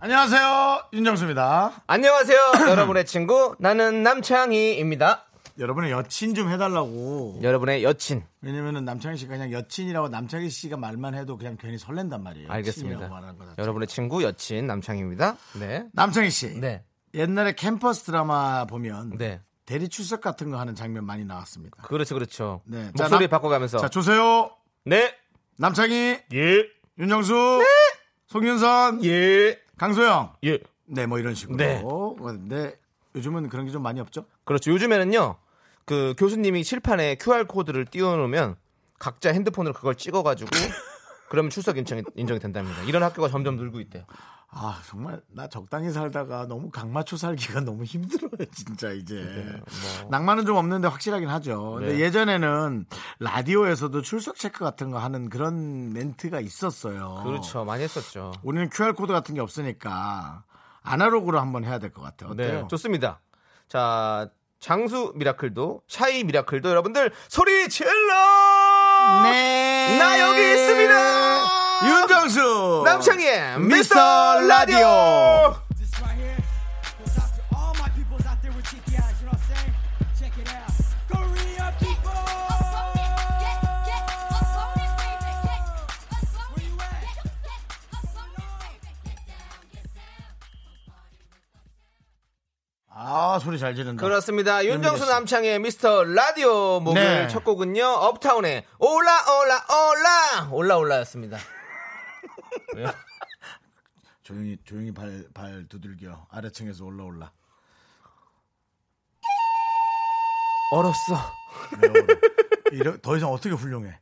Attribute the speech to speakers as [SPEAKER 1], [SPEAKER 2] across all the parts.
[SPEAKER 1] 안녕하세요 윤정수입니다.
[SPEAKER 2] 안녕하세요. 여러분의 친구 나는 남창희입니다.
[SPEAKER 1] 여러분의 여친 좀 해달라고.
[SPEAKER 2] 여러분의 여친.
[SPEAKER 1] 왜냐면은 남창희 씨가 그냥 여친이라고 남창희 씨가 말만 해도 그냥 괜히 설렌단 말이에요.
[SPEAKER 2] 알겠습니다.
[SPEAKER 1] 여친이라고 말하는 거 자체가.
[SPEAKER 2] 여러분의 친구 여친 남창희입니다. 네.
[SPEAKER 1] 남창희 씨.
[SPEAKER 2] 네.
[SPEAKER 1] 옛날에 캠퍼스 드라마 보면
[SPEAKER 2] 네.
[SPEAKER 1] 대리 출석 같은 거 하는 장면 많이 나왔습니다.
[SPEAKER 2] 그렇죠. 그렇죠.
[SPEAKER 1] 네. 자,
[SPEAKER 2] 목소리
[SPEAKER 1] 남-
[SPEAKER 2] 바꿔가면서.
[SPEAKER 1] 자 조세요,
[SPEAKER 2] 네.
[SPEAKER 1] 남창희,
[SPEAKER 2] 예.
[SPEAKER 1] 윤정수, 송윤선,
[SPEAKER 2] 예.
[SPEAKER 1] 강소영.
[SPEAKER 2] 예.
[SPEAKER 1] 네, 뭐 이런 식으로.
[SPEAKER 2] 네.
[SPEAKER 1] 근데 요즘은 그런 게 좀 많이 없죠?
[SPEAKER 2] 그렇죠. 요즘에는요. 그 교수님이 실판에 QR 코드를 띄워놓으면 각자 핸드폰으로 그걸 찍어가지고 그러면 출석 인정이, 인정이 된답니다. 이런 학교가 점점 늘고 있대요.
[SPEAKER 1] 아 정말 나 적당히 살다가 너무 강마초 살기가 너무 힘들어요 진짜 이제 낭만은 좀 없는데 확실하긴 하죠 근데
[SPEAKER 2] 뭐. 네.
[SPEAKER 1] 예전에는 라디오에서도 출석 체크 같은 거 하는 그런 멘트가 있었어요
[SPEAKER 2] 그렇죠. 많이 했었죠.
[SPEAKER 1] 우리는 QR코드 같은 게 없으니까 아날로그로 한번 해야 될 것 같아요 어때요?
[SPEAKER 2] 네, 좋습니다. 자, 장수 미라클도 샤이 미라클도 여러분들 소리 질러!
[SPEAKER 1] 네.
[SPEAKER 2] 나 여기 있습니다.
[SPEAKER 1] 윤정수
[SPEAKER 2] 남창희의 미스터
[SPEAKER 1] 미스터 라디오
[SPEAKER 2] 라디오.
[SPEAKER 3] This right here goes out to all my peoples out there with cheeky eyes, you know what I'm saying? Check it out. Korea people! Where you at?
[SPEAKER 1] 아 소리 잘 지른다
[SPEAKER 2] 그렇습니다. 윤정수
[SPEAKER 1] 씨.
[SPEAKER 2] 남창희의 미스터 라디오 목요일
[SPEAKER 1] 네.
[SPEAKER 2] 첫 곡은요. 업타운의 올라 올라 올라 올라 올라였습니다.
[SPEAKER 1] 조용히 조용히 발, 발 두들겨 아래층에서 올라올라
[SPEAKER 2] 얼었어.
[SPEAKER 1] 이러, 더 이상 어떻게 훌륭해?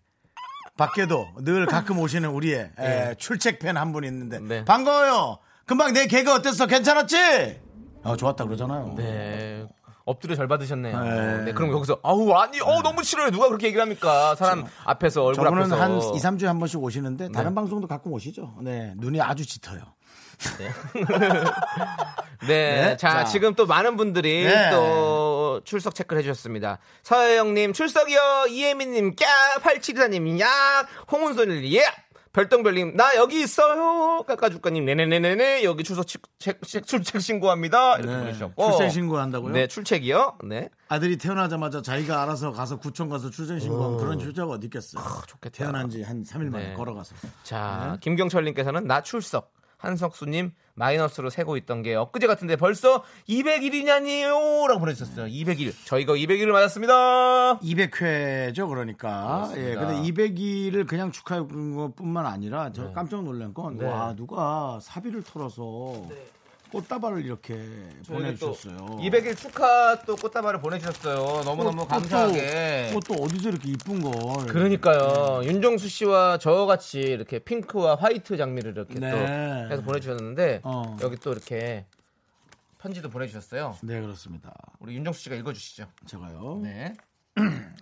[SPEAKER 1] 밖에도 늘 가끔 오시는 우리의 에, 출첵 팬한 분 있는데
[SPEAKER 2] 예. 네.
[SPEAKER 1] 반가워요. 금방 내 개그 어땠어? 괜찮았지? 아 좋았다 그러잖아요.
[SPEAKER 2] 네. 엎드려 절 받으셨네요.
[SPEAKER 1] 네.
[SPEAKER 2] 네. 그럼 여기서 아우 아니 어 너무 싫어요. 누가 그렇게 얘기를 합니까? 사람 앞에서 얼굴
[SPEAKER 1] 저분은
[SPEAKER 2] 앞에서
[SPEAKER 1] 한 2, 3주에 한 번씩 오시는데 다른 방송도 가끔 오시죠. 네 눈이 아주 짙어요.
[SPEAKER 2] 네.
[SPEAKER 1] 네,
[SPEAKER 2] 자,
[SPEAKER 1] 자.
[SPEAKER 2] 지금 또 많은 분들이
[SPEAKER 1] 네.
[SPEAKER 2] 또 출석 체크를 해주셨습니다. 서혜영님, 출석이요. 이혜민님, 깍. 8724님, 약. 홍은소님, 예. 별똥별님, 나 여기 있어요. 까까주까님, 네네네네네. 여기 출석 치- 체- 체- 출첵 신고합니다. 이렇게
[SPEAKER 1] 네,
[SPEAKER 2] 보내주셨고.
[SPEAKER 1] 출첵 신고한다고요?
[SPEAKER 2] 네, 출첵이요. 네.
[SPEAKER 1] 아들이 태어나자마자 자기가 알아서 가서 구청 가서 출생 신고하면 그런 효자가 어디 있겠어?
[SPEAKER 2] 아, 좋겠다.
[SPEAKER 1] 태어난 지 네. 한 3일 만에
[SPEAKER 2] 네.
[SPEAKER 1] 걸어가서.
[SPEAKER 2] 자, 김경철님께서는 나 출석. 한석수님 마이너스로 세고 있던 게 엊그제 같은데 벌써 200일이냐니요? 라고 보내주셨어요. 200일. 저희가 200일을 맞았습니다.
[SPEAKER 1] 200회죠, 그러니까. 예,
[SPEAKER 2] 그렇습니다.
[SPEAKER 1] 근데 200일을 그냥 축하해 준 것뿐만 아니라 저
[SPEAKER 2] 네.
[SPEAKER 1] 깜짝 놀란 건, 와, 누가 사비를 털어서
[SPEAKER 2] 네.
[SPEAKER 1] 꽃다발을 이렇게 보내주셨어요.
[SPEAKER 2] 200일 축하 또 꽃다발을 보내주셨어요. 너무너무
[SPEAKER 1] 꽃도-
[SPEAKER 2] 감사하게.
[SPEAKER 1] 꽃도 음. 어디서 이렇게 이쁜 걸.
[SPEAKER 2] 그러니까요. 윤정수 씨와 저같이 이렇게 핑크와 화이트 장미를 이렇게
[SPEAKER 1] 네.
[SPEAKER 2] 또 해서 보내주셨는데
[SPEAKER 1] 어.
[SPEAKER 2] 여기 또 이렇게 편지도 보내주셨어요.
[SPEAKER 1] 네, 그렇습니다.
[SPEAKER 2] 우리 윤정수 씨가 읽어주시죠.
[SPEAKER 1] 제가요.
[SPEAKER 2] 네.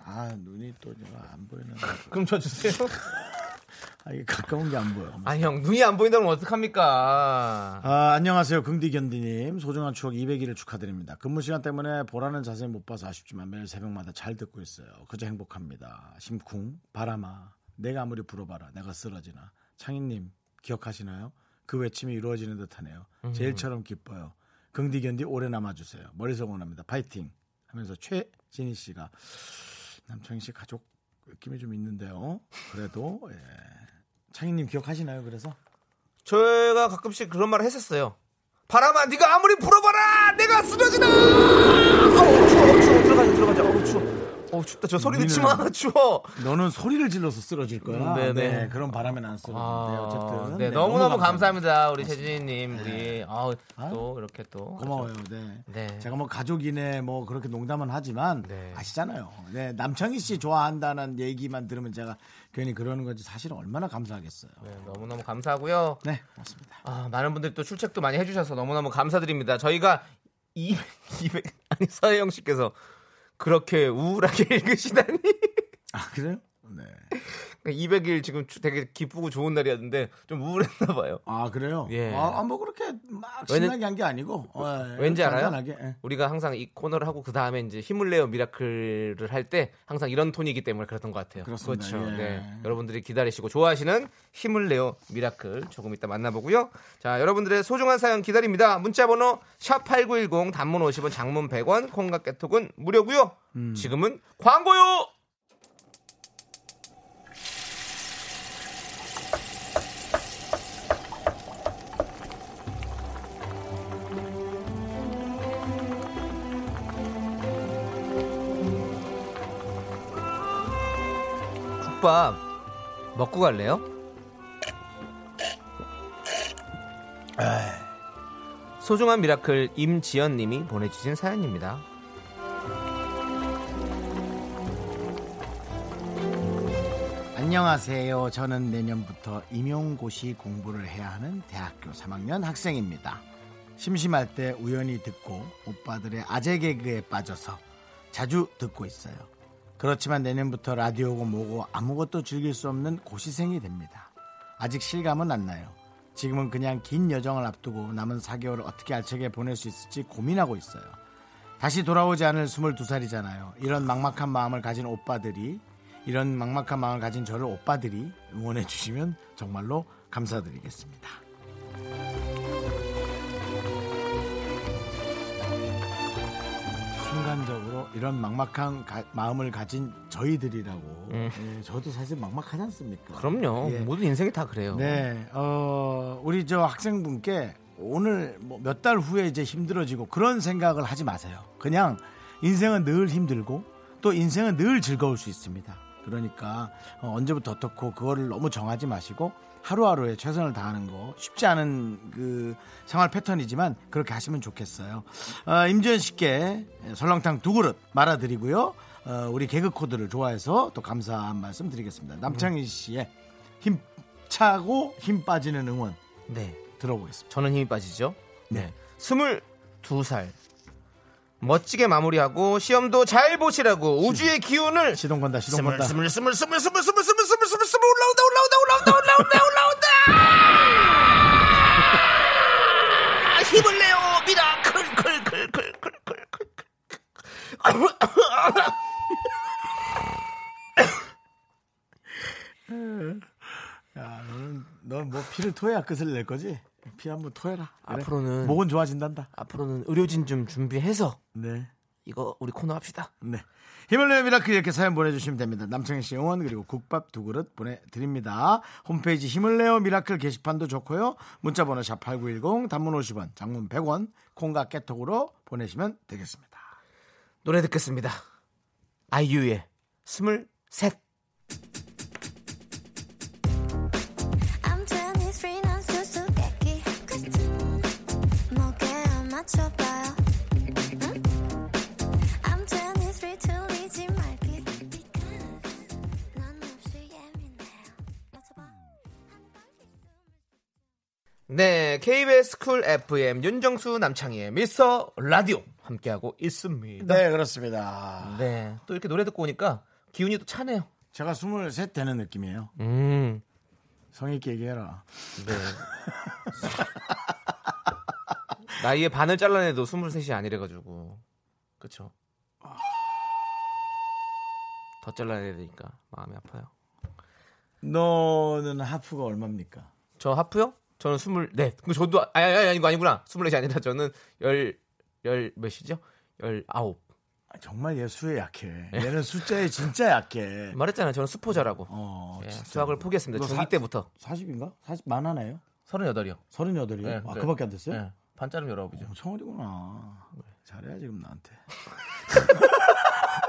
[SPEAKER 1] 아, 눈이 또 제가 안 보이는.
[SPEAKER 2] 그럼 저 주세요.
[SPEAKER 1] 아, 이게 가까운 게 안 보여.
[SPEAKER 2] 아니 형 눈이 안 보인다면 어떡합니까?
[SPEAKER 1] 아, 안녕하세요. 긍디 견디님. 소중한 추억 200일을 축하드립니다. 근무 시간 때문에 보라는 자세히 못 봐서 아쉽지만 매일 새벽마다 잘 듣고 있어요. 그저 행복합니다. 심쿵, 바람아. 내가 아무리 불어봐라. 내가 쓰러지나. 창희님, 기억하시나요? 그 외침이 이루어지는 듯 하네요. 제일처럼 기뻐요. 긍디 견디 오래 남아주세요. 머리서 원합니다. 파이팅. 하면서 최진희 씨가 남창희 씨 가족 느낌이 좀 있는데요. 그래도, 예. 창희님 기억하시나요? 그래서?
[SPEAKER 2] 저희가 가끔씩 그런 말을 했었어요. 바람아 네가 아무리 불어봐라 내가 쓰러지나. 아, 어 추워 어, 추워 들어가자 들어가자 어 추워. 어 춥다. 저 소리
[SPEAKER 1] 우리는-
[SPEAKER 2] 듣지 마. 추워.
[SPEAKER 1] 너는 소리를 질러서 쓰러질 거야.
[SPEAKER 2] 네,
[SPEAKER 1] 네,
[SPEAKER 2] 네.
[SPEAKER 1] 그런 바람에 안 쓰러지는데
[SPEAKER 2] 아,
[SPEAKER 1] 어쨌든
[SPEAKER 2] 네,
[SPEAKER 1] 네,
[SPEAKER 2] 너무너무 감사합니다. 우리 재진이님. 우리. 아우, 또 이렇게 또.
[SPEAKER 1] 고마워요. 네.
[SPEAKER 2] 네.
[SPEAKER 1] 제가 뭐 가족이네 뭐 그렇게 농담은 하지만
[SPEAKER 2] 네.
[SPEAKER 1] 아시잖아요. 네, 남창희 씨 좋아한다는 얘기만 들으면 제가 괜히 그러는 건지 사실은 얼마나 감사하겠어요.
[SPEAKER 2] 네, 너무너무 감사하고요.
[SPEAKER 1] 네, 맞습니다.
[SPEAKER 2] 아, 많은 분들이 또 출첵도 많이 해주셔서 너무너무 감사드립니다. 저희가 200, 200, 아니, 서혜영 씨께서 그렇게 우울하게 읽으시다니.
[SPEAKER 1] 아 그래요? 네.
[SPEAKER 2] 200일 그러니까 지금 추- 되게 기쁘고 좋은 날이었는데 좀 우울했나봐요.
[SPEAKER 1] 아 그래요?
[SPEAKER 2] 예.
[SPEAKER 1] 아, 뭐 그렇게 막
[SPEAKER 2] 왠지-
[SPEAKER 1] 신나게 한 게 아니고 어, 예,
[SPEAKER 2] 왠지 알아요?
[SPEAKER 1] 간단하게, 예.
[SPEAKER 2] 우리가 항상 이 코너를 하고 그 다음에 이제 힘을 내요 미라클을 할 때 항상 이런 톤이기 때문에 그랬던 것 같아요.
[SPEAKER 1] 그렇습니다.
[SPEAKER 2] 죠
[SPEAKER 1] 예.
[SPEAKER 2] 네. 여러분들이 기다리시고 좋아하시는 힘을 내요 미라클 조금 이따 만나보고요. 자, 여러분들의 소중한 사연 기다립니다. 문자번호 샵 #8910 단문 50원, 장문 100원, 콩과 깨톡은 무료고요.
[SPEAKER 1] 음.
[SPEAKER 2] 지금은 광고요. 국밥 먹고 갈래요? 소중한 미라클 임지연 님이 보내주신 사연입니다.
[SPEAKER 1] 안녕하세요. 저는 내년부터 임용고시 공부를 해야 하는 대학교 3학년 학생입니다. 심심할 때 우연히 듣고 오빠들의 아재 개그에 빠져서 자주 듣고 있어요. 그렇지만 내년부터 라디오고 뭐고 아무것도 즐길 수 없는 고시생이 됩니다. 아직 실감은 안 나요. 지금은 그냥 긴 여정을 앞두고 남은 4개월을 어떻게 알차게 보낼 수 있을지 고민하고 있어요. 다시 돌아오지 않을 22살이잖아요. 이런 막막한 마음을 가진 오빠들이 이런 막막한 마음을 가진 저를 오빠들이 응원해 주시면 정말로 감사드리겠습니다. 순간적으로 이런 막막한 가- 마음을 가진 저희들이라고 예, 저도 사실 막막하지 않습니까?
[SPEAKER 2] 음. 그럼요.
[SPEAKER 1] 예.
[SPEAKER 2] 모든 인생이 다 그래요.
[SPEAKER 1] 네, 어, 우리 저 학생분께 오늘 뭐 몇 달 후에 이제 힘들어지고 그런 생각을 하지 마세요. 그냥 인생은 늘 힘들고 또 인생은 늘 즐거울 수 있습니다. 그러니까 어, 언제부터 어떻고 그거를 너무 정하지 마시고 하루하루에 최선을 다하는 거 쉽지 않은 그 생활 패턴이지만 그렇게 하시면 좋겠어요. 어, 임지연 씨께 설렁탕 두 그릇 말아드리고요. 어, 우리 개그 코드를 좋아해서 또 감사한 말씀 드리겠습니다. 남창희 씨의 힘 차고 힘 빠지는 응원
[SPEAKER 2] 네.
[SPEAKER 1] 들어보겠습니다.
[SPEAKER 2] 저는 힘이 빠지죠.
[SPEAKER 1] 네.
[SPEAKER 2] 22살. 멋지게 마무리하고 시험도 잘 보시라고 우주의 기운을
[SPEAKER 1] 시동 건다, 시동
[SPEAKER 2] 스물
[SPEAKER 1] 건다.
[SPEAKER 2] 스물 스물 스물 스물 스물 스물 스물 스물 스물 올라온다 올라온다 올라온다 올라온다 올라온다 아, 힘을 내요 미라클 클클클클클클
[SPEAKER 1] 넌 뭐 피를 토해야 끝을 낼 거지? 피 한번 토해라. 그래.
[SPEAKER 2] 앞으로는-
[SPEAKER 1] 목은 좋아진단다.
[SPEAKER 2] 앞으로는 의료진 좀 준비해서
[SPEAKER 1] 네.
[SPEAKER 2] 이거 우리 코너 합시다
[SPEAKER 1] 네. 힘을 내요 미라클 이렇게 사연 보내주시면 됩니다. 남창희 씨 응원 그리고 국밥 두 그릇 보내드립니다. 홈페이지 힘을 내요 미라클 게시판도 좋고요. 문자번호 샵 8910 단문 50원 장문 100원 콩과 깨톡으로 보내시면 되겠습니다.
[SPEAKER 2] 노래 듣겠습니다 아이유의 스물셋
[SPEAKER 4] I'm 23, 난 수수께끼 같은 목에 안 맞춰봐요 응? I'm 23, 틀리지 말기 Because 난 몹시 예민해요 맞춰봐 한방 있으면
[SPEAKER 2] 네, KBS 쿨 FM 윤정수 남창희의 미스터 라디오 함께하고 있습니다.
[SPEAKER 1] 네 그렇습니다.
[SPEAKER 2] 네, 또 이렇게 노래 듣고 오니까 기운이 또 차네요.
[SPEAKER 1] 제가 23 되는 느낌이에요.
[SPEAKER 2] 음,
[SPEAKER 1] 성의 있게 얘기해라.
[SPEAKER 2] 네. 나이의 반을 잘라내도 23이 아니래가지고. 그쵸? 더 잘라내야 되니까 마음이 아파요.
[SPEAKER 1] 너는 하프가 얼마입니까?
[SPEAKER 2] 저 하프요? 저는 24. 근데 저도, 아니, 아니, 아니, 이거 아니구나. 24이 아니라 저는 열, 열 몇이죠? 19.
[SPEAKER 1] 아, 정말 얘 수에 약해.
[SPEAKER 2] 예.
[SPEAKER 1] 얘는 숫자에 진짜 약해.
[SPEAKER 2] 말했잖아요. 저는 수포자라고.
[SPEAKER 1] 어,
[SPEAKER 2] 예,
[SPEAKER 1] 진짜.
[SPEAKER 2] 수학을 포기했습니다.
[SPEAKER 1] 너
[SPEAKER 2] 중2
[SPEAKER 1] 사-
[SPEAKER 2] 때부터
[SPEAKER 1] 40인가? 40, 만 하나요?
[SPEAKER 2] 38이요.
[SPEAKER 1] 38이요?
[SPEAKER 2] 네,
[SPEAKER 1] 아,
[SPEAKER 2] 네.
[SPEAKER 1] 그밖에 안 됐어요?
[SPEAKER 2] 네. 반짜름 19이죠.
[SPEAKER 1] 어, 청월이구나. 잘해, 지금 나한테.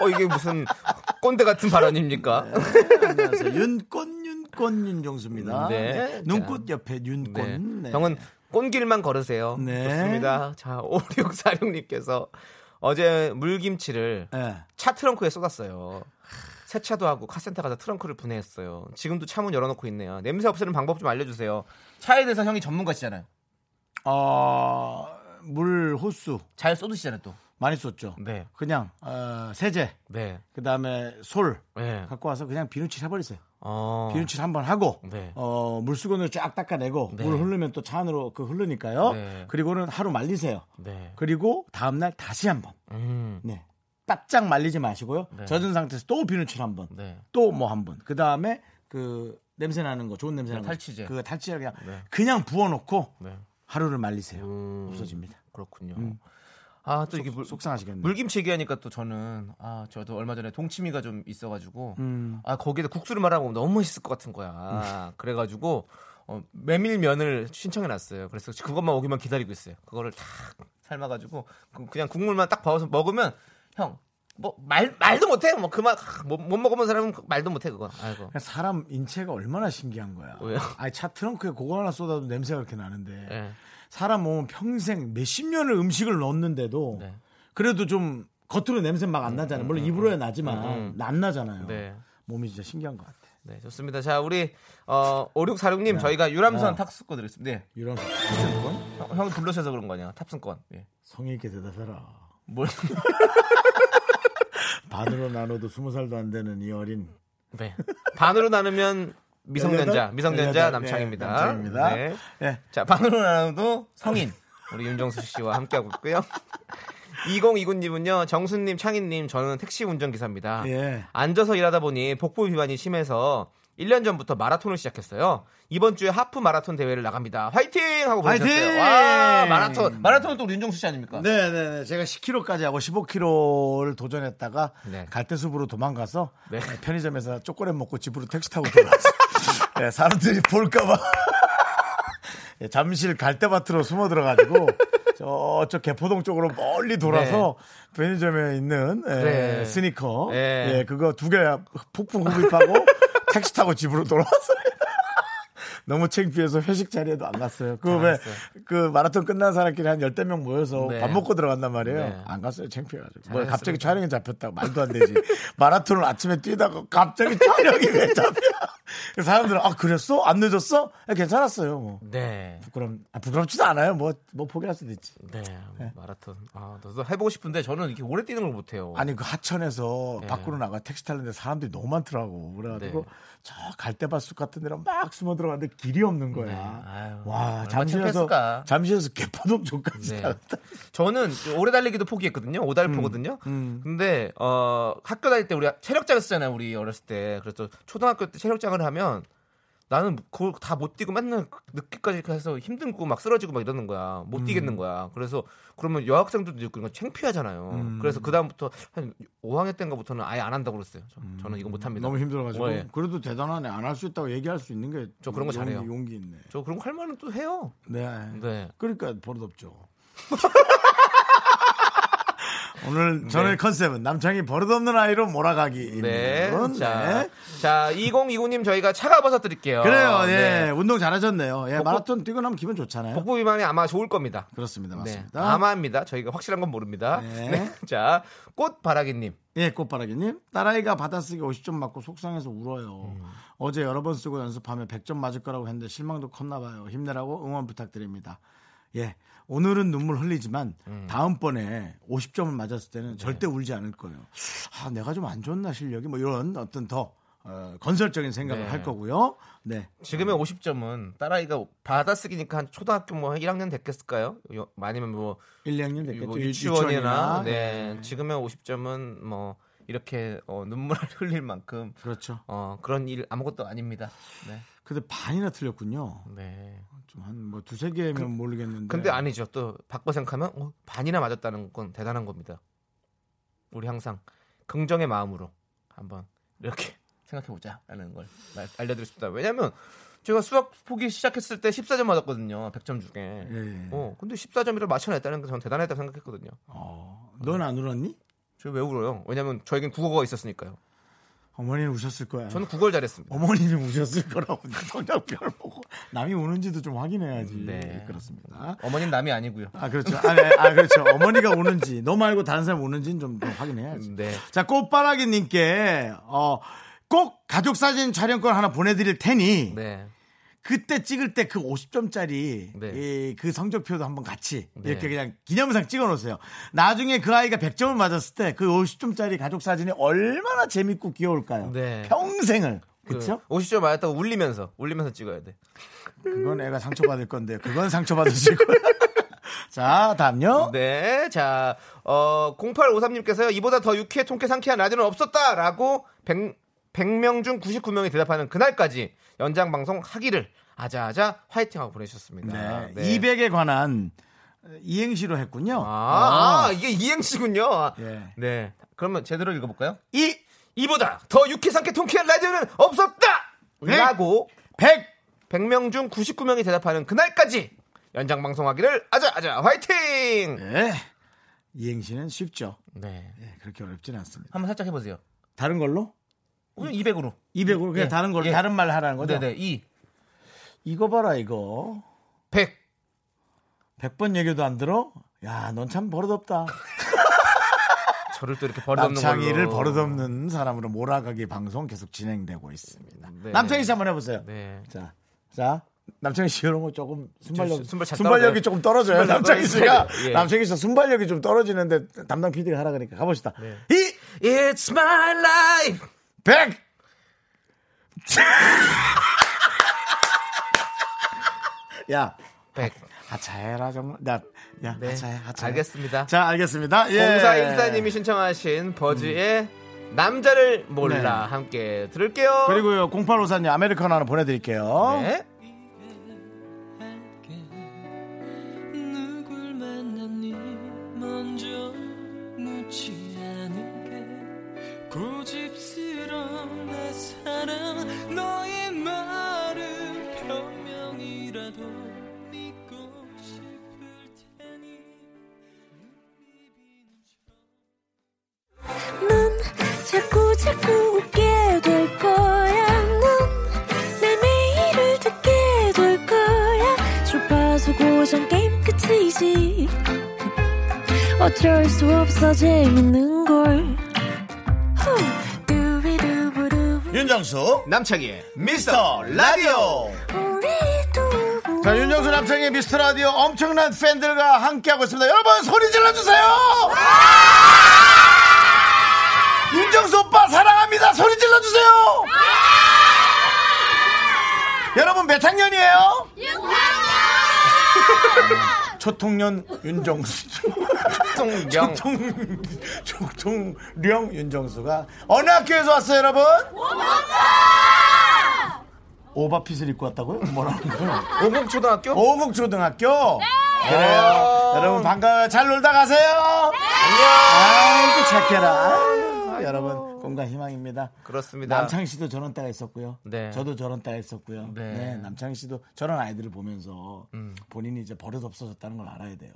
[SPEAKER 2] 어, 이게 무슨 꼰대 같은 발언입니까?
[SPEAKER 1] 안녕하세요. 윤꽃 윤꽃 윤정수입니다.
[SPEAKER 2] 네.
[SPEAKER 1] 네. 눈꽃 옆에 윤꽃.
[SPEAKER 2] 네.
[SPEAKER 1] 네.
[SPEAKER 2] 형은 꼰길만 걸으세요.
[SPEAKER 1] 네.
[SPEAKER 2] 좋습니다. 자, 5646님께서 어제 물김치를
[SPEAKER 1] 네.
[SPEAKER 2] 차 트렁크에 쏟았어요. 세차도 하고 카센터 가서 트렁크를 분해했어요. 지금도 차 문 열어놓고 있네요. 냄새 없애는 방법 좀 알려주세요. 차에 대해서 형이 전문가시잖아요.
[SPEAKER 1] 어, 물 호수
[SPEAKER 2] 잘 쏟으시잖아요, 또.
[SPEAKER 1] 많이 썼죠.
[SPEAKER 2] 네.
[SPEAKER 1] 그냥 어, 세제,
[SPEAKER 2] 네.
[SPEAKER 1] 그 다음에 솔
[SPEAKER 2] 네.
[SPEAKER 1] 갖고 와서 그냥 비누칠 해버리세요.
[SPEAKER 2] 어.
[SPEAKER 1] 비누칠 한번 하고
[SPEAKER 2] 네.
[SPEAKER 1] 어, 물수건을 쫙 닦아내고
[SPEAKER 2] 네.
[SPEAKER 1] 물 흐르면 또 차 안으로 그 흐르니까요.
[SPEAKER 2] 네.
[SPEAKER 1] 그리고는 하루 말리세요.
[SPEAKER 2] 네.
[SPEAKER 1] 그리고 다음날 다시 한번
[SPEAKER 2] 음.
[SPEAKER 1] 네. 바짝 말리지 마시고요.
[SPEAKER 2] 네.
[SPEAKER 1] 젖은 상태에서 또 비누칠 한 번.
[SPEAKER 2] 네.
[SPEAKER 1] 또 뭐 한 번. 그 다음에 그 냄새 나는 거, 좋은 냄새
[SPEAKER 2] 네,
[SPEAKER 1] 나는
[SPEAKER 2] 탈취제.
[SPEAKER 1] 그 탈취제 그냥
[SPEAKER 2] 네.
[SPEAKER 1] 그냥 부어놓고
[SPEAKER 2] 네.
[SPEAKER 1] 하루를 말리세요.
[SPEAKER 2] 음.
[SPEAKER 1] 없어집니다. 음.
[SPEAKER 2] 그렇군요. 아, 또 이게 물,
[SPEAKER 1] 속상하시겠네요.
[SPEAKER 2] 물김치 얘기하니까 또 저는 아, 저도 얼마 전에 동치미가 좀 있어가지고
[SPEAKER 1] 음.
[SPEAKER 2] 아, 거기에다 국수를 말아 먹으면 너무 맛있을 것 같은 거야. 그래가지고 어, 메밀면을 신청해 놨어요. 그래서 그것만 오기만 기다리고 있어요. 그거를 딱 삶아가지고 그- 그냥 국물만 딱 봐서 먹으면 형. 뭐 말 말도 못해 뭐 그만 아, 못, 못 먹어본 사람은 말도 못해 그거 아이고
[SPEAKER 1] 그냥 사람 인체가 얼마나 신기한 거야.
[SPEAKER 2] 왜요?
[SPEAKER 1] 아니 차 트렁크에 그거 하나 쏟아도 냄새가 그렇게 나는데
[SPEAKER 2] 예.
[SPEAKER 1] 사람 몸은 평생 몇십 년을 음식을 넣었는데도
[SPEAKER 2] 네. 음,
[SPEAKER 1] 그래도 좀 겉으로 냄새 막 안 나잖아요. 물론 입으로야 나지만 안 나잖아요.
[SPEAKER 2] 네.
[SPEAKER 1] 몸이 진짜 신기한 것 같아.
[SPEAKER 2] 네, 좋습니다. 자, 우리 어 5646님 저희가 유람선
[SPEAKER 1] 어.
[SPEAKER 2] 탑승권 드렸습니다. 네.
[SPEAKER 1] 이런 건
[SPEAKER 2] 형, 형이 불러서 그런 거냐? 탑승권. 예.
[SPEAKER 1] 성의 있게 대답해라.
[SPEAKER 2] 뭘?
[SPEAKER 1] 반으로 나눠도 스무 살도 안 되는 이 어린
[SPEAKER 2] 네. 반으로 나누면 미성년자,
[SPEAKER 1] 열여덟?
[SPEAKER 2] 미성년자
[SPEAKER 1] 열여덟,
[SPEAKER 2] 남창입니다.
[SPEAKER 1] 네, 남창입니다.
[SPEAKER 2] 네.
[SPEAKER 1] 예.
[SPEAKER 2] 자, 반으로 나눠도 성인. 우리 윤정수 씨와 함께하고 있고요. 2029님은요, 정수님, 창희님, 저는 택시 운전기사입니다.
[SPEAKER 1] 예.
[SPEAKER 2] 앉아서 일하다 보니 복부 비만이 심해서 1년 전부터 마라톤을 시작했어요. 이번 주에 하프 마라톤 대회를 나갑니다. 화이팅! 하고
[SPEAKER 1] 화이팅!
[SPEAKER 2] 보내셨어요. 와, 마라톤. 마라톤은 또 우리 윤정수 씨 아닙니까?
[SPEAKER 1] 네네네. 제가 10km까지 하고 15km를 도전했다가
[SPEAKER 2] 네.
[SPEAKER 1] 갈대숲으로 도망가서
[SPEAKER 2] 네.
[SPEAKER 1] 편의점에서 초콜릿 먹고 집으로 택시 타고 돌아왔어요. 네, 사람들이 볼까봐. 예, 잠실 갈대밭으로 숨어 들어가지고 저쪽 개포동 쪽으로 멀리 돌아서
[SPEAKER 2] 네.
[SPEAKER 1] 편의점에 있는 예,
[SPEAKER 2] 그래.
[SPEAKER 1] 스니커
[SPEAKER 2] 예.
[SPEAKER 1] 예, 그거 두 개 폭풍 흡입하고 택시 타고 집으로 돌아왔어요. 너무 창피해서 회식 자리에도 안 갔어요. 그
[SPEAKER 2] 잘했어요.
[SPEAKER 1] 왜 그 마라톤 끝난 사람끼리 한 열댓 명 모여서
[SPEAKER 2] 네.
[SPEAKER 1] 밥 먹고 들어간단 말이에요.
[SPEAKER 2] 네.
[SPEAKER 1] 안 갔어요. 창피해가지고. 뭐
[SPEAKER 2] 잘했습니다.
[SPEAKER 1] 갑자기 촬영에 잡혔다고 말도 안 되지. 마라톤을 아침에 뛰다가 갑자기 촬영이 왜 잡혀? 그래서 사람들은 아 그랬어? 안 늦었어? 아, 괜찮았어요. 뭐.
[SPEAKER 2] 네.
[SPEAKER 1] 부끄럼 아, 부끄럽지도 않아요. 뭐 뭐 포기할 수도 있지.
[SPEAKER 2] 네, 마라톤. 아, 너도 해보고 싶은데 저는 이렇게 오래 뛰는 걸 못해요.
[SPEAKER 1] 아니 그 하천에서
[SPEAKER 2] 네.
[SPEAKER 1] 밖으로 나가 택시 타는데 사람들이 너무 많더라고 그래가지고
[SPEAKER 2] 네.
[SPEAKER 1] 저 갈대밭숲 같은 데로 막 숨어 들어갔는데 길이 없는 거야.
[SPEAKER 2] 네. 아유,
[SPEAKER 1] 와
[SPEAKER 2] 얼마나
[SPEAKER 1] 잠시에서
[SPEAKER 2] 창피했을까.
[SPEAKER 1] 잠시에서 개포동 쪽까지
[SPEAKER 2] 네.
[SPEAKER 1] 나갔다.
[SPEAKER 2] 저는 오래 달리기도 포기했거든요.
[SPEAKER 1] 음,
[SPEAKER 2] 오달포거든요. 근데 어 학교 다닐 때 우리 체력장을 쓰잖아요. 우리 어렸을 때. 그래서 초등학교 때 체력장을 하면 나는 그걸 다 못 뛰고 맨날 늦게까지 해서 힘들고 막 쓰러지고 막 이러는 거야.
[SPEAKER 1] 음.
[SPEAKER 2] 못 뛰겠는 거야. 그래서 그러면 여학생들도 있고 이건 창피하잖아요. 그래서 그 다음부터 한 5학년 때인가부터는 아예 안 한다고 그랬어요. 저- 저는 이거 못
[SPEAKER 1] 음.
[SPEAKER 2] 합니다.
[SPEAKER 1] 너무 힘들어가지고
[SPEAKER 2] 예.
[SPEAKER 1] 그래도 대단하네 안 할 수 있다고 얘기할 수 있는 게
[SPEAKER 2] 저 그런 거
[SPEAKER 1] 용기,
[SPEAKER 2] 잘해요.
[SPEAKER 1] 용기 있네.
[SPEAKER 2] 저 그런 거 할 말은 또 해요.
[SPEAKER 1] 네.
[SPEAKER 2] 네.
[SPEAKER 1] 그러니까 버릇없죠. 오늘 저의 컨셉은 남창이 버릇없는 아이로 몰아가기.
[SPEAKER 2] 네. 자, 자, 2029님 저희가 차가 버섯 드릴게요.
[SPEAKER 1] 그래요. 예.
[SPEAKER 2] 네.
[SPEAKER 1] 운동 잘하셨네요. 예.
[SPEAKER 2] 복부-
[SPEAKER 1] 마라톤 뛰고 나면 기분 좋잖아요.
[SPEAKER 2] 네. 복부 비만이 아마 좋을 겁니다.
[SPEAKER 1] 그렇습니다.
[SPEAKER 2] 네.
[SPEAKER 1] 맞습니다.
[SPEAKER 2] 아마입니다. 저희가 확실한 건 모릅니다.
[SPEAKER 1] 네.
[SPEAKER 2] 네. 자, 꽃바라기님.
[SPEAKER 1] 예, 꽃바라기님. 딸아이가 받아쓰기 50점 맞고 속상해서 울어요.
[SPEAKER 2] 음.
[SPEAKER 1] 어제 여러 번 쓰고 연습하면 100점 맞을 거라고 했는데 실망도 컸나 봐요. 힘내라고 응원 부탁드립니다. 예, 오늘은 눈물 흘리지만
[SPEAKER 2] 음.
[SPEAKER 1] 다음번에 50점을 맞았을
[SPEAKER 2] 네.
[SPEAKER 1] 때는 절대 울지 않을 거예요. 아, 내가 좀 안 좋나 실력이 뭐 이런 어떤 더 어, 건설적인 생각을
[SPEAKER 2] 네.
[SPEAKER 1] 할 거고요. 네.
[SPEAKER 2] 지금의 50점은 딸아이가 받아쓰기니까 한 초등학교 뭐 1학년 됐겠을까요? 요- 아니면 뭐,
[SPEAKER 1] 1, 2학년 됐겠죠.
[SPEAKER 2] 뭐
[SPEAKER 1] 네, 유-
[SPEAKER 2] 유치원이나.
[SPEAKER 1] 유치원이나.
[SPEAKER 2] 네. 지금의 50점은 뭐 이렇게 어, 눈물을 흘릴 만큼
[SPEAKER 1] 그렇죠.
[SPEAKER 2] 어, 그런 일 아무것도 아닙니다. 네.
[SPEAKER 1] 근데 반이나 틀렸군요.
[SPEAKER 2] 네.
[SPEAKER 1] 좀 한 뭐 두세 개면 모르겠는데.
[SPEAKER 2] 그- 근데 아니죠. 또 바꿔 생각하면 어, 반이나 맞았다는 건 대단한 겁니다. 우리 항상 긍정의 마음으로 한번 이렇게 생각해 보자라는 걸 말- 알려드리고 싶다. 왜냐하면 제가 수학 포기 시작했을 때 14점 맞았거든요. 100점 중에.
[SPEAKER 1] 예.
[SPEAKER 2] 어, 근데 14점이라 맞춰냈다는 게 저는 대단하다고 생각했거든요.
[SPEAKER 1] 어, 넌 안 울었니?
[SPEAKER 2] 저 왜 울어요? 왜냐면 저에겐 국어가 있었으니까요.
[SPEAKER 1] 어머니는 우셨을 거야.
[SPEAKER 2] 저는 국어를 잘했습니다.
[SPEAKER 1] 어머니는 우셨을 거라고 성장표를 보고 남이 우는지도 좀 확인해야지.
[SPEAKER 2] 네.
[SPEAKER 1] 그렇습니다.
[SPEAKER 2] 어머님 남이 아니고요.
[SPEAKER 1] 아 그렇죠. 아, 네. 아, 그렇죠. 어머니가 우는지 너 말고 다른 사람 우는지는 좀, 더 확인해야지.
[SPEAKER 2] 네.
[SPEAKER 1] 자 꽃바라기님께 어, 꼭 가족 사진 촬영권 하나 보내드릴 테니
[SPEAKER 2] 네.
[SPEAKER 1] 그때 찍을 때 그 50점짜리
[SPEAKER 2] 네.
[SPEAKER 1] 그 성적표도 한번 같이
[SPEAKER 2] 네.
[SPEAKER 1] 이렇게 그냥 기념상 찍어 놓으세요. 나중에 그 아이가 100점을 맞았을 때 그 50점짜리 가족 사진이 얼마나 재밌고 귀여울까요?
[SPEAKER 2] 네.
[SPEAKER 1] 평생을.
[SPEAKER 2] 그
[SPEAKER 1] 그렇죠?
[SPEAKER 2] 50점 맞았다고 울리면서 울리면서 찍어야 돼.
[SPEAKER 1] 그건 애가 상처받을 건데 그건 상처받으실 거예요. 자, 다음요.
[SPEAKER 2] 네, 자, 어, 0853님께서요, 이보다 더 유쾌, 통쾌, 상쾌한 라디오는 없었다! 라고 100, 명중 99명이 대답하는 그날까지 연장방송 하기를 아자아자 화이팅하고 보내주셨습니다.
[SPEAKER 1] 네.
[SPEAKER 2] 네.
[SPEAKER 1] 200에 관한 이행시로 했군요.
[SPEAKER 2] 아,
[SPEAKER 1] 어.
[SPEAKER 2] 아, 이게 이행시군요.
[SPEAKER 1] 예.
[SPEAKER 2] 네. 그러면 제대로 읽어볼까요?
[SPEAKER 1] 이
[SPEAKER 2] 이보다 더 유쾌, 상쾌, 통쾌한 라디오는 없었다!
[SPEAKER 1] 네.
[SPEAKER 2] 라고
[SPEAKER 1] 100.
[SPEAKER 2] 100명 중 99명이 대답하는 그날까지 연장방송 하기를 아자아자 화이팅!
[SPEAKER 1] 네. 이행시는 쉽죠.
[SPEAKER 2] 네.
[SPEAKER 1] 네, 그렇게 어렵진 않습니다.
[SPEAKER 2] 한번 살짝 해보세요.
[SPEAKER 1] 다른 걸로?
[SPEAKER 2] 그냥 200으로.
[SPEAKER 1] 200으로 그냥
[SPEAKER 2] 예.
[SPEAKER 1] 다른 걸로
[SPEAKER 2] 예.
[SPEAKER 1] 다른 말 하라는 거죠.
[SPEAKER 2] 네네, 2.
[SPEAKER 1] 이거 봐라 이거.
[SPEAKER 2] 100.
[SPEAKER 1] 100번 얘기도 안 들어? 야, 넌 참 버릇없다.
[SPEAKER 2] 저를 또 이렇게 버릇없는
[SPEAKER 1] 남창희를
[SPEAKER 2] 걸로.
[SPEAKER 1] 버릇없는 사람으로 몰아가기 방송 계속 진행되고 있습니다.
[SPEAKER 2] 네.
[SPEAKER 1] 남창희 씨 한번 해보세요.
[SPEAKER 2] 네.
[SPEAKER 1] 자, 자. 남창희 씨 이런 거 조금 순발력,
[SPEAKER 2] 저 순발 잘
[SPEAKER 1] 순발력이
[SPEAKER 2] 떨어져요.
[SPEAKER 1] 조금 떨어져요.
[SPEAKER 2] 순발 잘
[SPEAKER 1] 남창희 씨가
[SPEAKER 2] 떨어져요. 예.
[SPEAKER 1] 남창희 씨가 순발력이 좀 떨어지는데 담당 PD가 하라 그러니까 가봅시다.
[SPEAKER 2] 네.
[SPEAKER 1] 이
[SPEAKER 2] It's my life.
[SPEAKER 1] 100! 야,
[SPEAKER 2] 100.
[SPEAKER 1] 하차해라 정말. 뭐, 나, 야,
[SPEAKER 2] 네.
[SPEAKER 1] 하차해, 하차해.
[SPEAKER 2] 알겠습니다.
[SPEAKER 1] 자, 알겠습니다. 예.
[SPEAKER 2] 공사 인사님이 신청하신 버즈의 남자를 몰라
[SPEAKER 1] 네.
[SPEAKER 2] 함께 들을게요.
[SPEAKER 1] 그리고요 0854님 아메리카노 하나 보내드릴게요.
[SPEAKER 2] 네.
[SPEAKER 5] 할게 누굴 만났니 먼저 묻지 않을게 고집스러운 내 사랑 너의 말은 변명이라도 믿고 싶을 테니 눈이 비는 저
[SPEAKER 4] 넌 자꾸 자꾸 웃게 될 거야. 넌내 매일을 듣게 될 거야. 주파수 고정 게임 끝이지. 어쩔 수 없어 재밌는 걸. 후. 두비두부두.
[SPEAKER 1] 윤정수
[SPEAKER 2] 남창희의
[SPEAKER 1] 미스터 라디오.
[SPEAKER 4] 우리 두부부.
[SPEAKER 1] 자 윤정수 남창의 미스터 라디오 엄청난 팬들과 함께하고 있습니다. 여러분 소리 질러주세요. 아! 윤정수 오빠 사랑합니다. 소리 질러주세요. 아! 여러분 몇 학년이에요? 6학년. 초통년 윤정수.
[SPEAKER 2] 송영.
[SPEAKER 1] 총통 총통령 윤정수가 어느 학교에서 왔어요, 여러분? 오바! 오바핏을 입고 왔다고요? 뭐라는 거예요?
[SPEAKER 2] 오공초등학교?
[SPEAKER 1] 오곡 초등학교. 그래요. 여러분 반가워요. 잘 놀다 가세요. 안녕. 아이고 착해라. 아유, 여러분 건강 희망입니다.
[SPEAKER 2] 그렇습니다.
[SPEAKER 1] 남창희 씨도 저런 때가 있었고요.
[SPEAKER 2] 네.
[SPEAKER 1] 저도 저런 때가 있었고요. 네.
[SPEAKER 2] 네. 음.
[SPEAKER 1] 남창희 씨도 저런 아이들을 보면서 본인이 이제 버릇 없어졌다는 걸 알아야 돼요.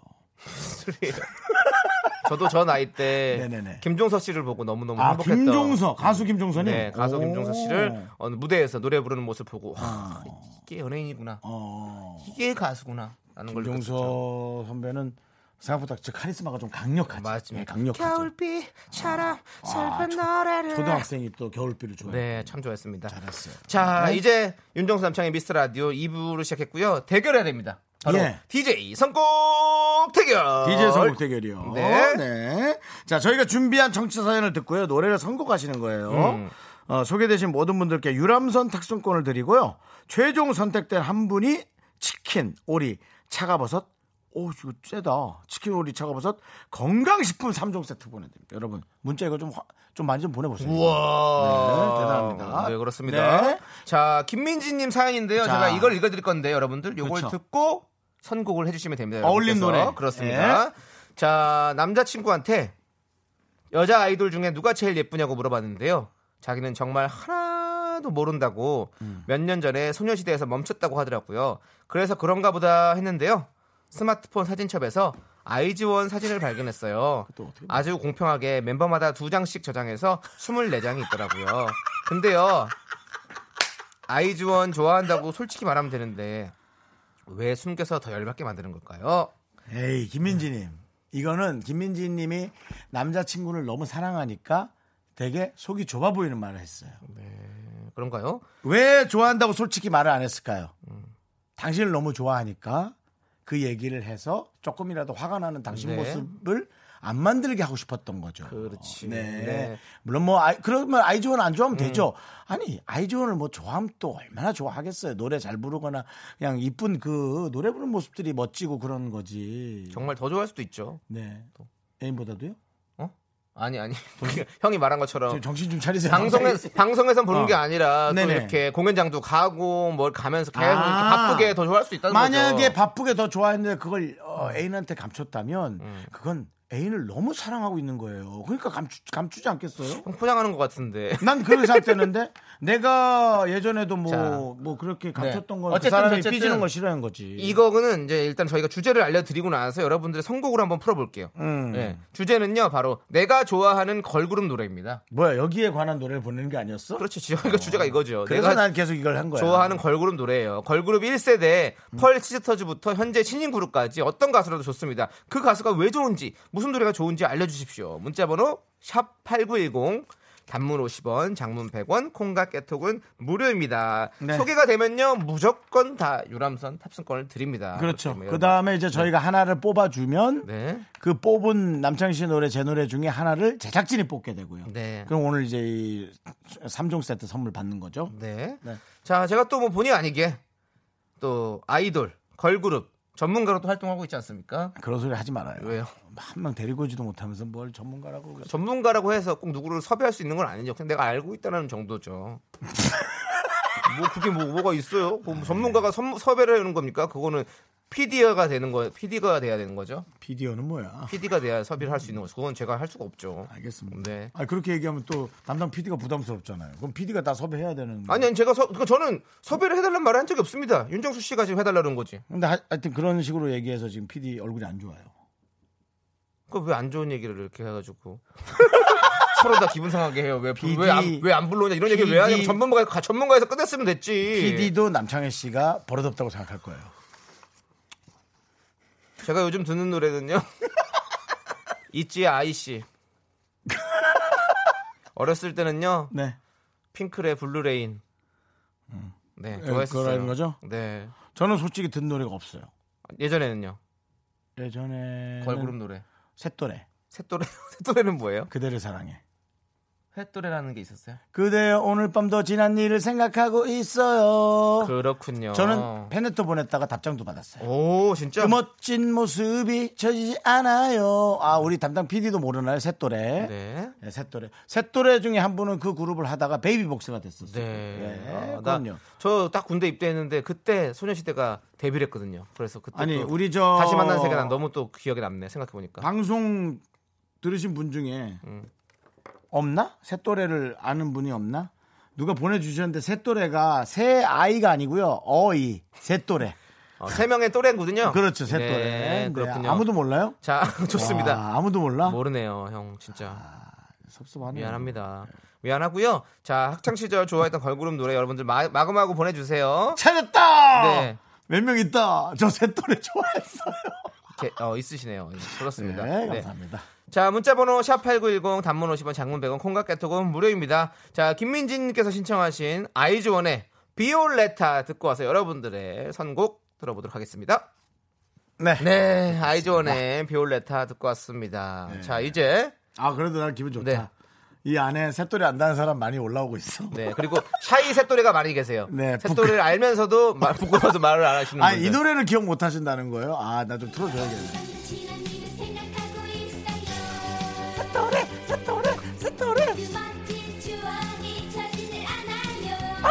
[SPEAKER 2] 저도 저 나이 때
[SPEAKER 1] 네네네.
[SPEAKER 2] 김종서 씨를 보고 너무너무
[SPEAKER 1] 아,
[SPEAKER 2] 행복했던
[SPEAKER 1] 김종서 가수 김종서님.
[SPEAKER 2] 네, 가수
[SPEAKER 1] 오. 아.
[SPEAKER 2] 김종서 씨를 어, 무대에서 노래 부르는 모습 보고 와, 이게 연예인이구나.
[SPEAKER 1] 어.
[SPEAKER 2] 이게 가수구나. 라는 걸 느꼈었죠.
[SPEAKER 1] 김종서 선배는 생각보다 저 카리스마가 좀 강력하죠.
[SPEAKER 2] 맞습니다.
[SPEAKER 1] 예, 강력하죠. 아,
[SPEAKER 2] 겨울비처럼 슬픈 노래를.
[SPEAKER 1] 초등학생이 또 겨울비를 좋아해요.
[SPEAKER 2] 네, 참 좋아했습니다.
[SPEAKER 1] 잘했어요.
[SPEAKER 2] 자,
[SPEAKER 1] 네.
[SPEAKER 2] 이제 윤정수 남창의 미스터 라디오 2부를 시작했고요. 대결해야 됩니다. 바로
[SPEAKER 1] 예.
[SPEAKER 2] DJ 선곡 대결.
[SPEAKER 1] DJ 선곡 대결이요.
[SPEAKER 2] 아, 네.
[SPEAKER 1] 자, 저희가 준비한 정치 사연을 듣고요. 노래를 선곡하시는 거예요.
[SPEAKER 2] 음.
[SPEAKER 1] 어, 소개되신 모든 분들께 유람선 탁송권을 드리고요. 최종 선택된 한 분이 치킨, 오리, 차가버섯, 오, 이거 쎄다. 치킨, 오리, 차가버섯, 건강식품 3종 세트 보내드립니다. 여러분, 문자 이거 좀, 화- 좀 많이 좀 보내보세요.
[SPEAKER 2] 우와.
[SPEAKER 1] 네, 대단합니다.
[SPEAKER 2] 네, 그렇습니다.
[SPEAKER 1] 네.
[SPEAKER 2] 자, 김민지님 사연인데요.
[SPEAKER 1] 자.
[SPEAKER 2] 제가 이걸 읽어드릴 건데, 여러분들. 요걸
[SPEAKER 1] 그렇죠. 아,
[SPEAKER 2] 듣고 선곡을 해주시면 됩니다.
[SPEAKER 1] 어울린
[SPEAKER 2] 여러분께서.
[SPEAKER 1] 노래. 네.
[SPEAKER 2] 그렇습니다. 자, 남자친구한테 여자 아이돌 중에 누가 제일 예쁘냐고 물어봤는데요. 자기는 정말 하나도 모른다고
[SPEAKER 1] 음.
[SPEAKER 2] 몇 년 전에 소녀시대에서 멈췄다고 하더라고요. 그래서 그런가 보다 했는데요. 스마트폰 사진첩에서 아이즈원 사진을 발견했어요.
[SPEAKER 1] 또 어떻게 봐?
[SPEAKER 2] 아주 공평하게 멤버마다 두 장씩 저장해서 24장이 있더라고요. 근데요. 아이즈원 좋아한다고 솔직히 말하면 되는데 왜 숨겨서 더 열받게 만드는 걸까요?
[SPEAKER 1] 에이 김민지님 이거는 김민지님이 남자친구를 너무 사랑하니까 되게 속이 좁아 보이는 말을 했어요.
[SPEAKER 2] 네, 그런가요?
[SPEAKER 1] 왜 좋아한다고 솔직히 말을 안 했을까요? 당신을 너무 좋아하니까 그 얘기를 해서 조금이라도 화가 나는 당신
[SPEAKER 2] 네.
[SPEAKER 1] 모습을 안 만들게 하고 싶었던 거죠.
[SPEAKER 2] 그렇지.
[SPEAKER 1] 네.
[SPEAKER 2] 네. 음.
[SPEAKER 1] 물론 뭐 아이, 그러면 아이즈원 안 좋아하면 되죠. 아니 아이즈원을 뭐 좋아하면 또 얼마나 좋아하겠어요. 노래 잘 부르거나 그냥 이쁜 그 노래 부르는 모습들이 멋지고 그런 거지.
[SPEAKER 2] 정말 더 좋아할 수도 있죠.
[SPEAKER 1] 네. 애인보다도요?
[SPEAKER 2] 아니 아니 형이 말한 것처럼
[SPEAKER 1] 지금 정신 좀 차리세요.
[SPEAKER 2] 어. 방송에 방송에서 보는
[SPEAKER 1] 어.
[SPEAKER 2] 게 아니라 또
[SPEAKER 1] 네네.
[SPEAKER 2] 이렇게 공연장도 가고 뭘 가면서 계속 이렇게
[SPEAKER 1] 아.
[SPEAKER 2] 바쁘게 더 좋아할 수 있다는
[SPEAKER 1] 만약에
[SPEAKER 2] 거죠.
[SPEAKER 1] 바쁘게 더 좋아했는데 그걸 어, 애인한테 감췄다면 그건 애인을 너무 사랑하고 있는 거예요. 그러니까 감추, 감추지 않겠어요?
[SPEAKER 2] 형 포장하는 것 같은데.
[SPEAKER 1] 난 그렇게 생각되는데 내가 예전에도 뭐
[SPEAKER 2] 자.
[SPEAKER 1] 뭐 그렇게 감췄던
[SPEAKER 2] 네.
[SPEAKER 1] 건그
[SPEAKER 2] 어쨌든,
[SPEAKER 1] 사람이
[SPEAKER 2] 어쨌든.
[SPEAKER 1] 삐지는 걸 싫어하는 거지.
[SPEAKER 2] 이거는 이제 일단 저희가 주제를 알려드리고 나서 여러분들의 선곡으로 한번 풀어볼게요.
[SPEAKER 1] 음.
[SPEAKER 2] 네. 주제는요 바로 내가 좋아하는 걸그룹 노래입니다.
[SPEAKER 1] 뭐야 여기에 관한 노래를 보내는 게 아니었어?
[SPEAKER 2] 그렇죠. 지영이가 주제가 이거죠.
[SPEAKER 1] 그래서
[SPEAKER 2] 내가
[SPEAKER 1] 난 계속 이걸 한 거야. 음.
[SPEAKER 2] 좋아하는 걸그룹 노래예요. 걸그룹 1세대 펄 치즈터즈부터 현재 신인 그룹까지 어떤 가수라도 좋습니다. 그 가수가 왜 좋은지 무슨 노래가 좋은지 알려주십시오. 문자번호 샵 #8910 단문 50원, 장문 100원, 콩과 깨톡은 무료입니다.
[SPEAKER 1] 네.
[SPEAKER 2] 소개가 되면요 무조건 다 유람선 탑승권을 드립니다.
[SPEAKER 1] 그렇죠.
[SPEAKER 2] 그렇기 때문에
[SPEAKER 1] 그 다음에 이제 저희가 하나를 뽑아주면
[SPEAKER 2] 아, 네.
[SPEAKER 1] 그 뽑은 남창희 씨 노래 제 노래 중에 하나를 제작진이 뽑게 되고요.
[SPEAKER 2] 네.
[SPEAKER 1] 그럼 오늘 이제 이 3종 세트 선물 받는 거죠.
[SPEAKER 2] 네.
[SPEAKER 1] 네.
[SPEAKER 2] 자, 제가 또 뭐 본의 아니게 또 아이돌, 걸그룹 전문가로 또 활동하고 있지 않습니까?
[SPEAKER 1] 그런 소리 하지 말아요.
[SPEAKER 2] 왜요?
[SPEAKER 1] 한 명 데리고 오지도 못하면서 뭘 전문가라고 그러죠.
[SPEAKER 2] 전문가라고 해서 꼭 누구를 섭외할 수 있는 건 아니죠. 그냥 내가 알고 있다는 정도죠. 뭐 그게 뭐 뭐가 있어요? 그뭐 전문가가 섭, 섭외를 하는 겁니까? 그거는 PD가 되는 거, PD가 돼야 되는 거죠.
[SPEAKER 1] 비디오는 뭐야?
[SPEAKER 2] PD가 돼야 섭외를 할 수 있는 거죠. 그건 제가 할 수가 없죠.
[SPEAKER 1] 알겠습니다.
[SPEAKER 2] 네.
[SPEAKER 1] 아 그렇게 얘기하면 또 담당 PD가 부담스럽잖아요. 그럼 PD가 다 섭외해야 되는. 거.
[SPEAKER 2] 아니, 아니 제가 섭, 그러니까 저는 섭외를 해달라는 말을 한 적이 없습니다. 윤정수 씨가 지금 해달라는 거지.
[SPEAKER 1] 근데 하, 여튼 그런 식으로 얘기해서 지금 PD 얼굴이 안 좋아요.
[SPEAKER 2] 그 왜 안 좋은 얘기를 이렇게 해가지고 서로 다 기분 상하게 해요.
[SPEAKER 1] PD
[SPEAKER 2] 왜왜안 왜 안 불러냐 이런 얘기를 왜 하냐면
[SPEAKER 1] PD
[SPEAKER 2] 전문가에 가- 전문가에서 끝냈으면 됐지.
[SPEAKER 1] PD도 남창희 씨가 버릇없다고 생각할 거예요.
[SPEAKER 2] 제가 요즘 듣는 노래는요. 있지 아이씨. 어렸을 때는요.
[SPEAKER 1] 네.
[SPEAKER 2] 핑클의 블루레인. 네,
[SPEAKER 1] 예, 그걸
[SPEAKER 2] 좋아했었어요.
[SPEAKER 1] 하는 거죠?
[SPEAKER 2] 네.
[SPEAKER 1] 저는 솔직히 듣는 노래가 없어요.
[SPEAKER 2] 예전에는요.
[SPEAKER 1] 예전에
[SPEAKER 2] 걸그룹 노래.
[SPEAKER 1] 셋돌에
[SPEAKER 2] 새또래. 새또래는 뭐예요?
[SPEAKER 1] 그대를 사랑해.
[SPEAKER 2] 새또래라는 게 있었어요?
[SPEAKER 1] 그대 오늘 밤도 지난 일을 생각하고 있어요.
[SPEAKER 2] 그렇군요.
[SPEAKER 1] 저는 페네토 보냈다가 답장도 받았어요.
[SPEAKER 2] 오, 진짜.
[SPEAKER 1] 그 멋진 모습이 젖지 않아요. 아, 우리 담당 PD도 모르나요? 셋돌에. 네.
[SPEAKER 2] 네.
[SPEAKER 1] 셋돌에. 셋돌에 중에 한 분은 그 그룹을 하다가 베이비복스가 됐었어요.
[SPEAKER 2] 네.
[SPEAKER 1] 예,
[SPEAKER 2] 아, 나-
[SPEAKER 1] 그럼요.
[SPEAKER 2] 저 딱 군대 입대했는데 그때 소녀시대가 데뷔를 했거든요. 그래서 그때
[SPEAKER 1] 아니,
[SPEAKER 2] 또
[SPEAKER 1] 우리 어. 아. 저
[SPEAKER 2] 다시 만난 세계난 너무 또 기억에 남네. 생각해 보니까.
[SPEAKER 1] 방송 들으신 분 중에 음. 없나? 셋돌에를 아는 분이 없나? 누가 보내주셨는데 셋돌에가 새 아이가 아니고요. 어이. 셋돌에.
[SPEAKER 2] 어, 세 명의 또래군요.
[SPEAKER 1] 그렇죠. 셋돌에. 네,
[SPEAKER 2] 그렇군요.
[SPEAKER 1] 아무도 몰라요?
[SPEAKER 2] 자, 좋습니다.
[SPEAKER 1] 와, 아무도 몰라?
[SPEAKER 2] 모르네요, 형. 진짜
[SPEAKER 1] 섭섭하네요.
[SPEAKER 2] 미안합니다. 미안하고요. 자, 학창 시절 좋아했던 걸그룹 노래 여러분들 마, 마구마구 보내 주세요.
[SPEAKER 1] 찾았다!
[SPEAKER 2] 네.
[SPEAKER 1] 몇 명 있다. 저 셋돌에 좋아했어요.
[SPEAKER 2] 어, 있으시네요. 그렇습니다.
[SPEAKER 1] 네,
[SPEAKER 2] 네.
[SPEAKER 1] 감사합니다.
[SPEAKER 2] 자, 문자번호 샵8910 단문 50원 장문 100원 콩깍개톡은 무료입니다. 자, 김민진님께서 신청하신 아이즈원의 비올레타 듣고 와서 여러분들의 선곡 들어보도록 하겠습니다.
[SPEAKER 1] 네.
[SPEAKER 2] 네, 아이즈원의 비올레타 듣고 왔습니다. 자, 이제
[SPEAKER 1] 아 그래도 난 기분 좋다.
[SPEAKER 2] 네.
[SPEAKER 1] 이 안에 셋돌이 안다는 사람 많이 올라오고 있어.
[SPEAKER 2] 네 그리고 샤이 새또래가 많이 계세요.
[SPEAKER 1] 네,
[SPEAKER 2] 새또래를 알면서도 말- 부끄러워서 말을 안 하시는
[SPEAKER 1] 아 이
[SPEAKER 2] 분들.
[SPEAKER 1] 노래를 기억 못 하신다는 거예요? 아 나 좀 틀어줘야겠네.
[SPEAKER 4] 지난 일을 생각하고 있어요. 그 멋진 추억이 젖지 않아요.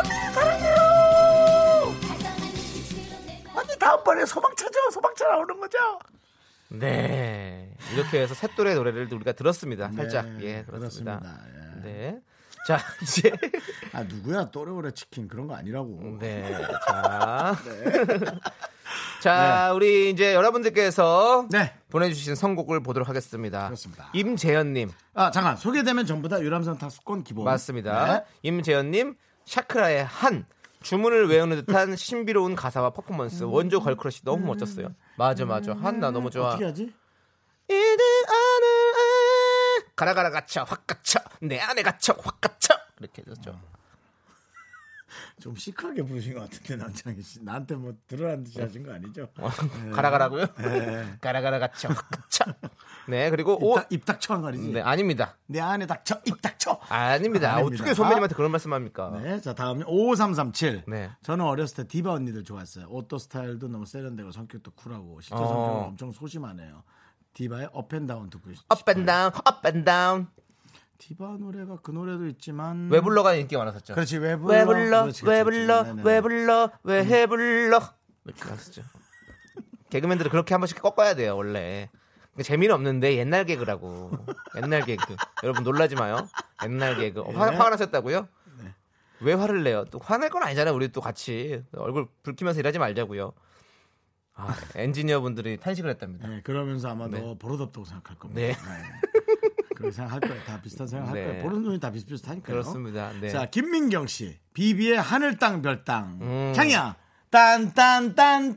[SPEAKER 4] 다정한 눈빛으로 내 마음
[SPEAKER 1] 아니 다음번에 소방차죠? 소방차 나오는 거죠?
[SPEAKER 2] 네, 이렇게 해서 새또래 노래를 우리가 들었습니다. 살짝
[SPEAKER 1] 네,
[SPEAKER 2] 예 그렇습니다.
[SPEAKER 1] 그렇습니다. 예.
[SPEAKER 2] 네, 자 이제
[SPEAKER 1] 아
[SPEAKER 2] 음.
[SPEAKER 1] 누구야 또래오래 치킨 그런 거 아니라고.
[SPEAKER 2] 네. 자. 자, 우리 이제 여러분들께서
[SPEAKER 1] 네.
[SPEAKER 2] 보내주신 선곡을 보도록 하겠습니다.
[SPEAKER 1] 그렇습니다.
[SPEAKER 2] 임재현님
[SPEAKER 1] 아 잠깐 소개되면 전부 다 유람선 탑승권 기본.
[SPEAKER 2] 맞습니다.
[SPEAKER 1] 네.
[SPEAKER 2] 임재현님 샤크라의 한 주문을 외우는 듯한 신비로운 가사와
[SPEAKER 1] 음.
[SPEAKER 2] 퍼포먼스 원조 걸크러시 너무 멋졌어요. 맞아 맞아 한 나 너무 좋아.
[SPEAKER 1] 어떻게 하지?
[SPEAKER 2] 이들 안을 가라 가라 갇혀 확 갇혀 내 안에 갇혀 확 갇혀 이렇게 했었죠.
[SPEAKER 1] 좀 시크하게 부르신 것 같은데 남창희 씨 나한테 뭐 들으라는 듯이 하신 거 아니죠?
[SPEAKER 2] 어? 가라 가라고요?
[SPEAKER 1] 음. 네.
[SPEAKER 2] 가라 가라 갇혀 확 갇혀. 네 그리고 오
[SPEAKER 1] 입닥, 입 닥쳐 한 말이지.
[SPEAKER 2] 네, 아닙니다.
[SPEAKER 1] 내 안에 닥쳐 입 닥쳐.
[SPEAKER 2] 아닙니다.
[SPEAKER 1] 아닙니다.
[SPEAKER 2] 어떻게 선배님한테 그런 말씀합니까?
[SPEAKER 1] 네, 자 다음이 5337.
[SPEAKER 2] 네.
[SPEAKER 1] 저는 어렸을 때 디바 언니들 좋아했어요. 옷도 스타일도 너무 세련되고 성격도 쿨하고 실제
[SPEAKER 2] 어.
[SPEAKER 1] 성격은 엄청 소심하네요. 디바의 업앤다운 듣고 있어요.
[SPEAKER 2] 업앤다운 업앤다운
[SPEAKER 1] 디바 노래가 그 노래도 있지만
[SPEAKER 2] 왜 불러가 인기 많았었죠. 음.
[SPEAKER 1] 그렇지 왜 불러?
[SPEAKER 2] 왜 불러
[SPEAKER 1] 그렇지,
[SPEAKER 2] 왜
[SPEAKER 1] 그렇지, 네,
[SPEAKER 2] 불러
[SPEAKER 1] 그렇지.
[SPEAKER 2] 왜 불러 왜 해 불러 음. 이렇게 나왔었죠. 개그맨들은 그렇게 한 번씩 꺾어야 돼요 원래. 근데 재미는 없는데 옛날 개그라고 옛날 개그 여러분 놀라지 마요 옛날 개그 어, 화, 화가 나셨다고요? 왜 화를 내요? 또 화낼 건 아니잖아요 우리 또 같이 얼굴 붉히면서 일하지 말자고요. 아, 엔지니어분들이 탄식을 했답니다.
[SPEAKER 1] 네, 그러면서 아마도
[SPEAKER 2] 네.
[SPEAKER 1] 버릇없다고 생각할 겁니다.
[SPEAKER 2] 네.
[SPEAKER 1] 그렇게 생각할 거예요. 다 비슷한 생각할
[SPEAKER 2] 네.
[SPEAKER 1] 거예요. 보는 눈이 다 비슷비슷하니까요.
[SPEAKER 2] 그렇습니다. 네.
[SPEAKER 1] 자, 김민경 씨. 비비의 하늘 땅 별땅.
[SPEAKER 2] 음.
[SPEAKER 1] 장이야.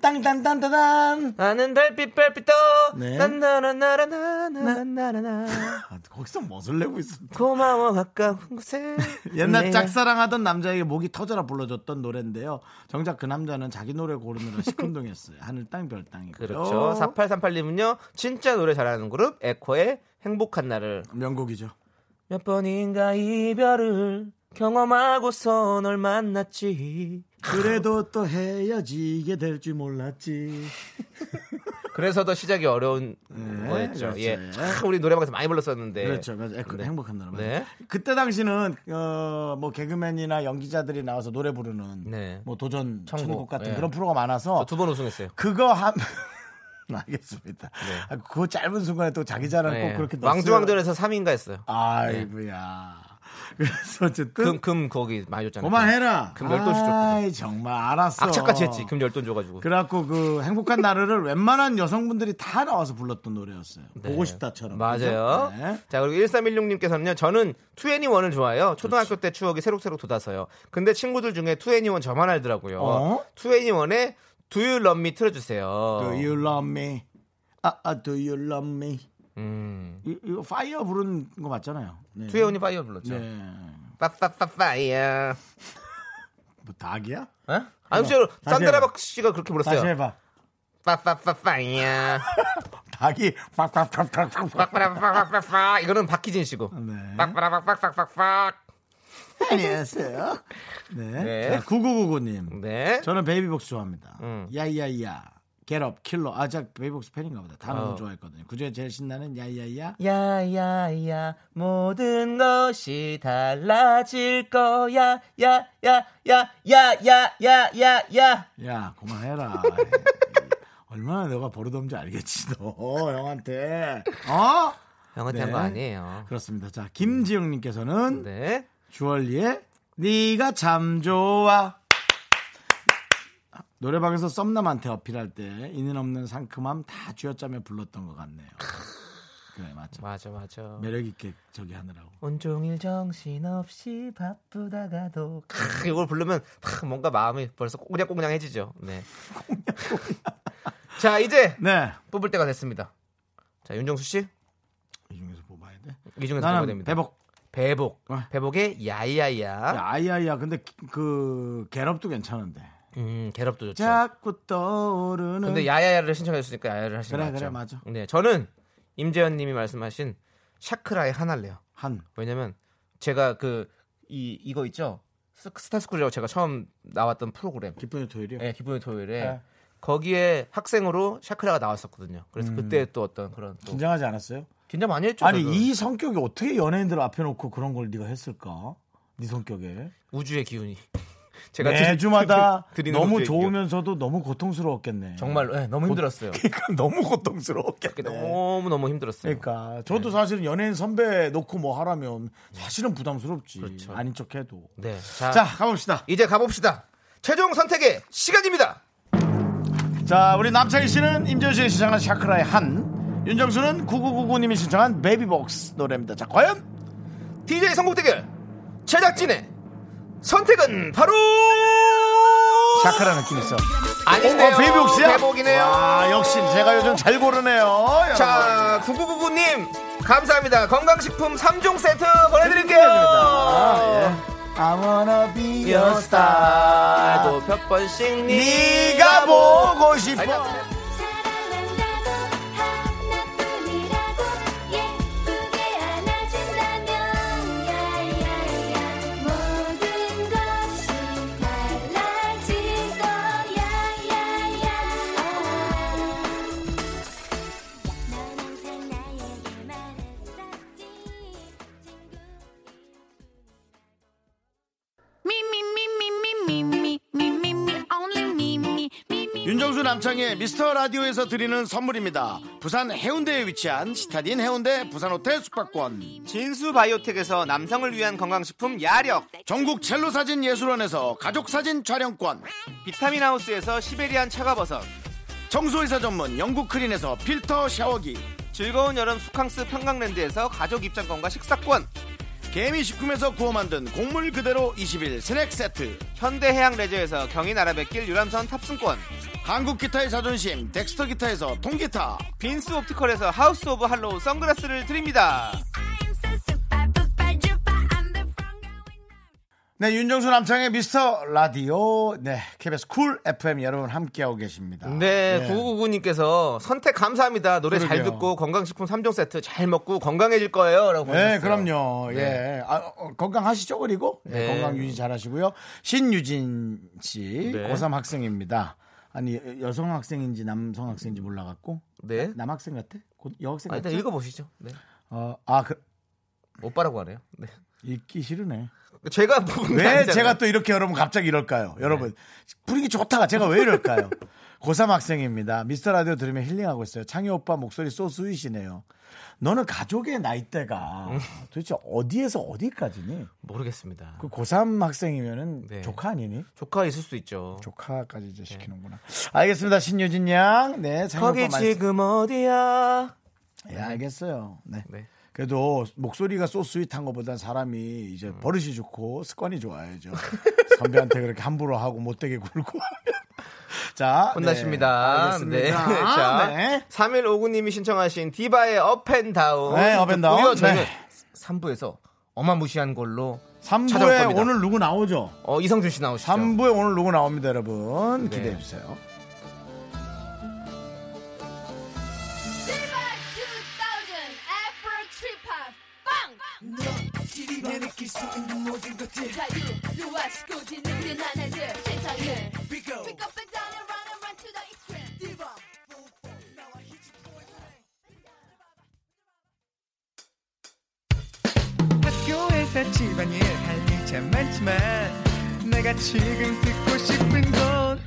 [SPEAKER 1] 딴딴딴딴딴딴딴딴.
[SPEAKER 2] 나는 달빛 별빛 떠
[SPEAKER 1] 네.
[SPEAKER 2] 난나나나나나나나나
[SPEAKER 1] 아, 거기서 멋을 내고 있어.
[SPEAKER 2] 고마워 가까운 곳에 네.
[SPEAKER 1] 옛날
[SPEAKER 2] 내가-
[SPEAKER 1] 짝사랑하던 남자에게 목이 터져라 불러줬던 노래인데요. 정작 그 남자는 자기 노래 고르느라 시큰둥했어요. 하늘 땅 별땅이고요.
[SPEAKER 2] 그렇죠 4838님은요 진짜 노래 잘하는 그룹 에코의 행복한 날을
[SPEAKER 1] 명곡이죠.
[SPEAKER 2] 몇 번인가 이별을 경험하고서 널 만났지
[SPEAKER 1] 그래도 또 헤어지게 될 줄 몰랐지.
[SPEAKER 2] 그래서 더 시작이 어려운
[SPEAKER 1] 네,
[SPEAKER 2] 거였죠
[SPEAKER 1] 그렇죠,
[SPEAKER 2] 예.
[SPEAKER 1] 예.
[SPEAKER 2] 참 우리 노래방에서 많이 불렀었는데
[SPEAKER 1] 그렇죠. 맞아. 에코, 행복한 노래. 맞아.
[SPEAKER 2] 네.
[SPEAKER 1] 그때 당시는 어뭐 개그맨이나 연기자들이 나와서 노래 부르는
[SPEAKER 2] 네.
[SPEAKER 1] 뭐 도전
[SPEAKER 2] 천국.
[SPEAKER 1] 천국, 같은
[SPEAKER 2] 예.
[SPEAKER 1] 그런 프로가 많아서
[SPEAKER 2] 두 번 우승했어요
[SPEAKER 1] 그거 한 알겠습니다. 아, 그 짧은 순간에 또 자기 자랑
[SPEAKER 2] 예.
[SPEAKER 1] 꼭 그렇게 넣었어요.
[SPEAKER 2] 네. 왕중왕전에서 3인가 했어요
[SPEAKER 1] 아이고야. 그래서 어쨌든
[SPEAKER 2] 네. 금, 금 거기 많이 줬잖아요
[SPEAKER 1] 그만해라.
[SPEAKER 2] 금 12시 줬거든
[SPEAKER 1] 아이 정말 알았어.
[SPEAKER 2] 악착같이 했지 금 10돈 줘가지고
[SPEAKER 1] 그래갖고 그 행복한 나르를 웬만한 여성분들이 다 나와서 불렀던 노래였어요.
[SPEAKER 2] 네.
[SPEAKER 1] 보고 싶다처럼.
[SPEAKER 2] 맞아요.
[SPEAKER 1] 그죠? 네.
[SPEAKER 2] 자, 그리고 1316님께서는요, 저는 2NE1을 좋아해요. 초등학교
[SPEAKER 1] 그렇죠.
[SPEAKER 2] 때 추억이 새록새록 돋아서요. 근데 친구들 중에 2NE1 저만 알더라고요.
[SPEAKER 1] 어?
[SPEAKER 2] 2NE1의 Do You Love Me 틀어주세요.
[SPEAKER 1] Do you love me? 아, 아, do you love me?
[SPEAKER 2] 음.
[SPEAKER 1] 이- 이거 파이어 부른 거 맞잖아요. 네.
[SPEAKER 2] 2NE1이 파이어 불렀죠.
[SPEAKER 1] 네.
[SPEAKER 2] 빠빠빠 파이어.
[SPEAKER 1] 뭐 닭이야?
[SPEAKER 2] 어? 아니, 실제로
[SPEAKER 1] 다시 해봐.
[SPEAKER 2] 산드라박 씨가 그렇게
[SPEAKER 1] 다시
[SPEAKER 2] 불렀어요.
[SPEAKER 1] 해봐.
[SPEAKER 2] 빠빠빠 파이어.
[SPEAKER 1] 닭이 팍팍팍팍팍.
[SPEAKER 2] 빠빠라빠빠빠 이거는 박희진 씨고.
[SPEAKER 1] 네.
[SPEAKER 2] 빠빠라빠빠빠빠
[SPEAKER 1] 안녕하세요. 네.
[SPEAKER 2] 네.
[SPEAKER 1] 자, 9999님.
[SPEAKER 2] 네.
[SPEAKER 1] 저는 베이비복스 좋아합니다.
[SPEAKER 2] 음.
[SPEAKER 1] 야야야. 겟업 킬러. 아, 제가 베이비복스 팬인가 보다. 다
[SPEAKER 2] 어.
[SPEAKER 1] 너무 좋아했거든요. 그중에 제일 신나는 야야야.
[SPEAKER 2] 야야야 모든 것이 달라질 거야 야야야야야야야야
[SPEAKER 1] 야, 그만해라. 얼마나 내가 버릇없는지 알겠지, 너. 형한테. 어?
[SPEAKER 2] 형한테
[SPEAKER 1] 네.
[SPEAKER 2] 한 거 아니에요
[SPEAKER 1] 그렇습니다. 자, 김지영님께서는
[SPEAKER 2] 네
[SPEAKER 1] 주얼리의 네가 참 좋아. 노래방에서 썸남한테 어필할 때 이는 없는 상큼함 다 쥐어짜며 불렀던 것 같네요. 그래 맞죠.
[SPEAKER 2] 맞아 맞아
[SPEAKER 1] 매력 있게 저기 하느라고.
[SPEAKER 2] 온종일 정신없이 바쁘다가도 크, 이걸 부르면 탁 뭔가 마음이 벌써 꼬냥꼬냥해지죠 네. 자 이제
[SPEAKER 1] 네.
[SPEAKER 2] 뽑을 때가 됐습니다 자 윤정수 씨
[SPEAKER 1] 이 중에서 뽑아야 돼.
[SPEAKER 2] 이 중에서 뽑아야
[SPEAKER 1] 나는
[SPEAKER 2] 됩니다
[SPEAKER 1] 대복.
[SPEAKER 2] 배복
[SPEAKER 1] 어.
[SPEAKER 2] 배복의 야야야
[SPEAKER 1] 아이야야. 근데 그 개럽도 괜찮은데.
[SPEAKER 2] 음 개럽도 좋죠
[SPEAKER 1] 자꾸 떠오르는.
[SPEAKER 2] 근데 야야야를 신청했으니까 야야를 하시는
[SPEAKER 1] 그래,
[SPEAKER 2] 거죠.
[SPEAKER 1] 그래, 맞아.
[SPEAKER 2] 네, 저는 임재현님이 말씀하신 샤크라의 하나래요.
[SPEAKER 1] 한.
[SPEAKER 2] 왜냐면 제가 그 이 이거 있죠. 스- 스타스쿨이라고 제가 처음 나왔던 프로그램.
[SPEAKER 1] 기쁨의 토요일이요.
[SPEAKER 2] 예, 기분의 토요일에
[SPEAKER 1] 네.
[SPEAKER 2] 거기에 학생으로 샤크라가 나왔었거든요. 그래서 그때 또 어떤 그런
[SPEAKER 1] 음.
[SPEAKER 2] 또
[SPEAKER 1] 긴장하지 않았어요?
[SPEAKER 2] 긴장 많이 했죠.
[SPEAKER 1] 아니
[SPEAKER 2] 저도.
[SPEAKER 1] 이 성격이 어떻게 연예인들 앞에 놓고 그런 걸 네가 했을까? 네 성격에
[SPEAKER 2] 우주의 기운이 제가 드리-
[SPEAKER 1] 매주마다
[SPEAKER 2] 드리는
[SPEAKER 1] 너무
[SPEAKER 2] 우주의 기운.
[SPEAKER 1] 좋으면서도 너무 고통스러웠겠네.
[SPEAKER 2] 정말로 예, 너무 힘들었어요.
[SPEAKER 1] 그러니까 너무 고통스러웠겠네.
[SPEAKER 2] 너무 네. 너무 힘들었어요.
[SPEAKER 1] 그러니까 저도 사실은 연예인 선배 놓고 뭐 하라면 사실은 부담스럽지.
[SPEAKER 2] 그렇죠.
[SPEAKER 1] 아닌 척해도.
[SPEAKER 2] 네.
[SPEAKER 1] 자,
[SPEAKER 2] 자
[SPEAKER 1] 가봅시다.
[SPEAKER 2] 이제 가봅시다. 최종 선택의 시간입니다.
[SPEAKER 1] 자, 우리 남창희 씨는 임재수의 시장한 샤크라의 한, 윤정수는 9999님이 신청한 베이비복스 노래입니다. 자, 과연?
[SPEAKER 2] DJ 선곡 대결 제작진의 선택은 바로
[SPEAKER 1] 샤크라 느낌 있어.
[SPEAKER 2] 아니네요.
[SPEAKER 1] 어, 베이비복스야?
[SPEAKER 2] 대목이네요.
[SPEAKER 1] 아, 역시 제가 요즘 잘 고르네요.
[SPEAKER 2] 자, 9999님 감사합니다. 건강식품 3종 세트 보내드릴게요.
[SPEAKER 1] 아, 예. I wanna be your star.
[SPEAKER 2] 나도 몇 번씩
[SPEAKER 1] 네가
[SPEAKER 2] 뭐?
[SPEAKER 1] 보고 싶어.
[SPEAKER 4] 사랑한다고 하나뿐이라고 예쁘게 안아준다면 야야야 모든 것이 달라질 거야 야야야 넌 항상 나에게만 했었지
[SPEAKER 1] 윤정수 남창의 미스터 라디오에서 드리는 선물입니다. 부산 해운대에 위치한 시타딘 해운대 부산 호텔 숙박권.
[SPEAKER 2] 진수 바이오텍에서 남성을 위한 건강식품 야력
[SPEAKER 1] 전국 첼로 사진 예술원에서 가족 사진 촬영권.
[SPEAKER 2] 비타민 하우스에서 시베리안 차가버섯
[SPEAKER 1] 청소회사 전문 영국 크린에서 필터 샤워기.
[SPEAKER 2] 즐거운 여름 수캉스 평강랜드에서 가족 입장권과 식사권
[SPEAKER 1] 개미식품에서 구워 만든 곡물 그대로 20일 스낵 세트.
[SPEAKER 2] 현대해양 레저에서 경인아라뱃길 유람선 탑승권
[SPEAKER 1] 한국 기타의 자존심 덱스터 기타에서 통기타.
[SPEAKER 2] 빈스 옵티컬에서 하우스 오브 할로우 선글라스를 드립니다
[SPEAKER 1] 네, 윤정수 남창의 미스터 라디오. 네, KBS 쿨 FM 여러분 함께하고 계십니다.
[SPEAKER 2] 네, 9999님께서 선택 감사합니다. 노래 잘
[SPEAKER 1] 그러게요.
[SPEAKER 2] 듣고 건강식품 3종 세트 잘 먹고 건강해질 거예요. 라고.
[SPEAKER 1] 네,
[SPEAKER 2] 보내주셨어요.
[SPEAKER 1] 그럼요.
[SPEAKER 2] 네.
[SPEAKER 1] 예. 아, 어, 건강하시죠, 그리고? 예,
[SPEAKER 2] 네.
[SPEAKER 1] 건강 유지 잘 하시고요. 신유진 씨,
[SPEAKER 2] 네.
[SPEAKER 1] 고3 학생입니다. 아니, 여성 학생인지 남성 학생인지 몰라갖고?
[SPEAKER 2] 네.
[SPEAKER 1] 남학생 같아? 곧 여학생
[SPEAKER 2] 아,
[SPEAKER 1] 같아?
[SPEAKER 2] 일단 읽어보시죠. 네.
[SPEAKER 1] 어, 아, 그,
[SPEAKER 2] 오빠라고 하네요. 네.
[SPEAKER 1] 읽기 싫으네.
[SPEAKER 2] 제가 네. 부분
[SPEAKER 1] 왜 네, 제가 또 이렇게 여러분 갑자기 이럴까요? 여러분, 분위기 좋다가 제가 왜 이럴까요? 고3 학생입니다. 미스터 라디오 들으면 힐링하고 있어요. 창희 오빠 목소리 소스이시네요. 너는 가족의 나이대가 도대체 어디에서 어디까지니?
[SPEAKER 2] 모르겠습니다.
[SPEAKER 1] 그 고3 학생이면은
[SPEAKER 2] 네.
[SPEAKER 1] 조카 아니니?
[SPEAKER 2] 조카 있을 수 있죠.
[SPEAKER 1] 조카까지 이제 시키는구나. 알겠습니다. 신유진 양. 네,
[SPEAKER 2] 거기
[SPEAKER 1] 거기 지
[SPEAKER 2] 지금 어디야?
[SPEAKER 1] 예, 알겠어요. 네.
[SPEAKER 2] 네.
[SPEAKER 1] 그래도 목소리가 소스윗한 것보단 사람이 이제
[SPEAKER 2] 음.
[SPEAKER 1] 버릇이 좋고 습관이 좋아야죠. 선배한테 그렇게 함부로 하고 못되게 굴고. 하면. 자,
[SPEAKER 2] 혼나십니다.
[SPEAKER 1] 네, 알겠습니다.
[SPEAKER 2] 네. 자,
[SPEAKER 1] 네.
[SPEAKER 2] 3159님이 신청하신 디바의 업앤다운.
[SPEAKER 1] 네, 업앤다운.
[SPEAKER 2] 듣고요. 저희는
[SPEAKER 1] 네.
[SPEAKER 2] 3부에서 어마무시한 걸로
[SPEAKER 1] 3부에
[SPEAKER 2] 찾아올
[SPEAKER 1] 오늘 누구 나오죠?
[SPEAKER 2] 어, 이성준 씨 나오시죠.
[SPEAKER 1] 3부에 오늘 누구 나옵니다, 여러분.
[SPEAKER 2] 네.
[SPEAKER 1] 기대해 주세요.
[SPEAKER 6] 학교에서 집안일 할 일 참 많지만 내가 지금 듣고 싶은 건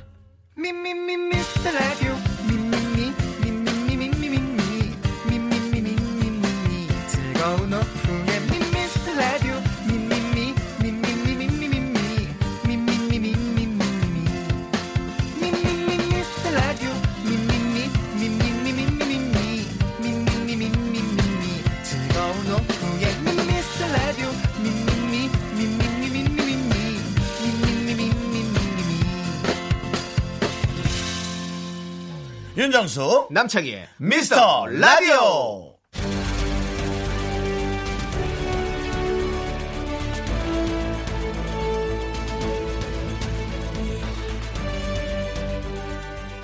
[SPEAKER 6] 미미미 미스터 라디오 미미미 미미미미미미 미미미미미미 즐거운 오후에 미스터 라디오 미미미 미미미미미미 미미미미미미 미미미 미스터 라디오 미미미 미미미미미미 미미미미미미 즐거운 오후에 미스터 라디오 미미미 미미미미미미 미미미미미미
[SPEAKER 1] 윤정수
[SPEAKER 2] 남창희의
[SPEAKER 1] 미스터 라디오.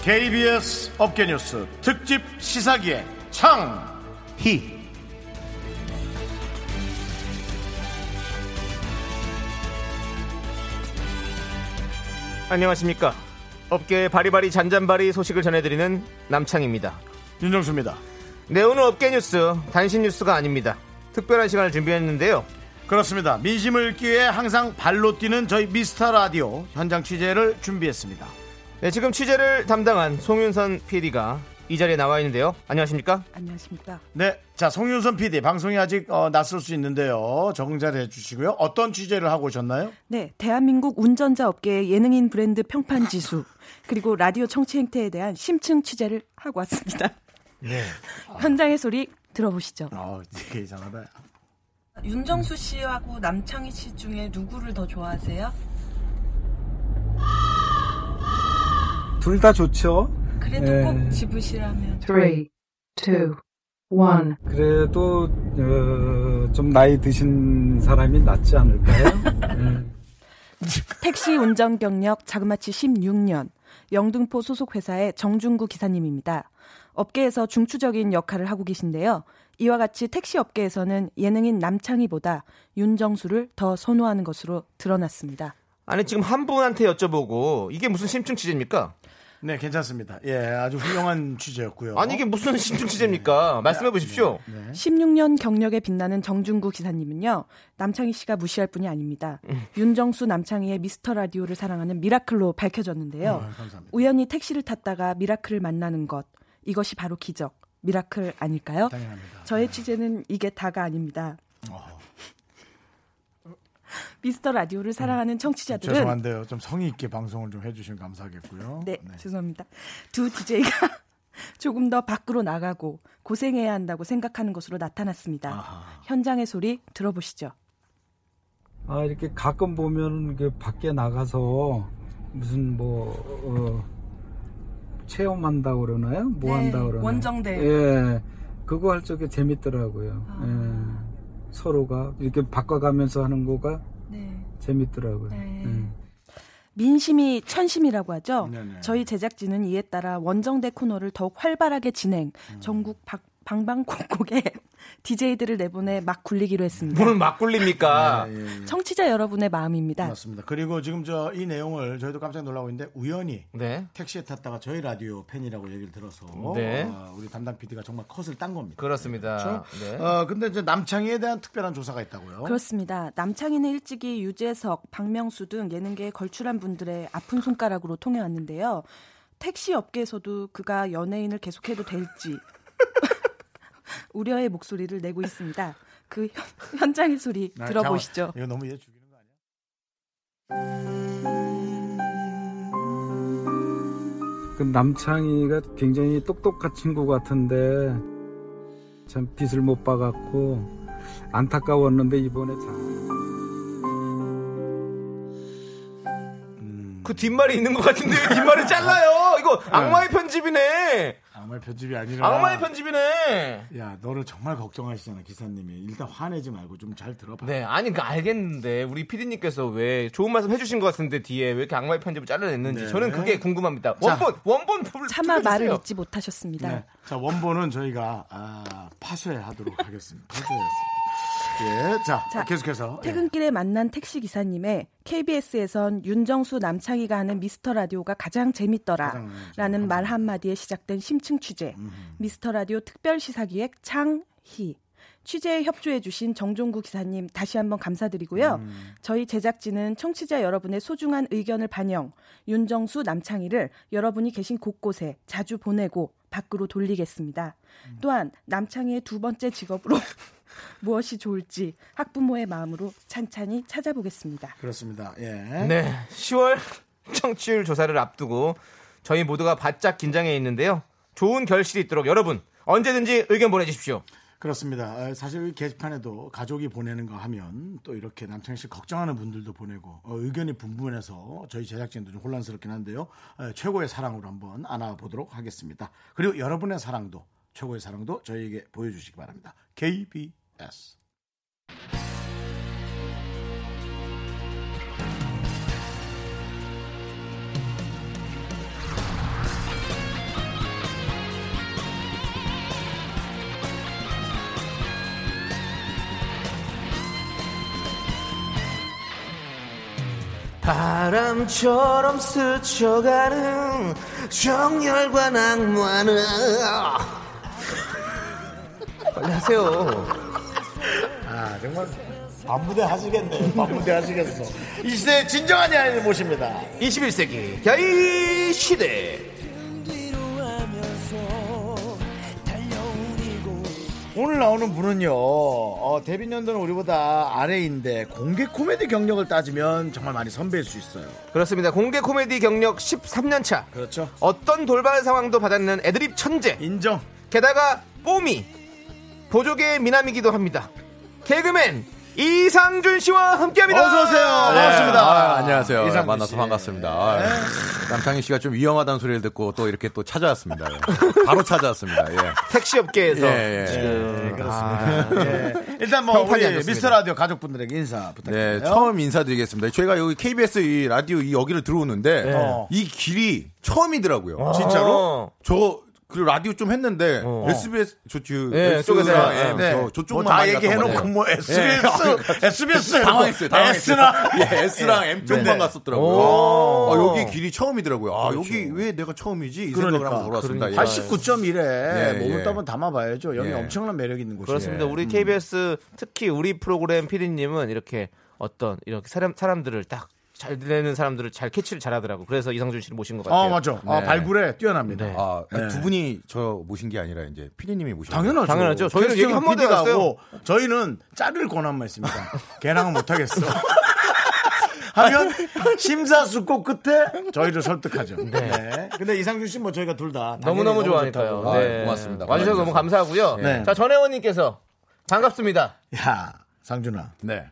[SPEAKER 1] KBS 업계뉴스 특집 시사기의 창희
[SPEAKER 2] 안녕하십니까. 업계의 바리바리 잔잔바리 소식을 전해드리는 남창입니다.
[SPEAKER 1] 윤정수입니다.
[SPEAKER 2] 네, 오늘 업계 뉴스, 단신 뉴스가 아닙니다. 특별한 시간을 준비했는데요.
[SPEAKER 1] 그렇습니다. 민심을 읽기 위해 항상 발로 뛰는 저희 미스터 라디오 현장 취재를 준비했습니다.
[SPEAKER 2] 네, 지금 취재를 담당한 송윤선 PD가 이 자리에 나와 있는데요. 안녕하십니까?
[SPEAKER 7] 안녕하십니까.
[SPEAKER 1] 네, 자 송윤선 PD 방송이 아직 어, 낯설 수 있는데요. 정자를 해주시고요. 어떤 취재를 하고 오셨나요?
[SPEAKER 7] 네, 대한민국 운전자 업계의 예능인 브랜드 평판 지수 그리고 라디오 청취 행태에 대한 심층 취재를 하고 왔습니다.
[SPEAKER 8] 네.
[SPEAKER 7] 현장의 소리 들어보시죠.
[SPEAKER 1] 어, 되게 이상하다.
[SPEAKER 7] 윤정수 씨하고 남창희 씨 중에 누구를 더 좋아하세요?
[SPEAKER 8] 둘 다 좋죠.
[SPEAKER 7] 그래도
[SPEAKER 8] 네.
[SPEAKER 7] 꼭 집으시라면
[SPEAKER 9] 3, 2, 1.
[SPEAKER 8] 그래도 어, 좀 나이 드신 사람이 낫지 않을까요? 음.
[SPEAKER 7] 택시 운전 경력 자그마치 16년. 영등포 소속 회사의 정중구 기사님입니다. 업계에서 중추적인 역할을 하고 계신데요. 이와 같이 택시 업계에서는 예능인 남창희보다 윤정수를 더 선호하는 것으로 드러났습니다.
[SPEAKER 2] 아니 지금 한 분한테 여쭤보고 이게 무슨 심층 취재입니까?
[SPEAKER 1] 네, 괜찮습니다. 예, 아주 훌륭한 취재였고요.
[SPEAKER 2] 아니 이게 무슨 심층 취재입니까? 말씀해 보십시오.
[SPEAKER 7] 16년 경력에 빛나는 정중구 기사님은요. 남창희 씨가 무시할 뿐이 아닙니다. 윤정수 남창희의 미스터 라디오를 사랑하는 미라클로 밝혀졌는데요.
[SPEAKER 1] 아, 감사합니다.
[SPEAKER 7] 우연히 택시를 탔다가 미라클을 만나는 것 이것이 바로 기적 미라클 아닐까요?
[SPEAKER 1] 당연합니다. 네.
[SPEAKER 7] 저의 취재는 이게 다가 아닙니다.
[SPEAKER 1] 어,
[SPEAKER 7] 미스터 라디오를 사랑하는 청취자들은
[SPEAKER 1] 음. 죄송한데요. 좀 성의 있게 방송을 좀 해주시면 감사하겠고요.
[SPEAKER 7] 네, 죄송합니다. 두 DJ가 조금 더 밖으로 나가고 고생해야 한다고 생각하는 것으로 나타났습니다.
[SPEAKER 1] 아하.
[SPEAKER 7] 현장의 소리 들어보시죠.
[SPEAKER 8] 아, 이렇게 가끔 보면 그 밖에 나가서 무슨 뭐 어, 체험한다 고 그러나요? 뭐
[SPEAKER 7] 네,
[SPEAKER 8] 한다 그러나요?
[SPEAKER 7] 원정대회.
[SPEAKER 8] 예, 그거 할 적에 재밌더라고요. 예, 서로가 이렇게 바꿔가면서 하는 거가 재밌더라고요. 예.
[SPEAKER 7] 네, 민심이 천심이라고 하죠.
[SPEAKER 1] 네네.
[SPEAKER 7] 저희 제작진은 이에 따라 원정대 코너를 더욱 활발하게 진행,
[SPEAKER 1] 음.
[SPEAKER 7] 전국 박- 방방곡곡에 DJ들을 내보내 막 굴리기로 했습니다.
[SPEAKER 2] 물을 막 굴립니까?
[SPEAKER 7] 청취자 여러분의 마음입니다.
[SPEAKER 1] 맞습니다. 그리고 지금 저 이 내용을 저희도 깜짝 놀라고 있는데 우연히
[SPEAKER 2] 네.
[SPEAKER 1] 택시에 탔다가 저희 라디오 팬이라고 얘기를 들어서
[SPEAKER 2] 네.
[SPEAKER 1] 어, 우리 담당 PD가 정말 컷을 딴 겁니다.
[SPEAKER 2] 그렇습니다. 네.
[SPEAKER 1] 어, 근데 이제 남창희에 대한 특별한 조사가 있다고요.
[SPEAKER 7] 그렇습니다. 남창희는 일찍이 유재석, 박명수 등 예능계에 걸출한 분들의 아픈 손가락으로 통해왔는데요. 택시 업계에서도 그가 연예인을 계속해도 될지 우려의 목소리를 내고 있습니다. 그 현- 현장의 소리
[SPEAKER 1] 아,
[SPEAKER 7] 들어보시죠.
[SPEAKER 1] 잠깐만. 이거 너무 얘 죽이는 거 아니야?
[SPEAKER 8] 그 남창희가 굉장히 똑똑한 친구 같은데 참 빛을 못 봐갖고 안타까웠는데 이번에 참
[SPEAKER 2] 그 뒷말이 있는 것 같은데 왜 뒷말을 잘라요? 이거 악마의 편집이네.
[SPEAKER 1] 악마의 편집이 아니라.
[SPEAKER 2] 악마의 편집이네.
[SPEAKER 1] 야, 너를 정말 걱정하시잖아, 기사님이. 일단 화내지 말고 좀 잘 들어봐.
[SPEAKER 2] 네, 아니 그 알겠는데 우리 피디님께서 왜 좋은 말씀 해주신 것 같은데 뒤에 왜 이렇게 악마의 편집을 잘라냈는지
[SPEAKER 1] 네.
[SPEAKER 2] 저는 그게 궁금합니다. 원본 원본 풀
[SPEAKER 7] 차마
[SPEAKER 2] 풀어주세요.
[SPEAKER 7] 말을 잊지 못하셨습니다.
[SPEAKER 1] 네. 자, 원본은 저희가 아, 파쇄하도록 하겠습니다. 파쇄하겠습니다. 예, 자,
[SPEAKER 7] 자,
[SPEAKER 1] 계속해서. 예.
[SPEAKER 7] 퇴근길에 만난 택시 기사님의 KBS에선 윤정수 남창희가 하는 미스터 라디오가 가장
[SPEAKER 1] 가장
[SPEAKER 7] 재밌더라라는 말 한마디에 시작된 심층 취재. 미스터 라디오 특별 시사 기획 창희. 취재에 협조해주신 정종구 기사님 다시 한번 감사드리고요.
[SPEAKER 1] 음.
[SPEAKER 7] 저희 제작진은 청취자 여러분의 소중한 의견을 반영, 윤정수 남창희를 여러분이 계신 곳곳에 자주 보내고 밖으로 돌리겠습니다.
[SPEAKER 1] 음.
[SPEAKER 7] 또한 남창희의 두 번째 직업으로 무엇이 좋을지 학부모의 마음으로 찬찬히 찾아보겠습니다.
[SPEAKER 1] 그렇습니다. 예.
[SPEAKER 2] 네, 10월 청취율 조사를 앞두고 저희 모두가 바짝 긴장해 있는데요. 좋은 결실이 있도록 여러분 언제든지 의견 보내주십시오.
[SPEAKER 1] 그렇습니다. 아, 사실 이 게시판에도 가족이 보내는 거 하면 또 이렇게 남창희 씨 걱정하는 분들도 보내고 어, 의견이 분분해서 저희 제작진도 좀 혼란스럽긴 한데요. 아, 최고의 사랑으로 한번 안아보도록 하겠습니다. 그리고 여러분의 사랑도 최고의 사랑도 저희에게 보여주시기 바랍니다. KBS
[SPEAKER 2] 바람처럼 스쳐가는 정열과 낭만은 빨리 하세요.
[SPEAKER 1] 아 정말 반부대 하시겠네요. 반부대 하시겠어. 이 시대의 진정한 야인을 모십니다.
[SPEAKER 2] 21세기 야이 시대.
[SPEAKER 5] 뒤로 하면서
[SPEAKER 1] 오늘 나오는 분은요, 어, 데뷔 연도는 우리보다 아래인데 공개 코미디 경력을 따지면 정말 많이 선배일 수 있어요.
[SPEAKER 2] 그렇습니다. 공개 코미디 경력 13년 차.
[SPEAKER 1] 그렇죠.
[SPEAKER 2] 어떤 돌발 상황도 받았는 애드립 천재.
[SPEAKER 1] 인정.
[SPEAKER 2] 게다가 뽀미 보조개의 미남이기도 합니다. 개그맨 이상준 씨와 함께합니다. 네.
[SPEAKER 1] 어서 오세요. 반갑습니다.
[SPEAKER 10] 네. 아, 안녕하세요.
[SPEAKER 1] 이상준
[SPEAKER 10] 만나서
[SPEAKER 1] 씨. 네.
[SPEAKER 10] 반갑습니다. 아, 남창희 씨가 좀 위험하다는 소리를 듣고 또 이렇게 또 찾아왔습니다. 예. 바로 찾아왔습니다. 예.
[SPEAKER 2] 택시업계에서
[SPEAKER 10] 예, 예.
[SPEAKER 2] 지금 아,
[SPEAKER 1] 예. 일단 뭐
[SPEAKER 10] 평판이
[SPEAKER 1] 우리
[SPEAKER 10] 안 좋습니다.
[SPEAKER 1] 미스터 라디오 가족분들에게 인사 부탁드려요.
[SPEAKER 10] 네, 처음 인사드리겠습니다. 저희가 여기 KBS 이 라디오 이 여기를 들어오는데
[SPEAKER 1] 어.
[SPEAKER 10] 이 길이 처음이더라고요.
[SPEAKER 1] 아.
[SPEAKER 2] 진짜로?
[SPEAKER 10] 저 그 라디오 좀 했는데 SBS 저쪽
[SPEAKER 2] 어, 예, 쪽에서.
[SPEAKER 10] 예,
[SPEAKER 1] 네.
[SPEAKER 10] 저 저쪽만
[SPEAKER 1] 뭐다
[SPEAKER 10] 많이 갔단
[SPEAKER 1] 얘기해놓고
[SPEAKER 10] 말이에요.
[SPEAKER 1] 뭐 SBS,
[SPEAKER 2] 예.
[SPEAKER 1] SBS
[SPEAKER 10] 당황했어요. 당황했어요.
[SPEAKER 1] S나
[SPEAKER 10] 예, S랑 M 쪽만
[SPEAKER 1] 네.
[SPEAKER 2] 어.
[SPEAKER 10] 갔었더라고요.
[SPEAKER 2] 오.
[SPEAKER 10] 아, 여기 길이 처음이더라고요. 아, 여기 왜 내가 처음이지? 이 생각을 하고 돌아왔습니다. 예.
[SPEAKER 1] 89.1에
[SPEAKER 10] 예,
[SPEAKER 1] 몸을
[SPEAKER 10] 예.
[SPEAKER 1] 떠면 담아봐야죠. 여기
[SPEAKER 10] 예.
[SPEAKER 1] 엄청난 매력 있는 곳이에요.
[SPEAKER 2] 그렇습니다. 우리 KBS 특히 우리 프로그램 PD님은 이렇게 어떤 이렇게 사람 사람들을 딱 잘 되는 사람들을 잘 캐치를 잘하더라고. 그래서 이상준 씨를 모신 것 같아요.
[SPEAKER 1] 아 맞죠. 아,
[SPEAKER 10] 네.
[SPEAKER 1] 발굴에 뛰어납니다.
[SPEAKER 2] 네.
[SPEAKER 10] 아,
[SPEAKER 1] 네.
[SPEAKER 10] 두 분이 저 모신 게 아니라 이제 피디님이 모신 거예요.
[SPEAKER 1] 당연하죠.
[SPEAKER 2] 당연하죠. 저희는
[SPEAKER 1] 캐스팅은
[SPEAKER 2] 얘기 한 번도 안
[SPEAKER 1] PD가
[SPEAKER 2] 했어요.
[SPEAKER 1] 하고 저희는 자를 권한만 있습니다. 걔랑은 못하겠어. 하면 심사숙고 끝에 저희를 설득하죠. 네. 근데 이상준 씨 뭐 저희가 둘 다
[SPEAKER 2] 너무너무 좋아하니까요. 네.
[SPEAKER 10] 좋다고. 아, 고맙습니다.
[SPEAKER 2] 와주셔서 너무 감사하고요.
[SPEAKER 1] 네.
[SPEAKER 2] 자, 전혜원님께서 반갑습니다.
[SPEAKER 1] 야 상준아,
[SPEAKER 10] 네.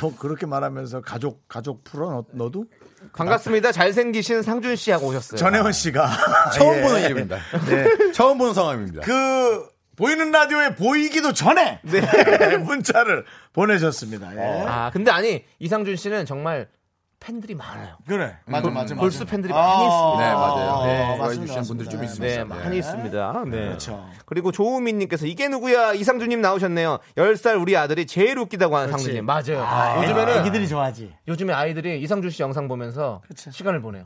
[SPEAKER 1] 뭐 그렇게 말하면서 가족 가족 풀어 너, 너도
[SPEAKER 2] 반갑습니다. 잘생기신 상준 씨하고
[SPEAKER 1] 네.
[SPEAKER 2] 오셨어요.
[SPEAKER 1] 전혜원 씨가
[SPEAKER 10] 처음
[SPEAKER 1] 예.
[SPEAKER 10] 보는 이름입니다. 처음 보는 성함입니다.
[SPEAKER 1] 그 보이는 라디오에 보이기도 전에
[SPEAKER 10] 네.
[SPEAKER 1] 문자를 보내셨습니다. 예.
[SPEAKER 2] 아, 근데 아니, 이상준 씨는 정말 팬들이 많아요.
[SPEAKER 1] 그래 맞아 맞아 맞아.
[SPEAKER 2] 골수 팬들이 많이 있습니다.
[SPEAKER 10] 네, 맞아요.
[SPEAKER 1] 네,
[SPEAKER 10] 네, 좋아해
[SPEAKER 1] 맞습니다,
[SPEAKER 10] 주시는 분들이 좀
[SPEAKER 1] 맞습니다.
[SPEAKER 10] 있습니다.
[SPEAKER 2] 네, 많이 있습니다. 네.
[SPEAKER 1] 그렇죠.
[SPEAKER 2] 그리고 조우민님께서 이게 누구야? 이상준님 나오셨네요. 10살 우리 아들이 제일 웃기다고 하는 상준님. 맞아요. 요즘에는,
[SPEAKER 1] 애기들이 좋아하지.
[SPEAKER 2] 요즘에 아이들이 이상준 씨 영상 보면서
[SPEAKER 10] 그렇죠.
[SPEAKER 2] 시간을 보내요.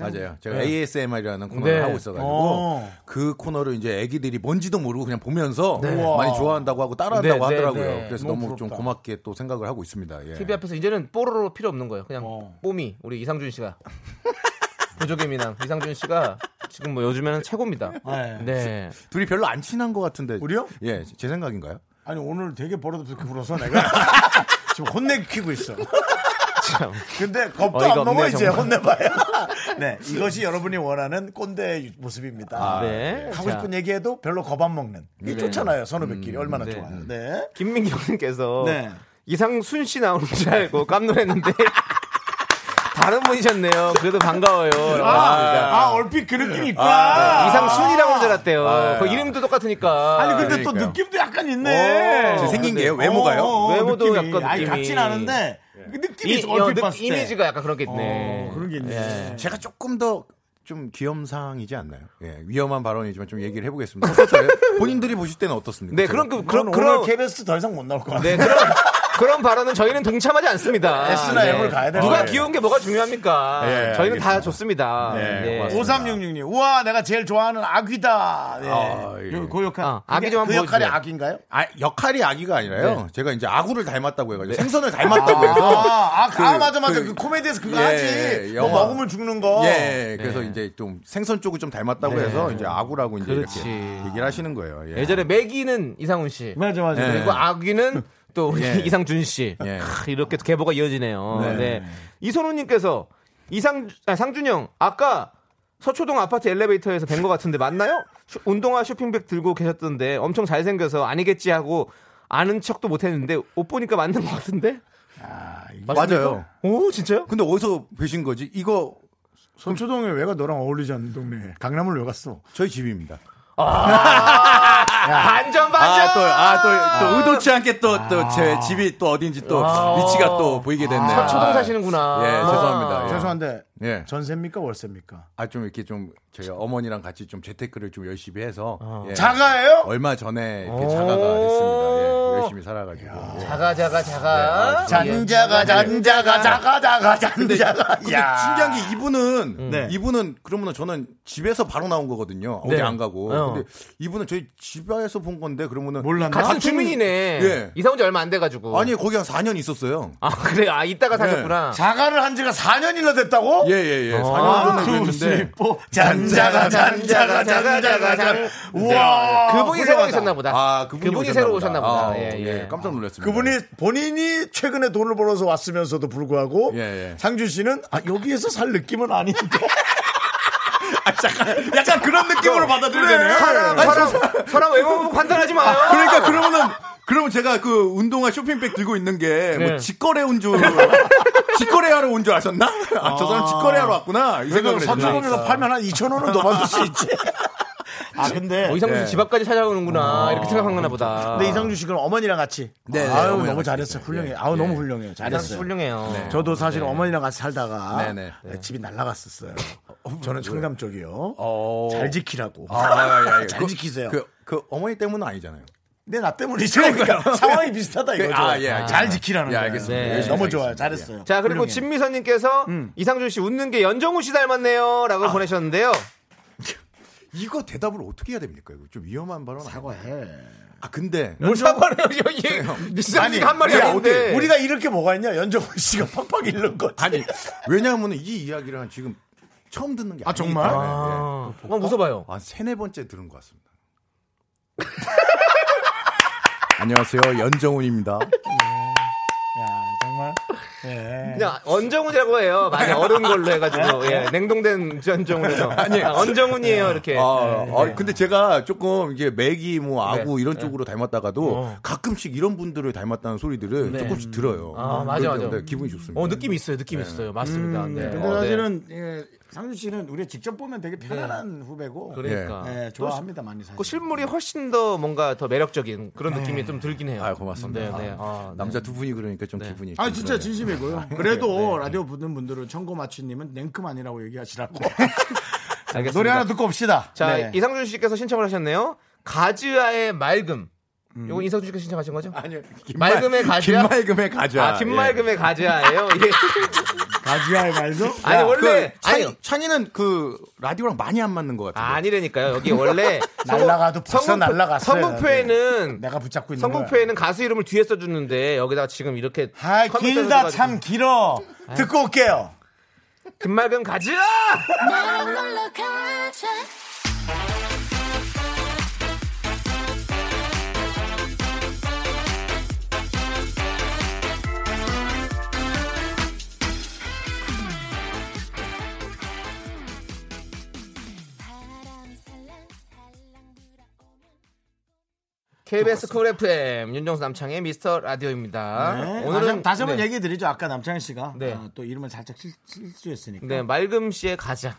[SPEAKER 10] 맞아요. 제가 ASMR이라는 코너를
[SPEAKER 2] 네.
[SPEAKER 10] 하고 있어가지고
[SPEAKER 1] 어.
[SPEAKER 10] 그 코너를 이제 애기들이 뭔지도 모르고 그냥 보면서
[SPEAKER 1] 우와.
[SPEAKER 10] 많이 좋아한다고 하고 따라한다고
[SPEAKER 2] 네, 네,
[SPEAKER 10] 하더라고요.
[SPEAKER 2] 네.
[SPEAKER 10] 그래서
[SPEAKER 1] 너무
[SPEAKER 10] 네. 너무 좀
[SPEAKER 1] 부럽다.
[SPEAKER 10] 고맙게 또 생각을 하고 있습니다. 예.
[SPEAKER 2] TV 앞에서 이제는 뽀로로 필요 없는 거예요. 그냥
[SPEAKER 1] 어.
[SPEAKER 2] 뽀미 우리 이상준 씨가 보조개 미남 이상준 씨가 지금 뭐 요즘에는 최고입니다.
[SPEAKER 10] 아.
[SPEAKER 1] 네.
[SPEAKER 2] 네.
[SPEAKER 10] 둘이 별로 안 친한 것 같은데.
[SPEAKER 1] 우리요?
[SPEAKER 10] 예, 제 생각인가요?
[SPEAKER 1] 아니 오늘 되게 버릇없게 굴어서 그 내가 지금 혼내키고 있어.
[SPEAKER 2] 참.
[SPEAKER 1] 근데 겁도
[SPEAKER 2] 어이가
[SPEAKER 1] 안 먹어
[SPEAKER 2] 없네,
[SPEAKER 1] 이제
[SPEAKER 2] 정말.
[SPEAKER 1] 혼내봐야. 네 이것이 여러분이 원하는 꼰대의 모습입니다.
[SPEAKER 2] 네.
[SPEAKER 1] 하고 싶은
[SPEAKER 2] 자,
[SPEAKER 1] 얘기해도 별로 겁 안 먹는. 이게
[SPEAKER 2] 네. 음.
[SPEAKER 1] 좋잖아요 선후배끼리 얼마나 좋아요. 네.
[SPEAKER 2] 김민경님께서
[SPEAKER 1] 네.
[SPEAKER 2] 이상순 씨 나오는 줄 알고 깜놀했는데 다른 분이셨네요. 그래도 반가워요.
[SPEAKER 1] 아,
[SPEAKER 2] 아, 네.
[SPEAKER 1] 아, 얼핏 그 느낌이 있구나.
[SPEAKER 2] 이상순이라고 줄 알았대요.
[SPEAKER 10] 아,
[SPEAKER 2] 그
[SPEAKER 10] 아.
[SPEAKER 2] 이름도 똑같으니까.
[SPEAKER 1] 아니 근데 또
[SPEAKER 10] 그러니까요.
[SPEAKER 1] 느낌도 약간 있네.
[SPEAKER 2] 어,
[SPEAKER 10] 제 생긴 게 외모가요?
[SPEAKER 1] 어, 어,
[SPEAKER 2] 외모도
[SPEAKER 1] 느낌이.
[SPEAKER 2] 약간
[SPEAKER 1] 아니
[SPEAKER 2] 느낌이.
[SPEAKER 1] 같진 않은데 그 느낌이
[SPEAKER 2] 이,
[SPEAKER 1] 좀
[SPEAKER 2] 어,
[SPEAKER 1] 얼핏
[SPEAKER 2] 느-
[SPEAKER 1] 봤을 때.
[SPEAKER 2] 이미지가 약간 그런 게 있네.
[SPEAKER 1] 어, 그런 게 있네.
[SPEAKER 10] 예. 제가 조금 더 좀 귀염상이지 않나요? 예, 위험한 발언이지만 좀 얘기를 해보겠습니다. 어떠세요? 본인들이 보실 때는 어떻습니까?
[SPEAKER 2] 네, 그런 그 그런
[SPEAKER 1] 그럼 그럼
[SPEAKER 2] 그런
[SPEAKER 1] KBS 더 이상 못 나올 것 같아.
[SPEAKER 2] 네, 그런, 그런 발언은 저희는 동참하지 않습니다. 네.
[SPEAKER 1] S나 M을 가야 되는
[SPEAKER 2] 누가
[SPEAKER 1] 거예요. 네,
[SPEAKER 2] 귀여운 게 뭐가 중요합니까?
[SPEAKER 10] 예,
[SPEAKER 2] 저희는 다
[SPEAKER 10] 알겠습니다.
[SPEAKER 2] 좋습니다. 네.
[SPEAKER 1] 5366님, 우와, 내가 제일 좋아하는 아귀다. 네.
[SPEAKER 10] 아, 예.
[SPEAKER 1] 요- 그 역할.
[SPEAKER 2] 아, 아귀 좀
[SPEAKER 1] 그
[SPEAKER 2] 한번
[SPEAKER 1] 역할이
[SPEAKER 2] 보여주세요.
[SPEAKER 1] 아귀인가요?
[SPEAKER 10] 아, 역할이 아기가 아니라요. 제가 이제 아구를 닮았다고 해가지고 생선을
[SPEAKER 1] 아,
[SPEAKER 10] 닮았다고 해서
[SPEAKER 1] 아, 아,
[SPEAKER 10] 그-
[SPEAKER 1] 아, 맞아, 맞아. 그,
[SPEAKER 10] 그-
[SPEAKER 1] 코미디에서 그거
[SPEAKER 10] 예,
[SPEAKER 1] 하지.
[SPEAKER 10] 예,
[SPEAKER 1] 뭐
[SPEAKER 10] 영화.
[SPEAKER 1] 먹으면 죽는 거.
[SPEAKER 10] 예, 그래서 이제 좀 생선 쪽을 좀 닮았다고 해서 이제 아구라고 이제
[SPEAKER 2] 그렇지.
[SPEAKER 10] 이렇게 얘기를 하시는 거예요. 예.
[SPEAKER 2] 예전에 매기는 이상훈 씨.
[SPEAKER 1] 맞아, 맞아.
[SPEAKER 10] 예.
[SPEAKER 2] 그리고 아귀는 또 우리
[SPEAKER 1] 네.
[SPEAKER 10] 예.
[SPEAKER 2] 이상준 씨.
[SPEAKER 10] 예.
[SPEAKER 2] 크, 이렇게 또 계보가 이어지네요.
[SPEAKER 10] 네.
[SPEAKER 2] 네. 이선우님께서 이상 아, 상준 형 아까 서초동 아파트 엘리베이터에서 뵌 것 같은데 맞나요? 슈- 운동화 쇼핑백 들고 계셨던데 엄청 잘생겨서 아니겠지 하고 아는 척도 못했는데 옷 보니까 맞는 것 같은데?
[SPEAKER 10] 맞아요.
[SPEAKER 2] 오 진짜요?
[SPEAKER 10] 근데 어디서 보신 거지? 이거
[SPEAKER 1] 손초동에 왜가 너랑 어울리지 않는 동네. 강남을 왜 갔어?
[SPEAKER 10] 저희 집입니다.
[SPEAKER 2] 아, 반전 반전. 아.
[SPEAKER 10] 아, 또, 아, 또, 또 의도치 않게 또, 또, 제 집이 또 어딘지 또 위치가 또 보이게 됐네요.
[SPEAKER 2] 서초동
[SPEAKER 10] 아,
[SPEAKER 2] 사시는구나.
[SPEAKER 10] 예, 죄송합니다. 예.
[SPEAKER 1] 아, 죄송한데,
[SPEAKER 10] 예.
[SPEAKER 1] 전세입니까? 월세입니까?
[SPEAKER 10] 아, 좀 이렇게 좀 저희 어머니랑 같이 좀 재테크를 좀 열심히 해서. 예.
[SPEAKER 1] 자가예요?
[SPEAKER 10] 얼마 전에 이렇게
[SPEAKER 2] 아. 오.
[SPEAKER 10] 자가가 됐습니다. 예, 열심히 살아가지고. 예.
[SPEAKER 2] 자가 자가
[SPEAKER 1] 아, 예.
[SPEAKER 2] 자가.
[SPEAKER 1] 잔자가, 잔자가, 자가, 자가, 잔자가.
[SPEAKER 10] 근데
[SPEAKER 1] 야.
[SPEAKER 10] 신기한 게 이분은
[SPEAKER 1] 아. 네.
[SPEAKER 10] 이분은 그러면은 저는 집에서 바로 나온 거거든요. 어디
[SPEAKER 2] 네.
[SPEAKER 10] 안 가고.
[SPEAKER 2] 어.
[SPEAKER 10] 근데 이분은 저희 집에 바다에서 본 건데 그러면은
[SPEAKER 1] 몰랐나?
[SPEAKER 2] 같은 주민이네.
[SPEAKER 10] 예.
[SPEAKER 2] 이사 온 지 얼마 안 돼가지고.
[SPEAKER 10] 아니 거기 한 4년 있었어요.
[SPEAKER 2] 아, 그래. 아, 이따가 사셨구나.
[SPEAKER 1] 자가를 한 지가 4년이나 됐다고?
[SPEAKER 10] 예 예예. 4년 전에 그랬는데
[SPEAKER 1] 잔자가 잔자가 잔자가
[SPEAKER 10] 네.
[SPEAKER 1] 잔. 우와.
[SPEAKER 2] 아, 그분이 새로 오셨나 보다.
[SPEAKER 10] 아 그분이,
[SPEAKER 2] 그분이
[SPEAKER 10] 오셨나
[SPEAKER 2] 새로
[SPEAKER 10] 보다.
[SPEAKER 2] 오셨나 보다.
[SPEAKER 10] 아,
[SPEAKER 2] 예, 예.
[SPEAKER 10] 깜짝 놀랐습니다.
[SPEAKER 1] 그분이 본인이 최근에 돈을 벌어서 왔으면서도 불구하고
[SPEAKER 10] 예, 예.
[SPEAKER 1] 상준 씨는 아, 여기에서 살 느낌은 아닌데
[SPEAKER 10] 아, 약간, 약간 그런 느낌으로 받아들여야 되네요.
[SPEAKER 2] 사람,
[SPEAKER 10] 아니,
[SPEAKER 2] 사람, 사람 외모 판단하지 마요.
[SPEAKER 10] 그러니까 그러면은 그러면 제가 그 운동화 쇼핑백 들고 있는 게 뭐
[SPEAKER 2] 네.
[SPEAKER 10] 직거래 온 줄 직거래하러 온 줄 아셨나? 아, 저 사람 직거래하러 왔구나
[SPEAKER 1] 그러니까
[SPEAKER 10] 이 생각을 했죠.
[SPEAKER 1] 3천 원이나 팔면 한 2천 원은 더 받을 수 있지. 아 근데
[SPEAKER 2] 어, 이상민 씨 집 앞까지 찾아오는구나. 이렇게 생각하나 보다.
[SPEAKER 1] 어. 근데 이상준 씨는 어머니랑 같이
[SPEAKER 10] 네, 네,
[SPEAKER 1] 아유
[SPEAKER 10] 어머니랑
[SPEAKER 1] 너무
[SPEAKER 10] 같이
[SPEAKER 1] 잘했어
[SPEAKER 10] 있어요.
[SPEAKER 1] 훌륭해
[SPEAKER 10] 예.
[SPEAKER 1] 아우
[SPEAKER 10] 예.
[SPEAKER 1] 너무 훌륭해요 잘했어요
[SPEAKER 2] 훌륭해요.
[SPEAKER 1] 저도 사실 어머니랑 같이 살다가
[SPEAKER 10] 네, 네.
[SPEAKER 1] 네, 집이 날라갔었어요 저는
[SPEAKER 10] 왜요?
[SPEAKER 1] 청담 쪽이요
[SPEAKER 10] 어.
[SPEAKER 1] 잘 지키라고
[SPEAKER 10] 아, 아, 아, 아.
[SPEAKER 1] 잘
[SPEAKER 10] 그-
[SPEAKER 1] 지키세요
[SPEAKER 10] 그, 그 어머니 때문은 아니잖아요.
[SPEAKER 1] 내 나 때문이죠 그러니까 상황이 비슷하다 이거죠
[SPEAKER 10] 아, 예, 알겠습니다.
[SPEAKER 1] 잘 지키라는
[SPEAKER 10] 예,
[SPEAKER 1] 거예요
[SPEAKER 10] 알겠습니다.
[SPEAKER 1] 네,
[SPEAKER 2] 예,
[SPEAKER 1] 너무
[SPEAKER 10] 알겠습니다.
[SPEAKER 1] 좋아요
[SPEAKER 10] 예.
[SPEAKER 1] 잘했어요
[SPEAKER 2] 자, 그리고
[SPEAKER 1] 훌륭해요. 음.
[SPEAKER 2] 진미선님께서 이상준 씨 웃는 게 연정우 씨 닮았네요. 라고
[SPEAKER 1] 아.
[SPEAKER 2] 보내셨는데요.
[SPEAKER 10] 이거 대답을 어떻게 해야 됩니까? 이거 좀 위험한 발언 아니에요?
[SPEAKER 1] 사과해
[SPEAKER 10] 아 근데
[SPEAKER 2] 뭘 사과를 해요? 이게 이상준 씨가 한 말이
[SPEAKER 1] 우리가
[SPEAKER 2] 아닌데.
[SPEAKER 1] 어디- 네. 우리가 이럴 게 뭐가 있냐 연정훈 씨가 팍팍 읽는 거지
[SPEAKER 10] 아니 왜냐하면 이 이야기를 한 지금 처음 듣는 게
[SPEAKER 1] 아, 정말?
[SPEAKER 10] 아니기 때문에,
[SPEAKER 2] 아, 한번 웃어봐요.
[SPEAKER 10] 예. 한 세네 번째 들은 것 같습니다. 안녕하세요 연정훈입니다.
[SPEAKER 1] 정말 예.
[SPEAKER 2] 그냥 언정훈이라고 해요. 많이 어른 걸로 해가지고
[SPEAKER 1] 네.
[SPEAKER 2] 예, 냉동된 언정훈에서 아니 언정훈이에요 이렇게.
[SPEAKER 10] 아,
[SPEAKER 2] 네.
[SPEAKER 10] 아, 근데 제가 조금 이게 맥이 뭐 아구 이런 쪽으로 닮았다가도
[SPEAKER 2] 어.
[SPEAKER 10] 가끔씩 이런 분들을 닮았다는 소리들을 조금씩 들어요.
[SPEAKER 2] 네. 아, 맞아,
[SPEAKER 10] 그런데
[SPEAKER 2] 맞아.
[SPEAKER 10] 기분이 좋습니다.
[SPEAKER 2] 어 느낌 있어요, 느낌 있어요. 맞습니다. 네.
[SPEAKER 1] 음, 근데
[SPEAKER 2] 어, 네.
[SPEAKER 1] 사실은 예, 상준 씨는 우리가 직접 보면 되게
[SPEAKER 10] 네.
[SPEAKER 1] 편안한 후배고
[SPEAKER 2] 그러니까
[SPEAKER 1] 예, 좋아합니다 많이 사실.
[SPEAKER 2] 그 실물이 훨씬 더 뭔가 더 매력적인 그런
[SPEAKER 1] 네.
[SPEAKER 2] 느낌이 좀 들긴 해요.
[SPEAKER 10] 아, 고맙습니다.
[SPEAKER 2] 네, 네. 아, 네.
[SPEAKER 10] 남자 두 분이 그러니까 좀 기분이.
[SPEAKER 1] 아
[SPEAKER 10] 좀
[SPEAKER 1] 진짜
[SPEAKER 10] 그러네요.
[SPEAKER 1] 진심이고요. 그래도
[SPEAKER 2] 네.
[SPEAKER 1] 라디오 듣는 분들은 청고마취님은 냉큼 아니라고 얘기하시라고.
[SPEAKER 2] 네. 알겠습니다.
[SPEAKER 1] 노래 하나 듣고 옵시다.
[SPEAKER 2] 자
[SPEAKER 1] 네.
[SPEAKER 2] 이상준 씨께서 신청을 하셨네요. 가즈아의 맑음. 이건 이상준 씨께서 신청하신 거죠?
[SPEAKER 10] 아니요.
[SPEAKER 2] 맑음의 가지야?
[SPEAKER 10] 김말금의 가자.
[SPEAKER 1] 예.
[SPEAKER 2] 아 김말금의 가즈아예요. 이게
[SPEAKER 1] 가지아의 말도.
[SPEAKER 2] 아니
[SPEAKER 10] 예.
[SPEAKER 2] 원래
[SPEAKER 10] 찬이,
[SPEAKER 2] 아니
[SPEAKER 10] 찬이는 그 라디오랑 많이 안 맞는 것 같아요.
[SPEAKER 2] 아니라니까요. 여기 원래 성공-
[SPEAKER 1] 날라가도 벌써
[SPEAKER 2] 성공표-
[SPEAKER 1] 날라갔어요.
[SPEAKER 2] 성공표에는
[SPEAKER 1] 내가 붙잡고 있는 거야.
[SPEAKER 2] 성공표에는 가수 이름을 뒤에 써주는데 여기다가 지금 이렇게
[SPEAKER 1] 아
[SPEAKER 2] 컴퓨터에서
[SPEAKER 1] 길다
[SPEAKER 2] 써가지고 아.
[SPEAKER 1] 참 길어. 듣고 올게요.
[SPEAKER 2] 김말금 가즈
[SPEAKER 4] 나랑 놀러 가자 바람이 살랑살랑 불어오면
[SPEAKER 2] KBS 쿨 FM 윤정수 남창의 미스터 아, 라디오입니다
[SPEAKER 1] 네.
[SPEAKER 2] 오늘은
[SPEAKER 1] 다시 한번
[SPEAKER 2] 네.
[SPEAKER 1] 얘기 드리죠. 아까 남창희 씨가
[SPEAKER 2] 네.
[SPEAKER 1] 어, 또 이름을 살짝 실, 실수했으니까.
[SPEAKER 2] 네 맑음 씨의 가자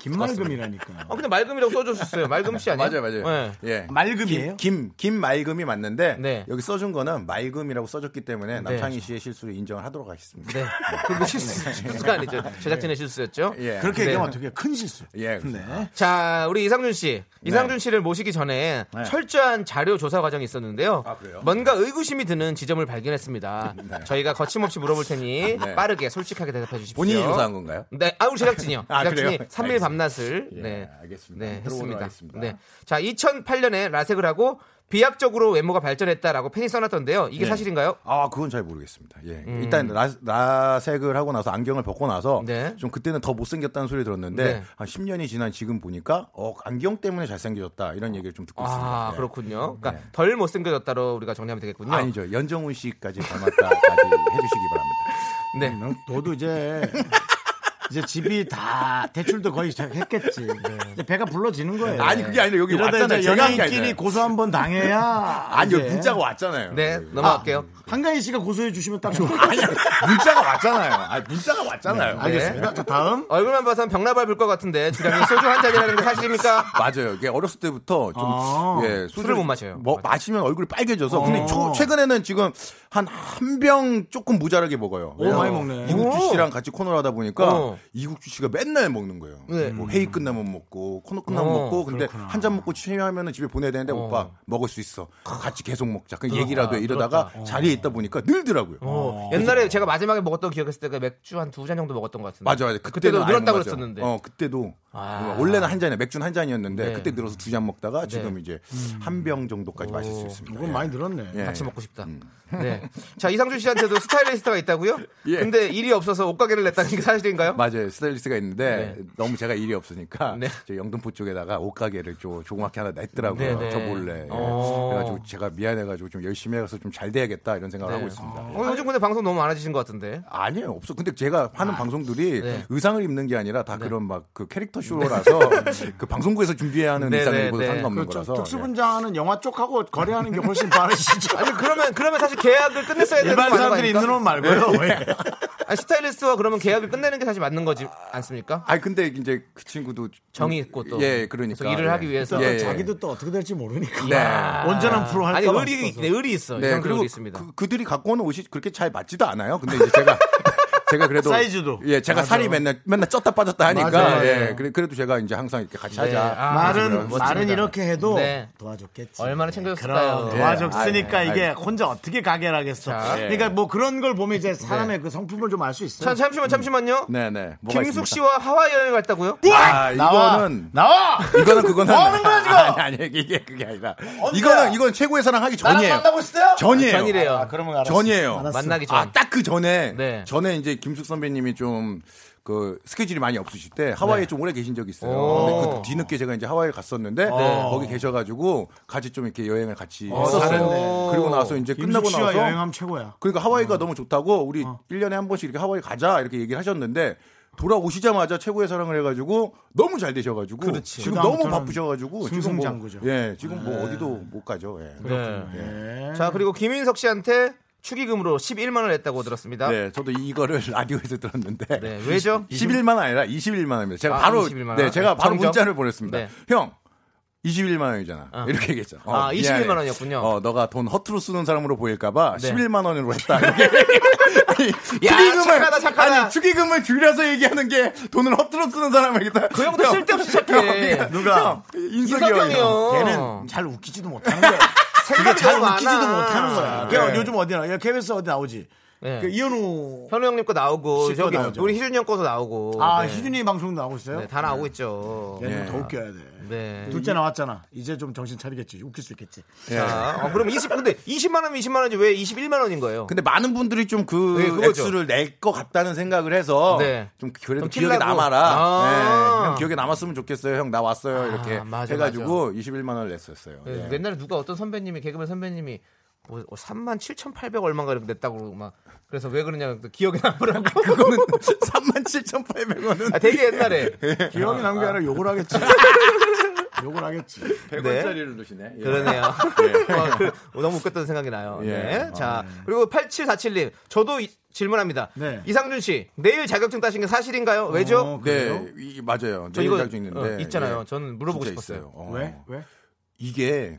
[SPEAKER 1] 김말금이라니까요.
[SPEAKER 2] 어 근데 맑음이라고 써줬어요 맑음 씨 아니에요
[SPEAKER 10] 맞아요, 맞아요.
[SPEAKER 2] 네.
[SPEAKER 10] 예.
[SPEAKER 1] 말금이에요?
[SPEAKER 10] 김, 김 말금이 맞는데
[SPEAKER 2] 네.
[SPEAKER 10] 여기 써준 거는 말금이라고 써줬기 때문에 남창희 씨의 실수를 인정을 하도록 하겠습니다.
[SPEAKER 2] 네. 그리고 실수, 실수가 아니죠. 제작진의 실수였죠.
[SPEAKER 10] 네. 예.
[SPEAKER 1] 아, 그렇게
[SPEAKER 2] 네.
[SPEAKER 1] 얘기하면 어떻게 큰 실수.
[SPEAKER 10] 예.
[SPEAKER 1] 네.
[SPEAKER 2] 자, 우리 이상준 씨.
[SPEAKER 10] 네.
[SPEAKER 2] 이상준 씨를 모시기 전에 철저한 자료 조사 과정이 있었는데요.
[SPEAKER 10] 아, 그래요?
[SPEAKER 2] 뭔가 의구심이 드는 지점을 발견했습니다. 저희가 거침없이 물어볼 테니
[SPEAKER 10] 네.
[SPEAKER 2] 빠르게 솔직하게 대답해 주십시오.
[SPEAKER 10] 본인이 조사한 건가요?
[SPEAKER 2] 네, 아, 우리 제작진이요.
[SPEAKER 10] 아, 그래요?
[SPEAKER 2] 제작진이 3일
[SPEAKER 10] 알겠습니다.
[SPEAKER 2] 밤낮을
[SPEAKER 10] 예,
[SPEAKER 2] 네.
[SPEAKER 10] 알겠습니다.
[SPEAKER 2] 네,
[SPEAKER 10] 들어오도록
[SPEAKER 2] 했습니다.
[SPEAKER 10] 하겠습니다.
[SPEAKER 2] 네. 자, 2008년에 라섹을 하고 비약적으로 외모가 발전했다라고 팬이 써놨던데요. 이게 사실인가요?
[SPEAKER 10] 아, 그건 잘 모르겠습니다. 예. 일단 라, 라색을 하고 나서 안경을 벗고 나서
[SPEAKER 2] 네.
[SPEAKER 10] 좀 그때는 더 못생겼다는 소리 들었는데
[SPEAKER 2] 네.
[SPEAKER 10] 한 10년이 지난 지금 보니까 어, 안경 때문에 잘생겨졌다 이런 얘기를 좀 듣고 있습니다.
[SPEAKER 2] 아,
[SPEAKER 10] 예.
[SPEAKER 2] 그렇군요. 그러니까 덜 못생겨졌다로 우리가 정리하면 되겠군요.
[SPEAKER 10] 아니죠. 연정훈 씨까지 닮았다까지 해주시기 바랍니다.
[SPEAKER 2] 네.
[SPEAKER 1] 너도 이제 이제 집이 다 대출도 거의 시작했겠지. 이제 배가 불러지는 거예요.
[SPEAKER 10] 아니 그게 아니라 여기
[SPEAKER 1] 네. 이러다
[SPEAKER 10] 왔잖아요.
[SPEAKER 1] 이제
[SPEAKER 10] 제가 한게
[SPEAKER 1] 연예인끼리
[SPEAKER 10] 아니라.
[SPEAKER 1] 고소 한번 당해야
[SPEAKER 10] 아니
[SPEAKER 1] 이제
[SPEAKER 10] 여기 문자가 왔잖아요.
[SPEAKER 2] 네,
[SPEAKER 10] 여기.
[SPEAKER 2] 넘어갈게요.
[SPEAKER 1] 한강희 씨가 고소해 주시면 딱 좋아.
[SPEAKER 10] 아니 문자가 왔잖아요. 아 문자가 왔잖아요.
[SPEAKER 1] 네.
[SPEAKER 10] 네.
[SPEAKER 1] 알겠습니다. 자 다음
[SPEAKER 2] 얼굴만 봐선 병나발 불 것 같은데 주량이 소주 한 잔이라는 게 사실입니까?
[SPEAKER 10] 맞아요. 이게 어렸을 때부터 좀
[SPEAKER 1] 아.
[SPEAKER 10] 예, 소주를,
[SPEAKER 2] 술을 못 마셔요. 어.
[SPEAKER 10] 뭐,
[SPEAKER 2] 맞아요.
[SPEAKER 10] 마시면 얼굴이 빨개져서 근데 초- 최근에는 지금 한 한 병 조금 모자라게 먹어요. 왜냐면
[SPEAKER 1] 많이 먹네.
[SPEAKER 10] 이국주
[SPEAKER 2] 오.
[SPEAKER 10] 씨랑 같이 코너를 하다 보니까
[SPEAKER 2] 어.
[SPEAKER 10] 이국주 씨가 맨날 먹는 거예요.
[SPEAKER 2] 네.
[SPEAKER 10] 뭐 회의 끝나면 먹고 코너 끝나면
[SPEAKER 2] 어,
[SPEAKER 10] 먹고 근데 한 잔 먹고 취하면은 집에 보내야 되는데 오빠 먹을 수 있어. 같이 계속 먹자. 그 얘기라도 해. 이러다가 자리에 있다 보니까 늘더라고요.
[SPEAKER 2] 어, 옛날에 제가 마지막에 먹었던 기억했을 때가 맥주 한 두 잔 정도 먹었던 것 같은데.
[SPEAKER 10] 맞아 맞아.
[SPEAKER 2] 그때도
[SPEAKER 10] 그때는 아예
[SPEAKER 2] 늘었다
[SPEAKER 10] 못 마셔.
[SPEAKER 2] 그랬었는데.
[SPEAKER 10] 어 그때도
[SPEAKER 2] 아.
[SPEAKER 10] 원래는 한 잔에 맥주는 한 잔이었는데
[SPEAKER 2] 네.
[SPEAKER 10] 그때 늘어서 두 잔 먹다가 지금
[SPEAKER 2] 네.
[SPEAKER 10] 이제 한 병 정도까지 마실 수 있습니다.
[SPEAKER 1] 그건 많이 늘었네.
[SPEAKER 10] 예.
[SPEAKER 2] 같이 먹고 싶다. 네. 자, 이상준 씨한테도 스타일리스트가 있다고요?
[SPEAKER 10] 예.
[SPEAKER 2] 근데 일이 없어서 옷가게를 냈다는 게 사실인가요?
[SPEAKER 10] 맞아요. 스타일리스트가 있는데
[SPEAKER 2] 네.
[SPEAKER 10] 너무 제가 일이 없으니까
[SPEAKER 2] 네.
[SPEAKER 10] 저 영등포 쪽에다가 옷가게를 좀 조그맣게 하나 냈더라고요.
[SPEAKER 2] 네, 네.
[SPEAKER 10] 저 몰래. 예.
[SPEAKER 2] 어.
[SPEAKER 10] 그래가지고 제가 미안해가지고 좀 열심히 해서 좀 잘 돼야겠다 이런 생각을
[SPEAKER 2] 네.
[SPEAKER 10] 하고 있습니다. 예.
[SPEAKER 2] 어, 요즘 근데 방송 너무 많아지신 것 같은데.
[SPEAKER 10] 아니에요 없어 근데 제가 하는 방송들이
[SPEAKER 2] 네.
[SPEAKER 10] 의상을 입는 게 아니라 다 그런 막 그 캐릭터 쇼라서 그 방송국에서 준비해야 하는
[SPEAKER 2] 네, 네,
[SPEAKER 10] 의상들보다
[SPEAKER 2] 네.
[SPEAKER 10] 상관없는
[SPEAKER 1] 그렇죠.
[SPEAKER 10] 거라서 네.
[SPEAKER 1] 특수분장하는 영화 쪽하고 거래하는 게 훨씬 빠르시죠.
[SPEAKER 2] 아니, 그러면, 그러면 사실 계약을 끝냈어야 되는 거
[SPEAKER 1] 일반 사람들이
[SPEAKER 2] 아닙니까?
[SPEAKER 1] 입는 옷 말고요. 예.
[SPEAKER 10] 네.
[SPEAKER 2] 아니, 스타일리스트와 그러면 계약을 끝내는 게 사실 맞는 거지 않습니까?
[SPEAKER 10] 아 근데 이제 그 친구도 좀-
[SPEAKER 2] 정이 있고 또.
[SPEAKER 10] 예 그러니까
[SPEAKER 2] 계속 일을
[SPEAKER 10] 예.
[SPEAKER 2] 하기 위해서.
[SPEAKER 10] 예, 예.
[SPEAKER 1] 자기도 또 어떻게 될지 모르니까.
[SPEAKER 10] 네.
[SPEAKER 1] 온전한 프로 할까
[SPEAKER 2] 아니,
[SPEAKER 1] 봐
[SPEAKER 2] 의리,
[SPEAKER 1] 없어서.
[SPEAKER 2] 네, 의리 있어.
[SPEAKER 10] 네
[SPEAKER 2] 이상준
[SPEAKER 10] 그리고
[SPEAKER 2] 의리 있습니다.
[SPEAKER 10] 그, 그들이 갖고 오는 옷이 그렇게 잘 맞지도 않아요 근데 이제 제가 제가 그래도
[SPEAKER 1] 사이즈도.
[SPEAKER 10] 예 제가 살이 맨날 맨날 쪘다 빠졌다 하니까
[SPEAKER 1] 맞아요. 네.
[SPEAKER 10] 예 그래, 그래도 제가 이제 항상 이렇게 같이
[SPEAKER 2] 네.
[SPEAKER 10] 하자
[SPEAKER 2] 아,
[SPEAKER 1] 말은 뭐
[SPEAKER 2] 멋집니다.
[SPEAKER 1] 말은 이렇게 해도
[SPEAKER 2] 네.
[SPEAKER 1] 도와줬겠지.
[SPEAKER 2] 얼마나 챙겨줬을까요?
[SPEAKER 1] 그럼
[SPEAKER 2] 네.
[SPEAKER 1] 도와줬으니까
[SPEAKER 10] 아유,
[SPEAKER 1] 이게
[SPEAKER 10] 아유.
[SPEAKER 1] 혼자 어떻게 가게를 하겠어.
[SPEAKER 2] 예.
[SPEAKER 1] 그러니까 뭐 그런 걸 보면
[SPEAKER 2] 네.
[SPEAKER 1] 이제 사람의 그 성품을 좀 알 수 있어요.
[SPEAKER 2] 자, 잠시만, 잠시만요.
[SPEAKER 10] 네네 뭐가
[SPEAKER 2] 김숙
[SPEAKER 10] 있습니까?
[SPEAKER 2] 씨와 하와이 여행 갔다고요?
[SPEAKER 10] 아,
[SPEAKER 1] 나와
[SPEAKER 10] 이거는
[SPEAKER 1] 나와.
[SPEAKER 10] 이거는 그거는
[SPEAKER 1] 뭐 하는 거야, 지금?
[SPEAKER 10] 아니 아니 이게 그게 아니라 이거는 이건 최고의 사랑 하기
[SPEAKER 1] 나랑
[SPEAKER 10] 전이에요.
[SPEAKER 1] 만나고 있을 때요?
[SPEAKER 10] 전이에요.
[SPEAKER 2] 전이래요.
[SPEAKER 1] 아, 그러면 알았어.
[SPEAKER 10] 전이에요.
[SPEAKER 1] 알았어.
[SPEAKER 2] 만나기 전.
[SPEAKER 10] 아 딱 그 전에
[SPEAKER 2] 네.
[SPEAKER 10] 전에 이제 김숙 선배님이 좀 그 스케줄이 많이 없으실 때 하와이에 좀 오래 계신 적이 있어요.
[SPEAKER 2] 네. 오. 네.
[SPEAKER 10] 근데 그 뒤늦게 제가 이제 하와이를 갔었는데 거기 계셔가지고 같이 좀 이렇게 여행을 같이
[SPEAKER 2] 아,
[SPEAKER 10] 사는
[SPEAKER 2] 좋네.
[SPEAKER 10] 그리고 나서 이제 끝나고
[SPEAKER 1] 김숙 씨와 어.
[SPEAKER 10] 나서
[SPEAKER 1] 여행하면 최고야.
[SPEAKER 10] 그러니까 하와이가 너무 좋다고 우리 1년에 한 번씩 이렇게 하와이 가자 이렇게 얘기를 하셨는데 돌아오시자마자 최고의 사랑을 해가지고 너무 잘 되셔가지고
[SPEAKER 1] 그렇지.
[SPEAKER 10] 지금 너무
[SPEAKER 1] 그다음부터는
[SPEAKER 10] 바쁘셔가지고 지금 뭐,
[SPEAKER 1] 승승장구죠.
[SPEAKER 10] 예 지금 뭐 어디도 못 가죠. 예.
[SPEAKER 2] 네.
[SPEAKER 1] 네.
[SPEAKER 2] 자, 그리고 김윤석 씨한테 축의금으로 11만 원을 냈다고 들었습니다.
[SPEAKER 10] 네, 저도 이거를 라디오에서 들었는데
[SPEAKER 2] 네, 왜죠?
[SPEAKER 10] 11만 아니라 21만 원입니다. 제가
[SPEAKER 2] 아,
[SPEAKER 10] 바로
[SPEAKER 2] 21만 원.
[SPEAKER 10] 네, 제가 바로
[SPEAKER 2] 정정?
[SPEAKER 10] 문자를 보냈습니다.
[SPEAKER 2] 네.
[SPEAKER 10] 형 21만 원이잖아.
[SPEAKER 2] 어.
[SPEAKER 10] 이렇게 얘기했죠. 어,
[SPEAKER 2] 아, 21만
[SPEAKER 10] 미안해.
[SPEAKER 2] 원이었군요.
[SPEAKER 10] 어, 너가 돈 허투루 쓰는 사람으로 보일까봐
[SPEAKER 2] 네.
[SPEAKER 10] 11만 원으로 했다. 이렇게. 아니,
[SPEAKER 2] 착하다, 착하다.
[SPEAKER 10] 아니, 축의금을 줄여서 얘기하는 게 돈을 허투루 쓰는 사람에게. 그
[SPEAKER 2] 형도 쓸데없이 착해.
[SPEAKER 10] 누가?
[SPEAKER 2] 인석
[SPEAKER 10] 인석이
[SPEAKER 2] 형이요.
[SPEAKER 1] 걔는 어. 잘 웃기지도 못하는 거야.
[SPEAKER 2] 생각이
[SPEAKER 1] 잘
[SPEAKER 2] 너무
[SPEAKER 1] 웃기지도
[SPEAKER 2] 많아.
[SPEAKER 1] 못하는 거야. 그냥
[SPEAKER 10] 네.
[SPEAKER 1] 요즘 어디 나? 야, KBS 어디 나오지?
[SPEAKER 2] 네.
[SPEAKER 1] 그 이현우.
[SPEAKER 2] 현우 형님 거 나오고
[SPEAKER 1] 씨도
[SPEAKER 2] 저기
[SPEAKER 1] 나오죠.
[SPEAKER 2] 우리 희준이 형 거도 나오고
[SPEAKER 1] 아
[SPEAKER 2] 네.
[SPEAKER 1] 희준이 방송 나오고 있어요?
[SPEAKER 2] 네, 다 나오고 있죠.
[SPEAKER 1] 얘는
[SPEAKER 10] 예.
[SPEAKER 1] 더 웃겨야 돼.
[SPEAKER 2] 네.
[SPEAKER 1] 둘째 나왔잖아. 이제 좀 정신 차리겠지. 웃길 수 있겠지.
[SPEAKER 2] 자, 어, 그럼 20 근데 20만 원이 20만 원이지 왜 21만 원인 거예요?
[SPEAKER 10] 근데 많은 분들이 좀
[SPEAKER 2] 네,
[SPEAKER 10] 그
[SPEAKER 2] 그거죠.
[SPEAKER 10] 액수를 낼 것 같다는 생각을 해서
[SPEAKER 2] 네.
[SPEAKER 10] 좀
[SPEAKER 2] 좀
[SPEAKER 10] 그래도 기억에
[SPEAKER 2] 킬라고.
[SPEAKER 10] 남아라.
[SPEAKER 2] 아.
[SPEAKER 10] 네, 형 기억에 남았으면 좋겠어요. 형 나 왔어요. 이렇게
[SPEAKER 2] 맞아,
[SPEAKER 10] 해가지고 21만 원을 냈었어요.
[SPEAKER 2] 네,
[SPEAKER 10] 예.
[SPEAKER 2] 옛날에 누가 어떤 선배님이 개그맨 선배님이 뭐 3만 7,800 얼마인가 이렇게 냈다고 그러고 막 그래서 왜 그러냐고 또 기억에 남으라고
[SPEAKER 10] 그거는 37,800원은
[SPEAKER 2] 아, 되게 옛날에
[SPEAKER 1] 기억이 남은 게 아니라 욕을 하겠지. 욕을 하겠지.
[SPEAKER 10] 100원짜리를 예. 두시네.
[SPEAKER 2] 그러네요. 어, 그- 어, 너무 웃겼던 생각이 나요.
[SPEAKER 10] 예.
[SPEAKER 2] 네. 자, 그리고 8747님. 저도 이- 질문합니다.
[SPEAKER 1] 네.
[SPEAKER 2] 이상준 씨, 내일 자격증 따신 게 사실인가요? 왜죠?
[SPEAKER 1] 어, 그래요?
[SPEAKER 10] 네, 이- 맞아요.
[SPEAKER 2] 저
[SPEAKER 10] 내
[SPEAKER 2] 이거
[SPEAKER 10] 이거 있는데
[SPEAKER 2] 어, 있잖아요.
[SPEAKER 10] 예.
[SPEAKER 2] 저는 물어보고
[SPEAKER 10] 진짜
[SPEAKER 2] 싶었어요.
[SPEAKER 10] 있어요. 어.
[SPEAKER 1] 왜? 왜?
[SPEAKER 10] 이게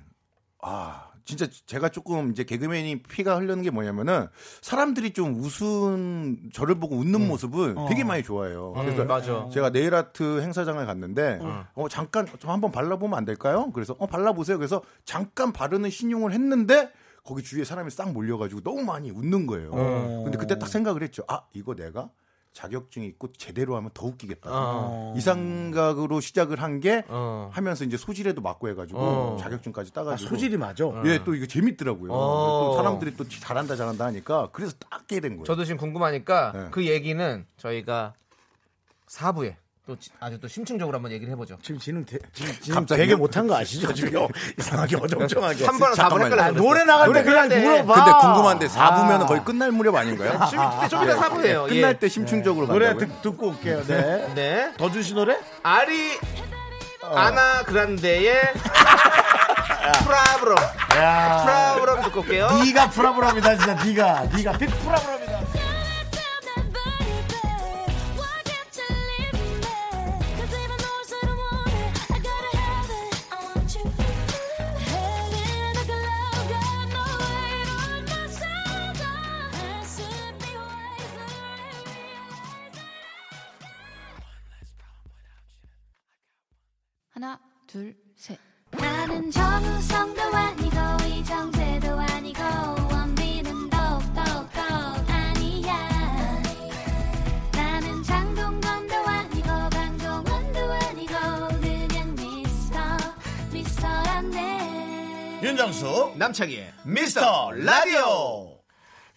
[SPEAKER 10] 아 진짜 제가 조금 이제 개그맨이 피가 흘르는 게 뭐냐면은 사람들이 좀 웃은 저를 보고 웃는
[SPEAKER 2] 음.
[SPEAKER 10] 모습을
[SPEAKER 2] 어.
[SPEAKER 10] 되게 많이 좋아해요. 그래서
[SPEAKER 2] 맞아.
[SPEAKER 10] 제가 네일 아트 행사장을 갔는데 어 잠깐 좀 한번 발라보면 안 될까요? 그래서 어 발라보세요. 그래서 잠깐 바르는 신용을 했는데 거기 주위에 사람이 싹 몰려가지고 너무 많이 웃는 거예요.
[SPEAKER 1] 어.
[SPEAKER 10] 근데 그때 딱 생각을 했죠. 아 이거 내가 자격증이 있고 제대로 하면 더 웃기겠다.
[SPEAKER 2] 어.
[SPEAKER 10] 이 생각으로 시작을 한 게
[SPEAKER 2] 어.
[SPEAKER 10] 하면서 이제 소질에도 맞고 해가지고
[SPEAKER 2] 어.
[SPEAKER 10] 자격증까지
[SPEAKER 1] 아,
[SPEAKER 10] 따가지고
[SPEAKER 1] 소질이 맞아.
[SPEAKER 10] 예, 또 이거 재밌더라고요.
[SPEAKER 2] 어.
[SPEAKER 10] 또 사람들이 또 잘한다 잘한다 하니까 그래서 딱게 된 거예요.
[SPEAKER 2] 저도 지금 궁금하니까
[SPEAKER 10] 네.
[SPEAKER 2] 그 얘기는 저희가 4부에 또 지- 아주 또 심층적으로 한번 얘기를 해보죠.
[SPEAKER 1] 지금 지능 대, 지금, 지금
[SPEAKER 10] 갑자기
[SPEAKER 1] 되게 못한 거 아시죠? 지금 이상하게 어정쩡하게.
[SPEAKER 2] 한 번은 답을
[SPEAKER 10] 잠깐만요.
[SPEAKER 2] 헷갈려.
[SPEAKER 1] 노래 나갈 때 그냥 물어봐.
[SPEAKER 10] 근데 궁금한데 4부면 은 거의 끝날 무렵 아닌가요?
[SPEAKER 2] 좀 이따 아. 사부예요
[SPEAKER 10] 끝날 때 심층적으로
[SPEAKER 1] 노래
[SPEAKER 10] 간다고요?
[SPEAKER 1] 듣, 듣고 올게요. 네.
[SPEAKER 2] 네.
[SPEAKER 1] 더 주시 노래?
[SPEAKER 2] 아리
[SPEAKER 10] 어.
[SPEAKER 2] 아나 그란데의
[SPEAKER 10] 아.
[SPEAKER 2] 프라브롬. 프라브롬 듣고 올게요.
[SPEAKER 1] 네가 프라브라입니다 진짜 네가 네가 빅 프라브라입니다.
[SPEAKER 4] 하나, 둘, 셋. 나는 정우성도 아니고 이정재도 아니고 원빈은 더욱더 아니야 나는 장동건도 아니고 강동원도 아니고
[SPEAKER 1] 윤정수
[SPEAKER 2] 남창희의
[SPEAKER 1] 미스터 라디오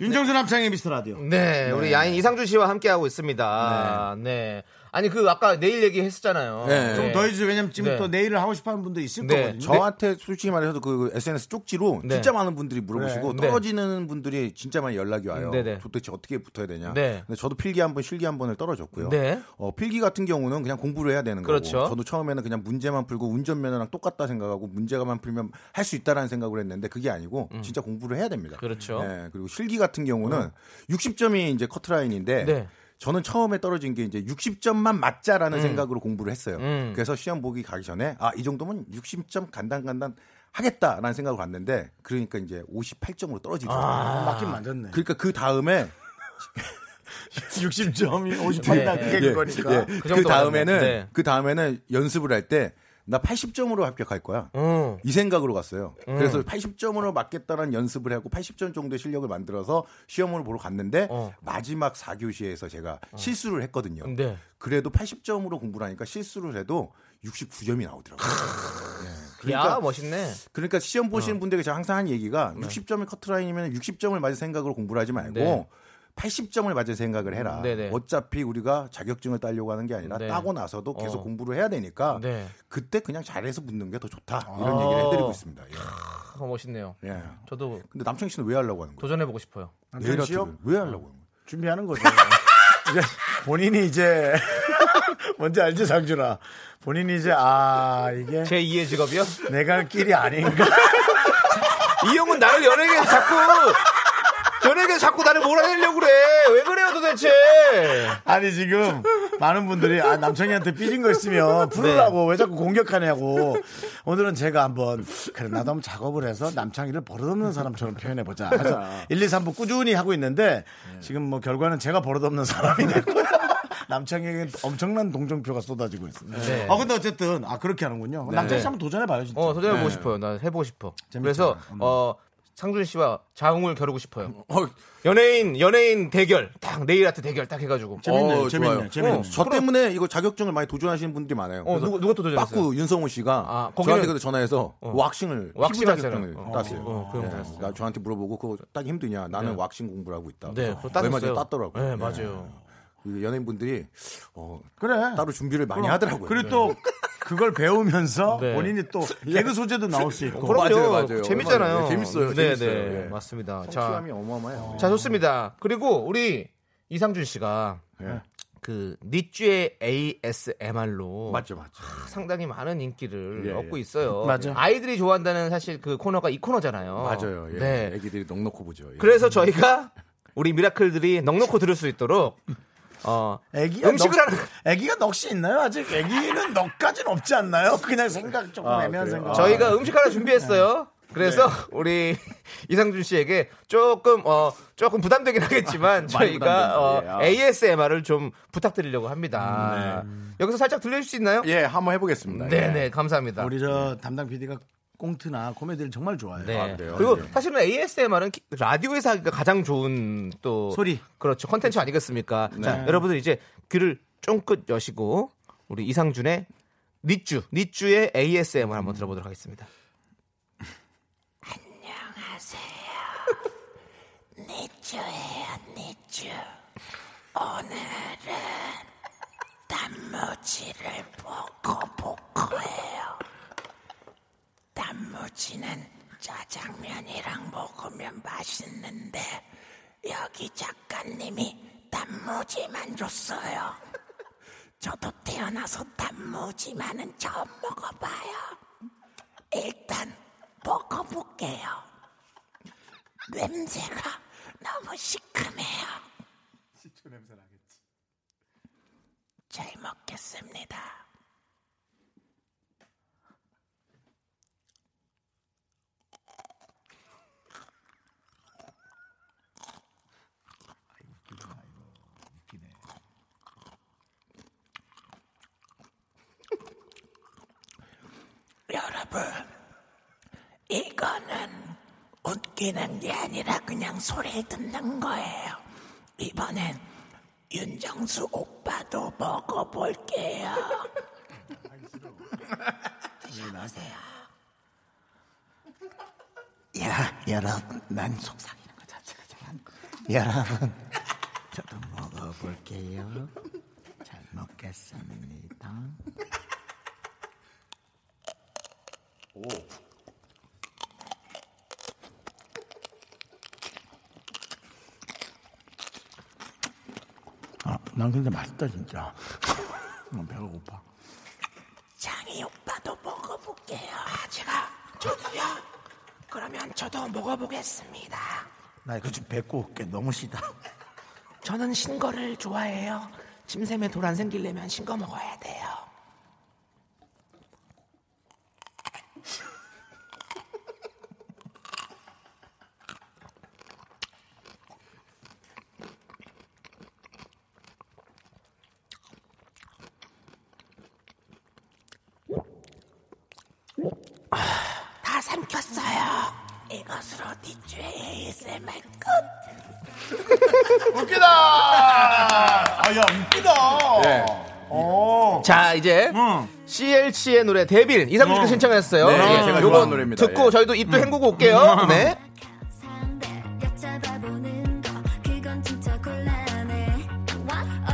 [SPEAKER 1] 윤정수 남창의 미스터 라디오
[SPEAKER 2] 네, 우리 야인 이상준 씨와 함께 하고 있습니다. 네. 아니 그 아까 내일 얘기했었잖아요.
[SPEAKER 10] 네.
[SPEAKER 1] 좀 더 해주세요 왜냐면 지금
[SPEAKER 2] 네.
[SPEAKER 1] 또 내일을 하고 싶어 하는 분도 있을
[SPEAKER 2] 네.
[SPEAKER 1] 거거든요
[SPEAKER 10] 저한테 솔직히 말해서 그 SNS 쪽지로
[SPEAKER 2] 네.
[SPEAKER 10] 진짜 많은 분들이 물어보시고
[SPEAKER 2] 네.
[SPEAKER 10] 떨어지는 분들이 진짜 많이 연락이 와요.
[SPEAKER 2] 네네.
[SPEAKER 10] 도대체 어떻게 붙어야 되냐.
[SPEAKER 2] 네.
[SPEAKER 10] 근데 저도 필기 한 번, 실기 한 번을 떨어졌고요.
[SPEAKER 2] 네.
[SPEAKER 10] 어, 필기 같은 경우는 그냥 공부를 해야 되는
[SPEAKER 2] 그렇죠.
[SPEAKER 10] 거고. 저도 처음에는 그냥 문제만 풀고 운전면허랑 똑같다 생각하고 문제가만 풀면 할 수 있다라는 생각을 했는데 그게 아니고 진짜 공부를 해야 됩니다.
[SPEAKER 2] 음. 그렇죠. 음.
[SPEAKER 10] 네. 그리고 실기 같은 경우는 60점이 이제 커트라인인데
[SPEAKER 2] 네.
[SPEAKER 10] 저는 처음에 떨어진 게 이제 60점만 맞자라는 생각으로 공부를 했어요.
[SPEAKER 2] 음.
[SPEAKER 10] 그래서 시험 보기 가기 전에 아 이 정도면 60점 간단간단 하겠다라는 생각으로 갔는데 그러니까 이제 58점으로 떨어지죠.
[SPEAKER 1] 아, 맞긴 맞았네
[SPEAKER 10] 그러니까 그 다음에
[SPEAKER 1] 60점이 58다
[SPEAKER 2] 네.
[SPEAKER 1] 그게 그거니까
[SPEAKER 2] 그
[SPEAKER 10] 그,
[SPEAKER 2] 정도
[SPEAKER 10] 다음에는
[SPEAKER 2] 맞네. 네.
[SPEAKER 10] 그 다음에는 연습을 할 때 나 80점으로 합격할 거야.
[SPEAKER 2] 음.
[SPEAKER 10] 이 생각으로 갔어요. 그래서 80점으로 맞겠다는 연습을 하고 80점 정도의 실력을 만들어서 시험을 보러 갔는데
[SPEAKER 2] 어.
[SPEAKER 10] 마지막 4교시에서 제가 실수를 했거든요.
[SPEAKER 2] 네.
[SPEAKER 10] 그래도 80점으로 공부를 하니까 실수를 해도 69점이 나오더라고요.
[SPEAKER 2] 야,
[SPEAKER 10] 그러니까-
[SPEAKER 2] 멋있네.
[SPEAKER 10] 그러니까 시험 보시는
[SPEAKER 2] 어.
[SPEAKER 10] 분들에게 제가 항상 하는 얘기가 60점이 커트라인이면 60점을 맞을 생각으로 공부를 하지 말고
[SPEAKER 2] 네. 음,
[SPEAKER 10] 80점을 맞을 생각을 해라.
[SPEAKER 2] 네네.
[SPEAKER 10] 어차피 우리가 자격증을 따려고 하는 게 아니라
[SPEAKER 2] 네.
[SPEAKER 10] 따고 나서도 계속
[SPEAKER 2] 어.
[SPEAKER 10] 공부를 해야 되니까
[SPEAKER 2] 네.
[SPEAKER 10] 그때 그냥 잘해서 붙는 게 더 좋다. 이런
[SPEAKER 2] 아.
[SPEAKER 10] 얘기를 해드리고 있습니다.
[SPEAKER 2] 아, 멋있네요.
[SPEAKER 10] 예. 예.
[SPEAKER 2] 저도
[SPEAKER 10] 근데 남창희 씨는 왜 하려고 하는 거예요?
[SPEAKER 2] 도전해 보고 싶어요.
[SPEAKER 10] 내일
[SPEAKER 1] 남창희 씨요?
[SPEAKER 10] 아침에 왜 하려고 하는 거예요?
[SPEAKER 1] 준비하는 거죠. 이제 본인이 이제 뭔지 알지 상준아. 본인이 이제 아 이게
[SPEAKER 2] 제 2의 직업이요?
[SPEAKER 1] 내가 할 길이 아닌가.
[SPEAKER 2] 이 형은 나를 연예계에서 자꾸 연예계에서 자꾸 나를 몰아내려고 그래. 왜 그래요, 도대체?
[SPEAKER 1] 아니 지금 많은 분들이 아, 남창희한테 삐진 거 있으면 부르라고
[SPEAKER 10] 네.
[SPEAKER 1] 왜 자꾸 공격하냐고. 오늘은 제가 한번 그래 나도 한번 작업을 해서 남창희를 버릇없는 사람처럼 표현해 보자. 그래서
[SPEAKER 10] 네.
[SPEAKER 1] 1, 2, 3부 꾸준히 하고 있는데 지금 뭐 결과는 제가 버릇없는 사람이 됐고요. 남창희에게 엄청난 동정표가 쏟아지고 있습니다.
[SPEAKER 2] 네.
[SPEAKER 1] 아 근데 어쨌든 아 그렇게 하는군요.
[SPEAKER 10] 네.
[SPEAKER 1] 남창희 씨 한번 도전해 봐요 진짜.
[SPEAKER 2] 어, 도전해 보고 싶어요. 나 해보고 싶어.
[SPEAKER 1] 재밌잖아.
[SPEAKER 2] 그래서 어 상준 씨와 자웅을 겨루고 싶어요. 연예인 연예인 대결 딱 내일 아트 대결 딱 해가지고.
[SPEAKER 1] 재밌네요,
[SPEAKER 10] 어,
[SPEAKER 1] 재밌네요,
[SPEAKER 10] 좋아요.
[SPEAKER 1] 재밌네요.
[SPEAKER 10] 어, 저 때문에 이거 자격증을 많이 도전하시는 분들이 많아요.
[SPEAKER 2] 어, 누구 누가 또 도전했어요?
[SPEAKER 10] 빠꾸 윤성호 씨가
[SPEAKER 2] 아, 거기는- 어.
[SPEAKER 10] 저한테 그때 전화해서 왁싱을 피부
[SPEAKER 2] 왁싱
[SPEAKER 10] 자격증을
[SPEAKER 2] 하잖아요. 어,
[SPEAKER 10] 땄어요.
[SPEAKER 2] 어, 그런 거
[SPEAKER 10] 네.
[SPEAKER 2] 땄어요.
[SPEAKER 10] 나 저한테 물어보고 그거 따기 힘드냐? 나는 왁싱 공부를 하고 있다.
[SPEAKER 2] 네, 그거 땄어요.
[SPEAKER 10] 얼마 전에 땄더라고요.
[SPEAKER 2] 네, 맞아요.
[SPEAKER 10] 그 연예인분들이 어,
[SPEAKER 1] 그래. 어.
[SPEAKER 10] 따로 준비를 많이 하더라고요. 네.
[SPEAKER 1] 그리고 또 그걸 배우면서
[SPEAKER 2] 네.
[SPEAKER 1] 본인이 또 개그 소재도 나올 수 있고.
[SPEAKER 2] 그럼요.
[SPEAKER 10] 맞아요, 맞아요.
[SPEAKER 2] 재밌잖아요.
[SPEAKER 10] 네, 재밌어요,
[SPEAKER 2] 네,
[SPEAKER 10] 재밌어요.
[SPEAKER 2] 네,
[SPEAKER 10] 예.
[SPEAKER 2] 맞습니다. 자,
[SPEAKER 10] 성취감이 어마어마해요.
[SPEAKER 2] 자 좋습니다. 그리고 우리 이상준 씨가
[SPEAKER 10] 예.
[SPEAKER 2] 그 니쥬의 ASMR로
[SPEAKER 10] 맞죠, 맞죠.
[SPEAKER 2] 상당히 많은 인기를
[SPEAKER 10] 예,
[SPEAKER 2] 얻고
[SPEAKER 10] 예.
[SPEAKER 2] 있어요.
[SPEAKER 1] 맞아.
[SPEAKER 2] 이들이 좋아한다는 사실 그 코너가 이 코너잖아요.
[SPEAKER 10] 맞아요. 예.
[SPEAKER 2] 네.
[SPEAKER 10] 애기들이 넉넉히 보죠. 예.
[SPEAKER 2] 그래서 저희가 우리 미라클들이 넉넉히 들을 수 있도록 어
[SPEAKER 1] 애기 아,
[SPEAKER 2] 음식을 하는
[SPEAKER 1] 애기가 넋이 있나요? 아직 애기는 넋까지는 없지 않나요? 그냥 생각 조금
[SPEAKER 10] 아, 네.
[SPEAKER 1] 애매한
[SPEAKER 10] 그래요?
[SPEAKER 1] 생각.
[SPEAKER 2] 저희가 음식 하나 준비했어요. 그래서 우리 이상준 씨에게 조금 어 조금 부담되긴 하겠지만 저희가 어,
[SPEAKER 10] 부담된다. 예, 아.
[SPEAKER 2] ASMR을 좀 부탁드리려고 합니다. 여기서 살짝 들려줄 수 있나요?
[SPEAKER 10] 음, 네. 예, 한번 해보겠습니다.
[SPEAKER 2] 네,
[SPEAKER 10] 예.
[SPEAKER 2] 네, 감사합니다.
[SPEAKER 1] 아, 우리 저 담당 PD가 꽁트나 코미디를 정말 좋아해요.
[SPEAKER 2] 네.
[SPEAKER 10] 아, 그래요?
[SPEAKER 2] 그리고
[SPEAKER 10] 네.
[SPEAKER 2] 사실은 ASMR은 라디오에서 하기가 가장 좋은 또
[SPEAKER 1] 소리.
[SPEAKER 2] 그렇죠. 컨텐츠 아니겠습니까?
[SPEAKER 10] 네.
[SPEAKER 2] 자, 여러분들 이제 귀를 쫑긋 여시고 우리 이상준의 니쭈, 니쭈의 ASMR 한번 들어보도록 하겠습니다.
[SPEAKER 6] 야, 여러분, 난 속삭이는 거 자체가 좀 여러분, 저도 먹어볼게요. 잘 먹겠습니다.
[SPEAKER 10] 오.
[SPEAKER 1] 아, 난 근데 맛있다 진짜. 어, 배가 고파.
[SPEAKER 6] 장이 오빠도 먹어볼게요. 아, 제가 저도요. 그러면 저도 먹어보겠습니다.
[SPEAKER 1] 나 이거 좀 뱉고 올게. 너무 시다.
[SPEAKER 6] 저는 신거를 좋아해요. 침샘에 돌 안 생기려면 신거 먹어야 돼요. 다 삼켰어요. 이것으로 디주의 ASMR 끝.
[SPEAKER 2] 웃기다. 아야 웃기다.
[SPEAKER 1] 네.
[SPEAKER 2] 자 이제 CLC의 노래 데빌 이상준 씨가 신청했어요.
[SPEAKER 10] 어.
[SPEAKER 2] 예,
[SPEAKER 10] 네, 이게 제가
[SPEAKER 2] 요거
[SPEAKER 10] 좋아하는 노래입니다.
[SPEAKER 2] 듣고
[SPEAKER 10] 예.
[SPEAKER 2] 저희도 입도 헹구고 올게요.
[SPEAKER 10] 음.
[SPEAKER 2] 네.
[SPEAKER 4] 여쭤봐보는 거 그건 진짜 곤란해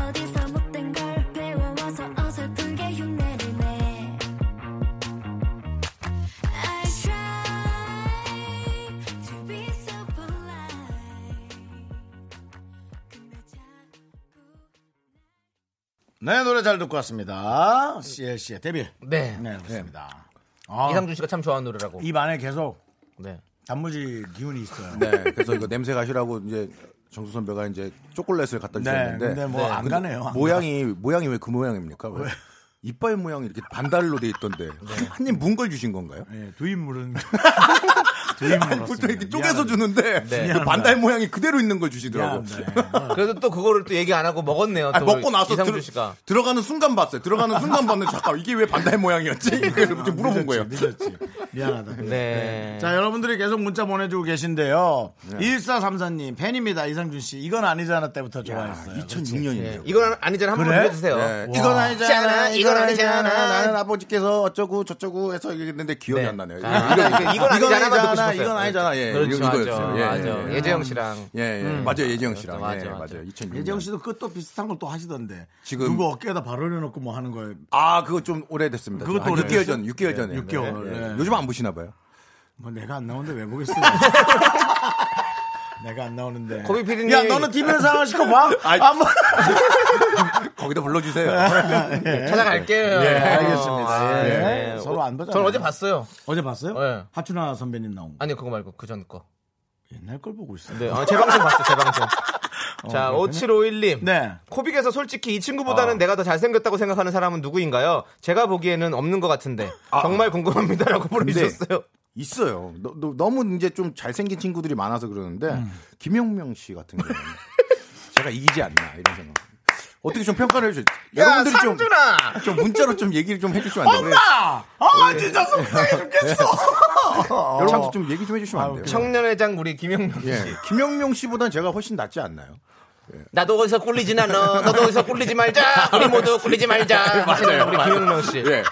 [SPEAKER 4] 어디서 못된 걸 배워와서 어설프게 흉내를 내 I try to be so polite 근데
[SPEAKER 1] 네 노래 잘 듣고 왔습니다. CLC의 데뷔.
[SPEAKER 2] 네.
[SPEAKER 1] 네 그렇습니다. 아,
[SPEAKER 2] 이상준 씨가 참 좋아하는 노래라고.
[SPEAKER 1] 입 안에 계속
[SPEAKER 2] 네.
[SPEAKER 1] 단무지 기운이 있어요.
[SPEAKER 10] 네, 그래서 이거 냄새 가시라고 이제 정수 선배가 이제 초콜릿을 갖다
[SPEAKER 1] 네,
[SPEAKER 10] 주셨는데
[SPEAKER 1] 근데 뭐안 가네요. 안
[SPEAKER 10] 모양이 모양이 왜 그 모양입니까? 왜? 이빨 모양이 이렇게 반달로 돼 있던데 한 입 문 걸 주신 건가요?
[SPEAKER 1] 네, 두 인물은
[SPEAKER 10] 아니, 보통 이렇게 쪼개서 주는데
[SPEAKER 2] 네.
[SPEAKER 10] 그 반달 모양이 그대로 있는 걸 주시더라고.
[SPEAKER 2] 그래서 또 그거를 또 얘기 안 하고 먹었네요.
[SPEAKER 10] 아,
[SPEAKER 2] 또
[SPEAKER 10] 먹고 나서
[SPEAKER 2] 이상준
[SPEAKER 10] 들,
[SPEAKER 2] 씨가.
[SPEAKER 10] 들어가는 순간 봤어요. 들어가는 순간 봤는데 잠깐 이게 왜 반달 모양이었지? 이렇게 물어본 거예요.
[SPEAKER 1] 늦었지. 미안하다.
[SPEAKER 2] 네.
[SPEAKER 1] 자, 여러분들이 계속 문자 보내주고 계신데요.
[SPEAKER 10] 네.
[SPEAKER 1] 1434님, 팬입니다. 이상준 씨. 이건 아니잖아 때부터 좋아했어요.
[SPEAKER 2] 네.
[SPEAKER 10] 2006년이에요. 네.
[SPEAKER 2] 이건 아니잖아 한번
[SPEAKER 1] 그래?
[SPEAKER 2] 들려주세요. 네.
[SPEAKER 10] 이건
[SPEAKER 2] 아니잖아,
[SPEAKER 10] 아니잖아,
[SPEAKER 2] 이건
[SPEAKER 10] 이건
[SPEAKER 2] 아니잖아.
[SPEAKER 10] 아니잖아. 나는 아버지께서 어쩌고 저쩌고 해서 얘기했는데 기억이
[SPEAKER 2] 네.
[SPEAKER 10] 안 나네요.
[SPEAKER 2] 아, 이건- 이건 아니잖아만 듣고 싶었어요.
[SPEAKER 10] 이건 아니잖아. 예,
[SPEAKER 2] 그렇죠,
[SPEAKER 10] 이거- 이거였어요.
[SPEAKER 2] 맞죠. 맞죠. 예재영 씨랑.
[SPEAKER 10] 예, 예. 맞아요, 예재영 씨랑.
[SPEAKER 2] 맞아,
[SPEAKER 10] 예,
[SPEAKER 2] 맞아.
[SPEAKER 10] 맞아요. 2006년.
[SPEAKER 1] 예정 씨도 끝도 비슷한 걸 또 하시던데.
[SPEAKER 10] 지금-
[SPEAKER 1] 누구 어깨에다 발을 해놓고 뭐 하는 거예요.
[SPEAKER 10] 아, 그거 좀 오래됐습니다.
[SPEAKER 1] 그것도
[SPEAKER 10] 한
[SPEAKER 1] 오래됐어요?
[SPEAKER 10] 6개월 전, 6개월 전에.
[SPEAKER 1] 육 개월, 네.
[SPEAKER 10] 요즘 안 보시나 봐요.
[SPEAKER 1] 뭐 내가 안 나오는데 왜 보겠어? 내가 안 나오는데.
[SPEAKER 2] 고비 PD님.
[SPEAKER 1] 야, 너는 TV에서 하나 시켜 봐.
[SPEAKER 10] 아이.
[SPEAKER 1] 안 봐.
[SPEAKER 10] 거기다 불러주세요.
[SPEAKER 2] 찾아갈게요.
[SPEAKER 1] 예, 알겠습니다.
[SPEAKER 2] 아,
[SPEAKER 1] 예.
[SPEAKER 2] 네.
[SPEAKER 1] 서로 안 보잖아요.
[SPEAKER 2] 저는 어제 봤어요.
[SPEAKER 1] 어제 봤어요?
[SPEAKER 10] 네.
[SPEAKER 2] 예.
[SPEAKER 1] 하춘아 선배님 나온 거.
[SPEAKER 2] 아니요 그거 말고 그 전 거.
[SPEAKER 1] 옛날 걸 보고 있어.
[SPEAKER 2] 네, 아, 제 방송 봤어, 제 방송. 자, 5751님.
[SPEAKER 1] 네.
[SPEAKER 2] 코빅에서 솔직히 이
[SPEAKER 10] 아.
[SPEAKER 2] 친구보다는 내가 더 잘생겼다고 생각하는 사람은 누구인가요? 제가 보기에는 없는 것 같은데.
[SPEAKER 10] 아.
[SPEAKER 2] 정말 궁금합니다라고 보내주셨어요.
[SPEAKER 10] 있어요. 너, 무 이제 좀 잘생긴 친구들이 많아서 그러는데,
[SPEAKER 2] 음.
[SPEAKER 10] 김용명 씨 같은 경우는 제가 이기지 않나, 이런 생각. 어떻게 좀 평가를 해주세요.
[SPEAKER 2] 야,
[SPEAKER 10] 여러분들이 좀,
[SPEAKER 2] 상준아!
[SPEAKER 10] 좀 문자로 좀 얘기를 좀 해주시면 안 돼요? 네.
[SPEAKER 1] 아! 아, 진짜 속상해 죽겠어.
[SPEAKER 2] 어.
[SPEAKER 10] 여러분 좀 얘기 좀 해주시면
[SPEAKER 2] 그
[SPEAKER 10] 안 돼요?
[SPEAKER 2] 청년회장 우리 김영명.
[SPEAKER 10] 예, 김영명 씨보단 제가 훨씬 낫지 않나요?
[SPEAKER 2] 나도 어디서 꿀리진 않아. 너도 어디서 꿀리지 말자. 우리 모두 꿀리지 말자. 맞아요. 우리 김영명 씨.
[SPEAKER 10] 예.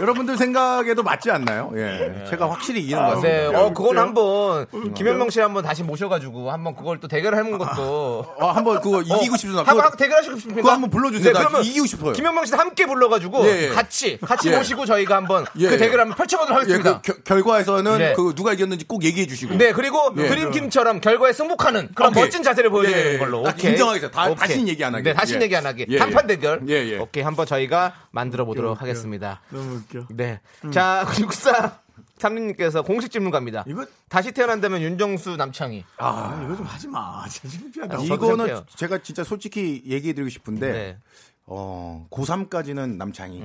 [SPEAKER 10] 여러분들 생각에도 맞지 않나요? 예. 제가 확실히 이기는 것 같아요. 음,
[SPEAKER 2] 네, 어, 그건 한번, 김현명 씨 한번 다시 모셔가지고, 한번 그걸 또 대결하는 것도.
[SPEAKER 10] 아, 한번 그거 이기고
[SPEAKER 2] 어,
[SPEAKER 10] 싶으면
[SPEAKER 2] 한번 한- 대결하시고 싶습니까?
[SPEAKER 10] 그거 한번 불러주세요.
[SPEAKER 2] 네,
[SPEAKER 10] 나
[SPEAKER 2] 그러면
[SPEAKER 10] 이기고 싶어요.
[SPEAKER 2] 김현명 씨 함께 불러가지고
[SPEAKER 10] 예, 예.
[SPEAKER 2] 같이 같이
[SPEAKER 10] 예.
[SPEAKER 2] 모시고 저희가 한번
[SPEAKER 10] 예,
[SPEAKER 2] 그
[SPEAKER 10] 예.
[SPEAKER 2] 대결 한번 펼쳐보도록
[SPEAKER 10] 예,
[SPEAKER 2] 하겠습니다.
[SPEAKER 10] 그 겨- 결과에서는
[SPEAKER 2] 네.
[SPEAKER 10] 그 누가 이겼는지 꼭 얘기해 주시고.
[SPEAKER 2] 네, 그리고
[SPEAKER 10] 예.
[SPEAKER 2] 드림팀처럼 결과에 승복하는 그런
[SPEAKER 10] 오케이.
[SPEAKER 2] 멋진 자세를 보여드리는
[SPEAKER 10] 예, 예.
[SPEAKER 2] 걸로.
[SPEAKER 10] 딱
[SPEAKER 2] 오케이.
[SPEAKER 10] 인정하겠어요. 다-
[SPEAKER 2] 오케이.
[SPEAKER 10] 다신 얘기 안 하게.
[SPEAKER 2] 네, 다신
[SPEAKER 10] 예.
[SPEAKER 2] 얘기 안 하게.
[SPEAKER 10] 예, 예.
[SPEAKER 2] 단판 대결.
[SPEAKER 10] 예, 음, 예.
[SPEAKER 2] 오케이, 한번 저희가 만들어 보도록 하겠습니다.
[SPEAKER 1] 너무 웃겨.
[SPEAKER 2] 네.
[SPEAKER 10] 음.
[SPEAKER 2] 자, 64 3님께서 공식 질문갑니다.
[SPEAKER 1] 이거
[SPEAKER 2] 다시 태어난다면 윤정수 남창희.
[SPEAKER 1] 아, 이거 좀 하지 마. 진짜
[SPEAKER 10] 네.
[SPEAKER 1] 창피하다.
[SPEAKER 2] 아니, 저도
[SPEAKER 10] 이거는
[SPEAKER 2] 생각해요.
[SPEAKER 10] 제가 진짜 솔직히 얘기해 드리고 싶은데,
[SPEAKER 2] 네. 음.
[SPEAKER 10] 어, 고3까지는 남창희.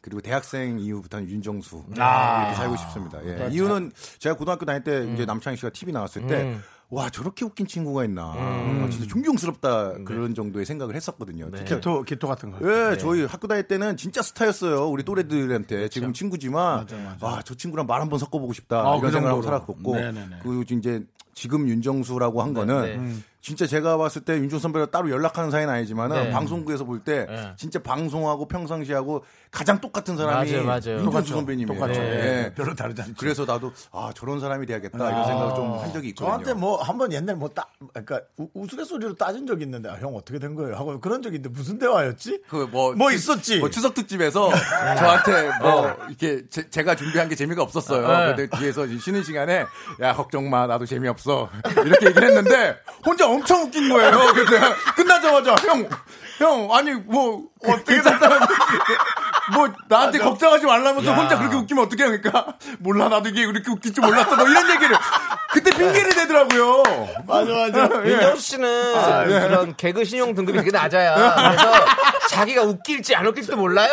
[SPEAKER 10] 그리고 대학생 이후부터는 윤정수 이렇게 살고 싶습니다. 예. 이유는 제가 고등학교 다닐 때
[SPEAKER 2] 음.
[SPEAKER 10] 이제 남창희 씨가 TV 나왔을 때 와, 저렇게 웃긴 친구가 있나.
[SPEAKER 2] 음.
[SPEAKER 10] 아, 진짜 존경스럽다.
[SPEAKER 2] 네.
[SPEAKER 10] 그런 정도의 생각을 했었거든요. 특히
[SPEAKER 1] 기토 기토 같은 거.
[SPEAKER 10] 예, 저희 학교 다닐 때는 진짜 스타였어요. 우리 또래들한테 지금 친구지만
[SPEAKER 1] 맞아, 맞아.
[SPEAKER 10] 아, 저 친구랑 말 한번 섞어 보고 싶다.
[SPEAKER 1] 아,
[SPEAKER 10] 이런
[SPEAKER 1] 그
[SPEAKER 10] 생각을 하고
[SPEAKER 1] 정도로.
[SPEAKER 10] 살았었고.
[SPEAKER 1] 네네네.
[SPEAKER 10] 그리고 이제 지금 윤정수라고 한 거는
[SPEAKER 11] 네. 음.
[SPEAKER 10] 진짜 제가 봤을 때 윤정수 선배가 따로 연락하는 사이는 아니지만 은
[SPEAKER 11] 네.
[SPEAKER 10] 방송국에서 볼 때
[SPEAKER 11] 네.
[SPEAKER 10] 진짜 방송하고 평상시하고 가장 똑같은 사람이
[SPEAKER 11] 맞아요, 맞아요.
[SPEAKER 10] 윤정수
[SPEAKER 1] 그렇죠.
[SPEAKER 11] 똑같죠.
[SPEAKER 10] 선배님이에요.
[SPEAKER 11] 똑같죠. 네.
[SPEAKER 10] 별로 다르지 않죠. 그래서 나도 아 저런 사람이 돼야겠다 이런
[SPEAKER 1] 아.
[SPEAKER 10] 생각을 좀 한 적이 있거든요.
[SPEAKER 1] 저한테 뭐 한 번 옛날 뭐 따, 그러니까 우- 우스갯소리로 따진 적이 있는데 아, 형 어떻게 된 거예요? 하고 그런 적이 있는데 무슨 대화였지?
[SPEAKER 11] 그뭐
[SPEAKER 1] 뭐 있었지? 네.
[SPEAKER 11] 뭐 추석 특집에서 저한테 뭐
[SPEAKER 1] 어.
[SPEAKER 11] 이렇게 제, 가 준비한 게 재미가 없었어요.
[SPEAKER 10] 네.
[SPEAKER 11] 근데 뒤에서 이제 쉬는 시간에 야 걱정 마 나도 재미 없어 이렇게 얘기를 했는데 혼자 엄청 웃긴 거예요. 근데 끝나자마자 형 형 아니 뭐 어떻게 뭐
[SPEAKER 1] 아,
[SPEAKER 11] 나한테 걱정하지 말라면서
[SPEAKER 10] 야.
[SPEAKER 11] 혼자 그렇게 웃기면 어떻게 하니까 몰라 나도 이게 이렇게 웃길 줄 몰랐어 뭐 이런 얘기를 그때 핑계를 대더라고요. 예.
[SPEAKER 1] 맞아 예. 맞아.
[SPEAKER 2] 윤정수 씨는
[SPEAKER 11] 아, 예.
[SPEAKER 2] 그런 개그 신용 등급이 되게 낮아야 그래서 자기가 웃길지 안 웃길지도 몰라요.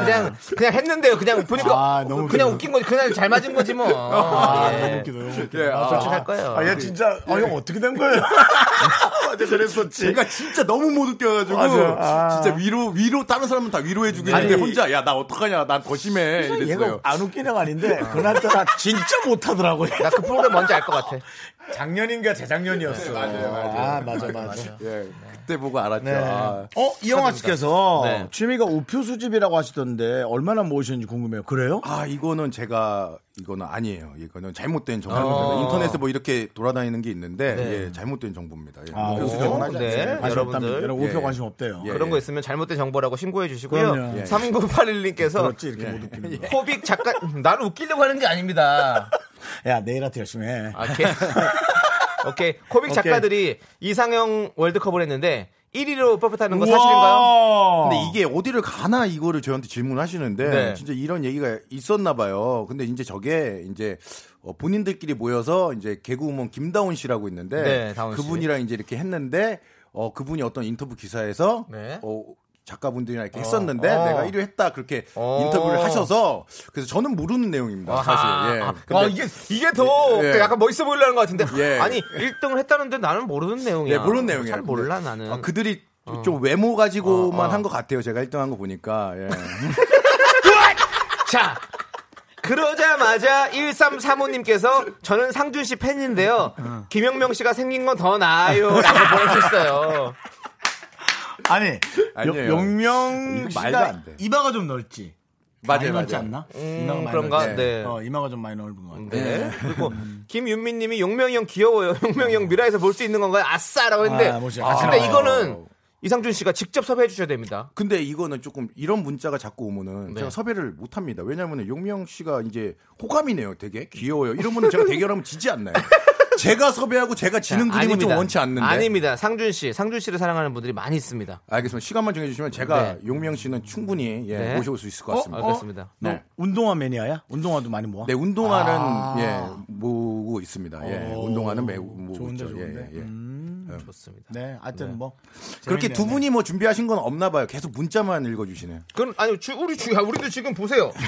[SPEAKER 11] 네.
[SPEAKER 2] 그냥 그냥 했는데요. 그냥 보니까 그냥 웃긴 거지. 그날 잘 맞은 거지 뭐.
[SPEAKER 1] 아,
[SPEAKER 2] 예.
[SPEAKER 1] 너무 웃기다, 너무 웃기다.
[SPEAKER 2] 예,
[SPEAKER 1] 맞아.
[SPEAKER 2] 솔직할 거예요.
[SPEAKER 1] 아, 얘 진짜, 아, 형 어떻게 된 거예요? 맞아, 그랬었지.
[SPEAKER 11] 제가 진짜 너무 못 웃겨가지고
[SPEAKER 1] 맞아요. 아.
[SPEAKER 11] 진짜 위로 위로 다른 사람은 다 위로해주고 있는데
[SPEAKER 1] 아니,
[SPEAKER 11] 혼자 야 나 어떡하냐 난 더 심해
[SPEAKER 1] 그래서 얘가
[SPEAKER 11] 이랬어요.
[SPEAKER 1] 안 웃긴 애가 아닌데 그날따라 진짜 못하더라고요.
[SPEAKER 2] 나 그 프로그램 뭔지 알 것 같아.
[SPEAKER 1] 작년인가 재작년이었어.
[SPEAKER 11] 네, 맞아요, 맞아요.
[SPEAKER 1] 아, 맞아, 맞아.
[SPEAKER 11] 예 그때 보고 알았죠.
[SPEAKER 1] 네.
[SPEAKER 11] 아.
[SPEAKER 1] 어, 이영아 씨께서
[SPEAKER 11] 네.
[SPEAKER 1] 취미가 우표 수집이라고 하시던데 얼마나 모으시는지 궁금해요. 그래요?
[SPEAKER 10] 아 이거는 제가 이거는 아니에요. 이거는 잘못된
[SPEAKER 1] 어.
[SPEAKER 10] 정보입니다. 인터넷에 뭐 이렇게 돌아다니는 게 있는데
[SPEAKER 2] 네.
[SPEAKER 10] 예, 잘못된 정보입니다. 예.
[SPEAKER 11] 뭐
[SPEAKER 1] 아,
[SPEAKER 10] 우표
[SPEAKER 1] 오,
[SPEAKER 10] 수집은 하지
[SPEAKER 2] 네,
[SPEAKER 10] 않습니다.
[SPEAKER 1] 관심
[SPEAKER 2] 여러분들.
[SPEAKER 1] 없답니다. 여러분 우표 관심 없대요.
[SPEAKER 2] 그런 거 있으면 잘못된 정보라고 신고해 주시고요.
[SPEAKER 1] 그럼요. 예.
[SPEAKER 2] 3981님께서
[SPEAKER 1] 그렇지, 이렇게 못 웃기는 거.
[SPEAKER 2] 코빅 작가 나를 웃기려고 하는 게 아닙니다.
[SPEAKER 1] 야, 내일한테 열심히 해.
[SPEAKER 2] 아, 오케이. 오케이. 코빅
[SPEAKER 1] 오케이.
[SPEAKER 2] 작가들이 이상형 월드컵을 했는데 1위로 뽑혔다는 거
[SPEAKER 10] 우와.
[SPEAKER 1] 어.
[SPEAKER 2] 사실인가요?
[SPEAKER 10] 근데 이게 어디를 가나 이거를 저한테 질문하시는데
[SPEAKER 2] 네.
[SPEAKER 10] 진짜 이런 얘기가 있었나 봐요. 근데 이제 저게 이제 어, 본인들끼리 모여서 이제 개그우먼 김다운 씨라고 있는데
[SPEAKER 2] 네, 다운 씨.
[SPEAKER 10] 그분이랑 이제 이렇게 했는데 어 그분이 어떤 인터뷰 기사에서
[SPEAKER 2] 네.
[SPEAKER 10] 어 작가분들이랑 이렇게 했었는데
[SPEAKER 2] 어.
[SPEAKER 10] 내가 1위 했다 그렇게
[SPEAKER 2] 어.
[SPEAKER 10] 인터뷰를 하셔서 그래서 저는 모르는 내용입니다 사실. 예.
[SPEAKER 2] 아,
[SPEAKER 10] 근데
[SPEAKER 2] 아, 이게 이게 더
[SPEAKER 10] 예.
[SPEAKER 2] 약간 멋있어 보이려는 것 같은데
[SPEAKER 10] 예.
[SPEAKER 2] 아니 1등을 했다는데 나는 모르는 내용이야.
[SPEAKER 10] 네, 모르는 내용이에요.
[SPEAKER 2] 잘 몰라 나는.
[SPEAKER 10] 아, 그들이 좀 외모 가지고만
[SPEAKER 2] 어, 어.
[SPEAKER 10] 한 것 같아요. 제가 1등 한 거 보니까. 예.
[SPEAKER 2] 자. 그러자마자 1335님께서 저는 상준 씨 팬인데요.
[SPEAKER 10] 어.
[SPEAKER 2] 김영명 씨가 생긴 건 더 나아요. 라고 보내주셨어요.
[SPEAKER 1] 아니,
[SPEAKER 10] 아니에요.
[SPEAKER 1] 용- 용명
[SPEAKER 10] 이거 말도
[SPEAKER 1] 씨가
[SPEAKER 10] 안 돼.
[SPEAKER 1] 이마가 좀 넓지. 많이
[SPEAKER 10] 맞아요,
[SPEAKER 1] 넓지
[SPEAKER 10] 맞아요.
[SPEAKER 1] 않나?
[SPEAKER 2] 음,
[SPEAKER 1] 이마가 많이
[SPEAKER 2] 그런가?
[SPEAKER 1] 넓지.
[SPEAKER 2] 네.
[SPEAKER 1] 어, 이마가 좀 많이 넓은 것
[SPEAKER 10] 음,
[SPEAKER 1] 같아.
[SPEAKER 2] 네. 그리고 김윤민 님이 용명이 형 귀여워요. 용명이 형 미라에서 볼 수 있는 건가요? 아싸! 라고 했는데.
[SPEAKER 1] 아, 뭐지?
[SPEAKER 2] 아,
[SPEAKER 1] 아싸.
[SPEAKER 2] 근데 이거는 이상준 씨가 직접 섭외해 주셔야 됩니다.
[SPEAKER 10] 근데 이거는 조금 이런 문자가 자꾸 오면은
[SPEAKER 2] 네.
[SPEAKER 10] 제가 섭외를 못 합니다. 왜냐면은 용명 씨가 이제 호감이네요. 되게 귀여워요. 이러면은 제가 대결하면 지지 않나요? 제가 섭외하고 제가 지는
[SPEAKER 2] 자, 네,
[SPEAKER 10] 그림은
[SPEAKER 2] 아닙니다.
[SPEAKER 10] 좀 원치 않는데.
[SPEAKER 2] 아닙니다. 상준 씨, 상준 씨를 사랑하는 분들이 많이 있습니다.
[SPEAKER 10] 알겠습니다. 시간만 정해주시면 제가 용명 씨는 충분히 예,
[SPEAKER 2] 네.
[SPEAKER 10] 모셔올 수 있을 것 같습니다.
[SPEAKER 2] 어? 알겠습니다.
[SPEAKER 1] 너
[SPEAKER 10] 네.
[SPEAKER 1] 운동화 매니아야? 운동화도 많이 모아?
[SPEAKER 10] 네, 운동화는
[SPEAKER 1] 아.
[SPEAKER 10] 예, 모으고 있습니다. 예,
[SPEAKER 2] 어.
[SPEAKER 1] 오.
[SPEAKER 10] 운동화는 매우 모으고
[SPEAKER 1] 어. 좋은데,
[SPEAKER 10] 있죠. 예,
[SPEAKER 1] 좋은데.
[SPEAKER 10] 예, 예.
[SPEAKER 2] 음. 좋습니다.
[SPEAKER 1] 네, 하여튼 뭐.
[SPEAKER 10] 그렇게
[SPEAKER 2] 네.
[SPEAKER 10] 두 분이 뭐 준비하신 건 없나 봐요. 계속 문자만 읽어주시네요.
[SPEAKER 2] 그럼 아니 주, 우리 주, 야, 우리도 지금 보세요.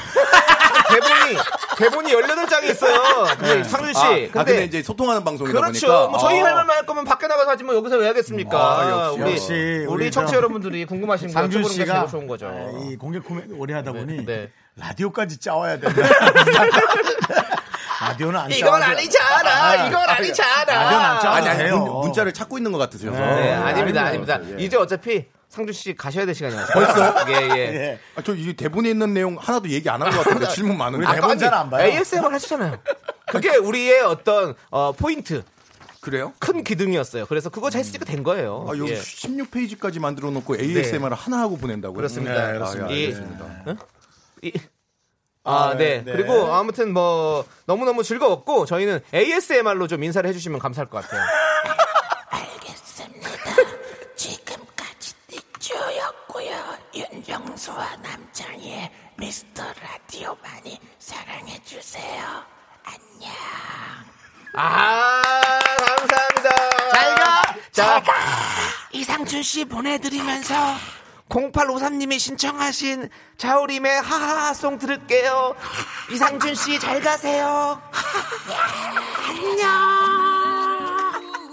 [SPEAKER 2] 대본이 대본이 18장이 있어요. 근데 상준 씨.
[SPEAKER 10] 아,
[SPEAKER 2] 근데,
[SPEAKER 10] 아, 근데 이제 소통하는 방송이다
[SPEAKER 2] 그렇죠.
[SPEAKER 10] 보니까
[SPEAKER 2] 뭐 저희
[SPEAKER 10] 아.
[SPEAKER 2] 할 말만 할 거면 밖에 나가서 하지 뭐 여기서 왜 하겠습니까?
[SPEAKER 10] 아, 역시,
[SPEAKER 2] 우리
[SPEAKER 10] 역시.
[SPEAKER 2] 우리,
[SPEAKER 1] 우리
[SPEAKER 2] 청취 자
[SPEAKER 1] 저-
[SPEAKER 2] 여러분들이 궁금하신 거
[SPEAKER 1] 상준
[SPEAKER 2] 여쭤보는 게
[SPEAKER 1] 네. 씨가
[SPEAKER 2] 제일 좋은 거죠.
[SPEAKER 1] 아, 이 공개 코미디 오래 하다 보니
[SPEAKER 2] 네.
[SPEAKER 1] 라디오까지 짜와야 돼. 라디오는 안
[SPEAKER 2] 이건
[SPEAKER 1] 짜와도-
[SPEAKER 2] 아니잖아.
[SPEAKER 1] 아,
[SPEAKER 2] 이건 아니잖아.
[SPEAKER 1] 라디오는 안 짜와도
[SPEAKER 10] 아니, 아니
[SPEAKER 1] 돼요.
[SPEAKER 10] 문, 문자를 찾고 있는 것 같으셔서.
[SPEAKER 2] 네, 아닙니다,
[SPEAKER 10] 아니에요.
[SPEAKER 2] 아닙니다.
[SPEAKER 10] 예.
[SPEAKER 2] 이제 어차피 상준 씨 가셔야 될 시간이 왔어요.
[SPEAKER 10] 벌써요?
[SPEAKER 2] 예, 예.
[SPEAKER 10] 아, 저 이게 대본에 있는 내용 하나도 얘기 안 한 것 같은데 질문 많은데.
[SPEAKER 1] 우리 대본 잘 안 봐요.
[SPEAKER 2] ASMR 하시잖아요. 그게 우리의 어떤 어, 포인트,
[SPEAKER 10] 그래요?
[SPEAKER 2] 큰 기둥이었어요. 그래서 그거 잘 쓰니까 된 거예요.
[SPEAKER 10] 아, 여기
[SPEAKER 2] 예. 네.
[SPEAKER 10] 16페이지까지 만들어 놓고 ASMR을 하나 하고 보낸다고요?
[SPEAKER 2] 그렇습니다.
[SPEAKER 10] 네, 그렇습니다.
[SPEAKER 2] 아,
[SPEAKER 10] 예.
[SPEAKER 2] 예.
[SPEAKER 10] 알겠습니다.
[SPEAKER 2] 응? 이- 아,
[SPEAKER 1] 아,
[SPEAKER 2] 네.
[SPEAKER 1] 네.
[SPEAKER 2] 그리고 아무튼 뭐 너무너무 즐거웠고 저희는 ASMR로 좀 인사를 해주시면 감사할 것 같아요.
[SPEAKER 6] 지금까지 띠쭈였고요. 윤정수와 남창희의 미스터 라디오 많이 사랑해주세요. 안녕.
[SPEAKER 2] 아, 감사합니다. 잘가. 자,
[SPEAKER 6] 이상준 씨 보내드리면서
[SPEAKER 2] 0853님이 신청하신 자우림의 하하하송 들을게요. 이상준 씨 잘 가세요.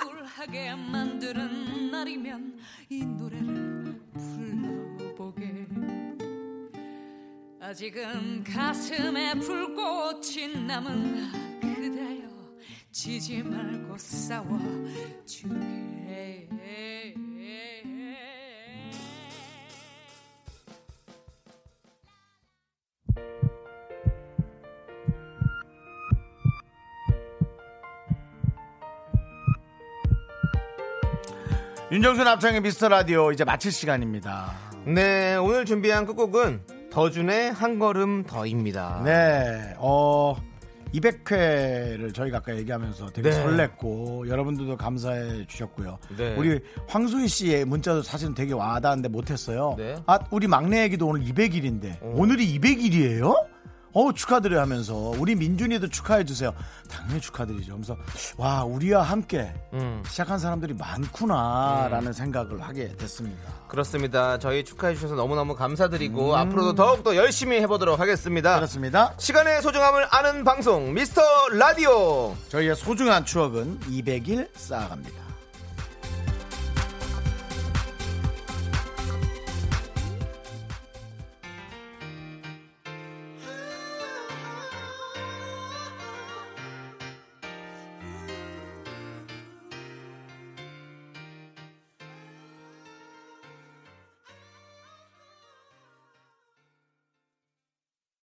[SPEAKER 12] 우울하게 만드는 날이면 이 노래를 불러보게 아직은 가슴에 불꽃이 남은 그대여 지지 말고 싸워 주게
[SPEAKER 1] 윤정수 남창의 미스터 라디오 이제 마칠 시간입니다.
[SPEAKER 2] 네, 오늘 준비한 끝곡은 더준의 한 걸음 더입니다.
[SPEAKER 1] 네, 어 200회를 저희가 아까 얘기하면서 되게
[SPEAKER 2] 네.
[SPEAKER 1] 설렜고 여러분들도 감사해 주셨고요.
[SPEAKER 2] 네.
[SPEAKER 1] 우리 황수희 씨의 문자도 사실은 되게 와닿는데 못했어요.
[SPEAKER 2] 네. 어.
[SPEAKER 1] 아, 우리 막내 얘기도 오늘 200일인데 오늘이 200일이에요? 어 축하드려 하면서 우리 민준이도 축하해 주세요. 당연히 축하드리죠. 하면서 와 우리와 함께
[SPEAKER 2] 음.
[SPEAKER 1] 시작한 사람들이 많구나라는 생각을 하게 됐습니다.
[SPEAKER 2] 그렇습니다. 저희 축하해 주셔서 너무너무 감사드리고 앞으로도 더욱더 열심히 해보도록 하겠습니다.
[SPEAKER 1] 그렇습니다.
[SPEAKER 2] 시간의 소중함을 아는 방송 미스터 라디오.
[SPEAKER 1] 저희의 소중한 추억은 200일 쌓아갑니다.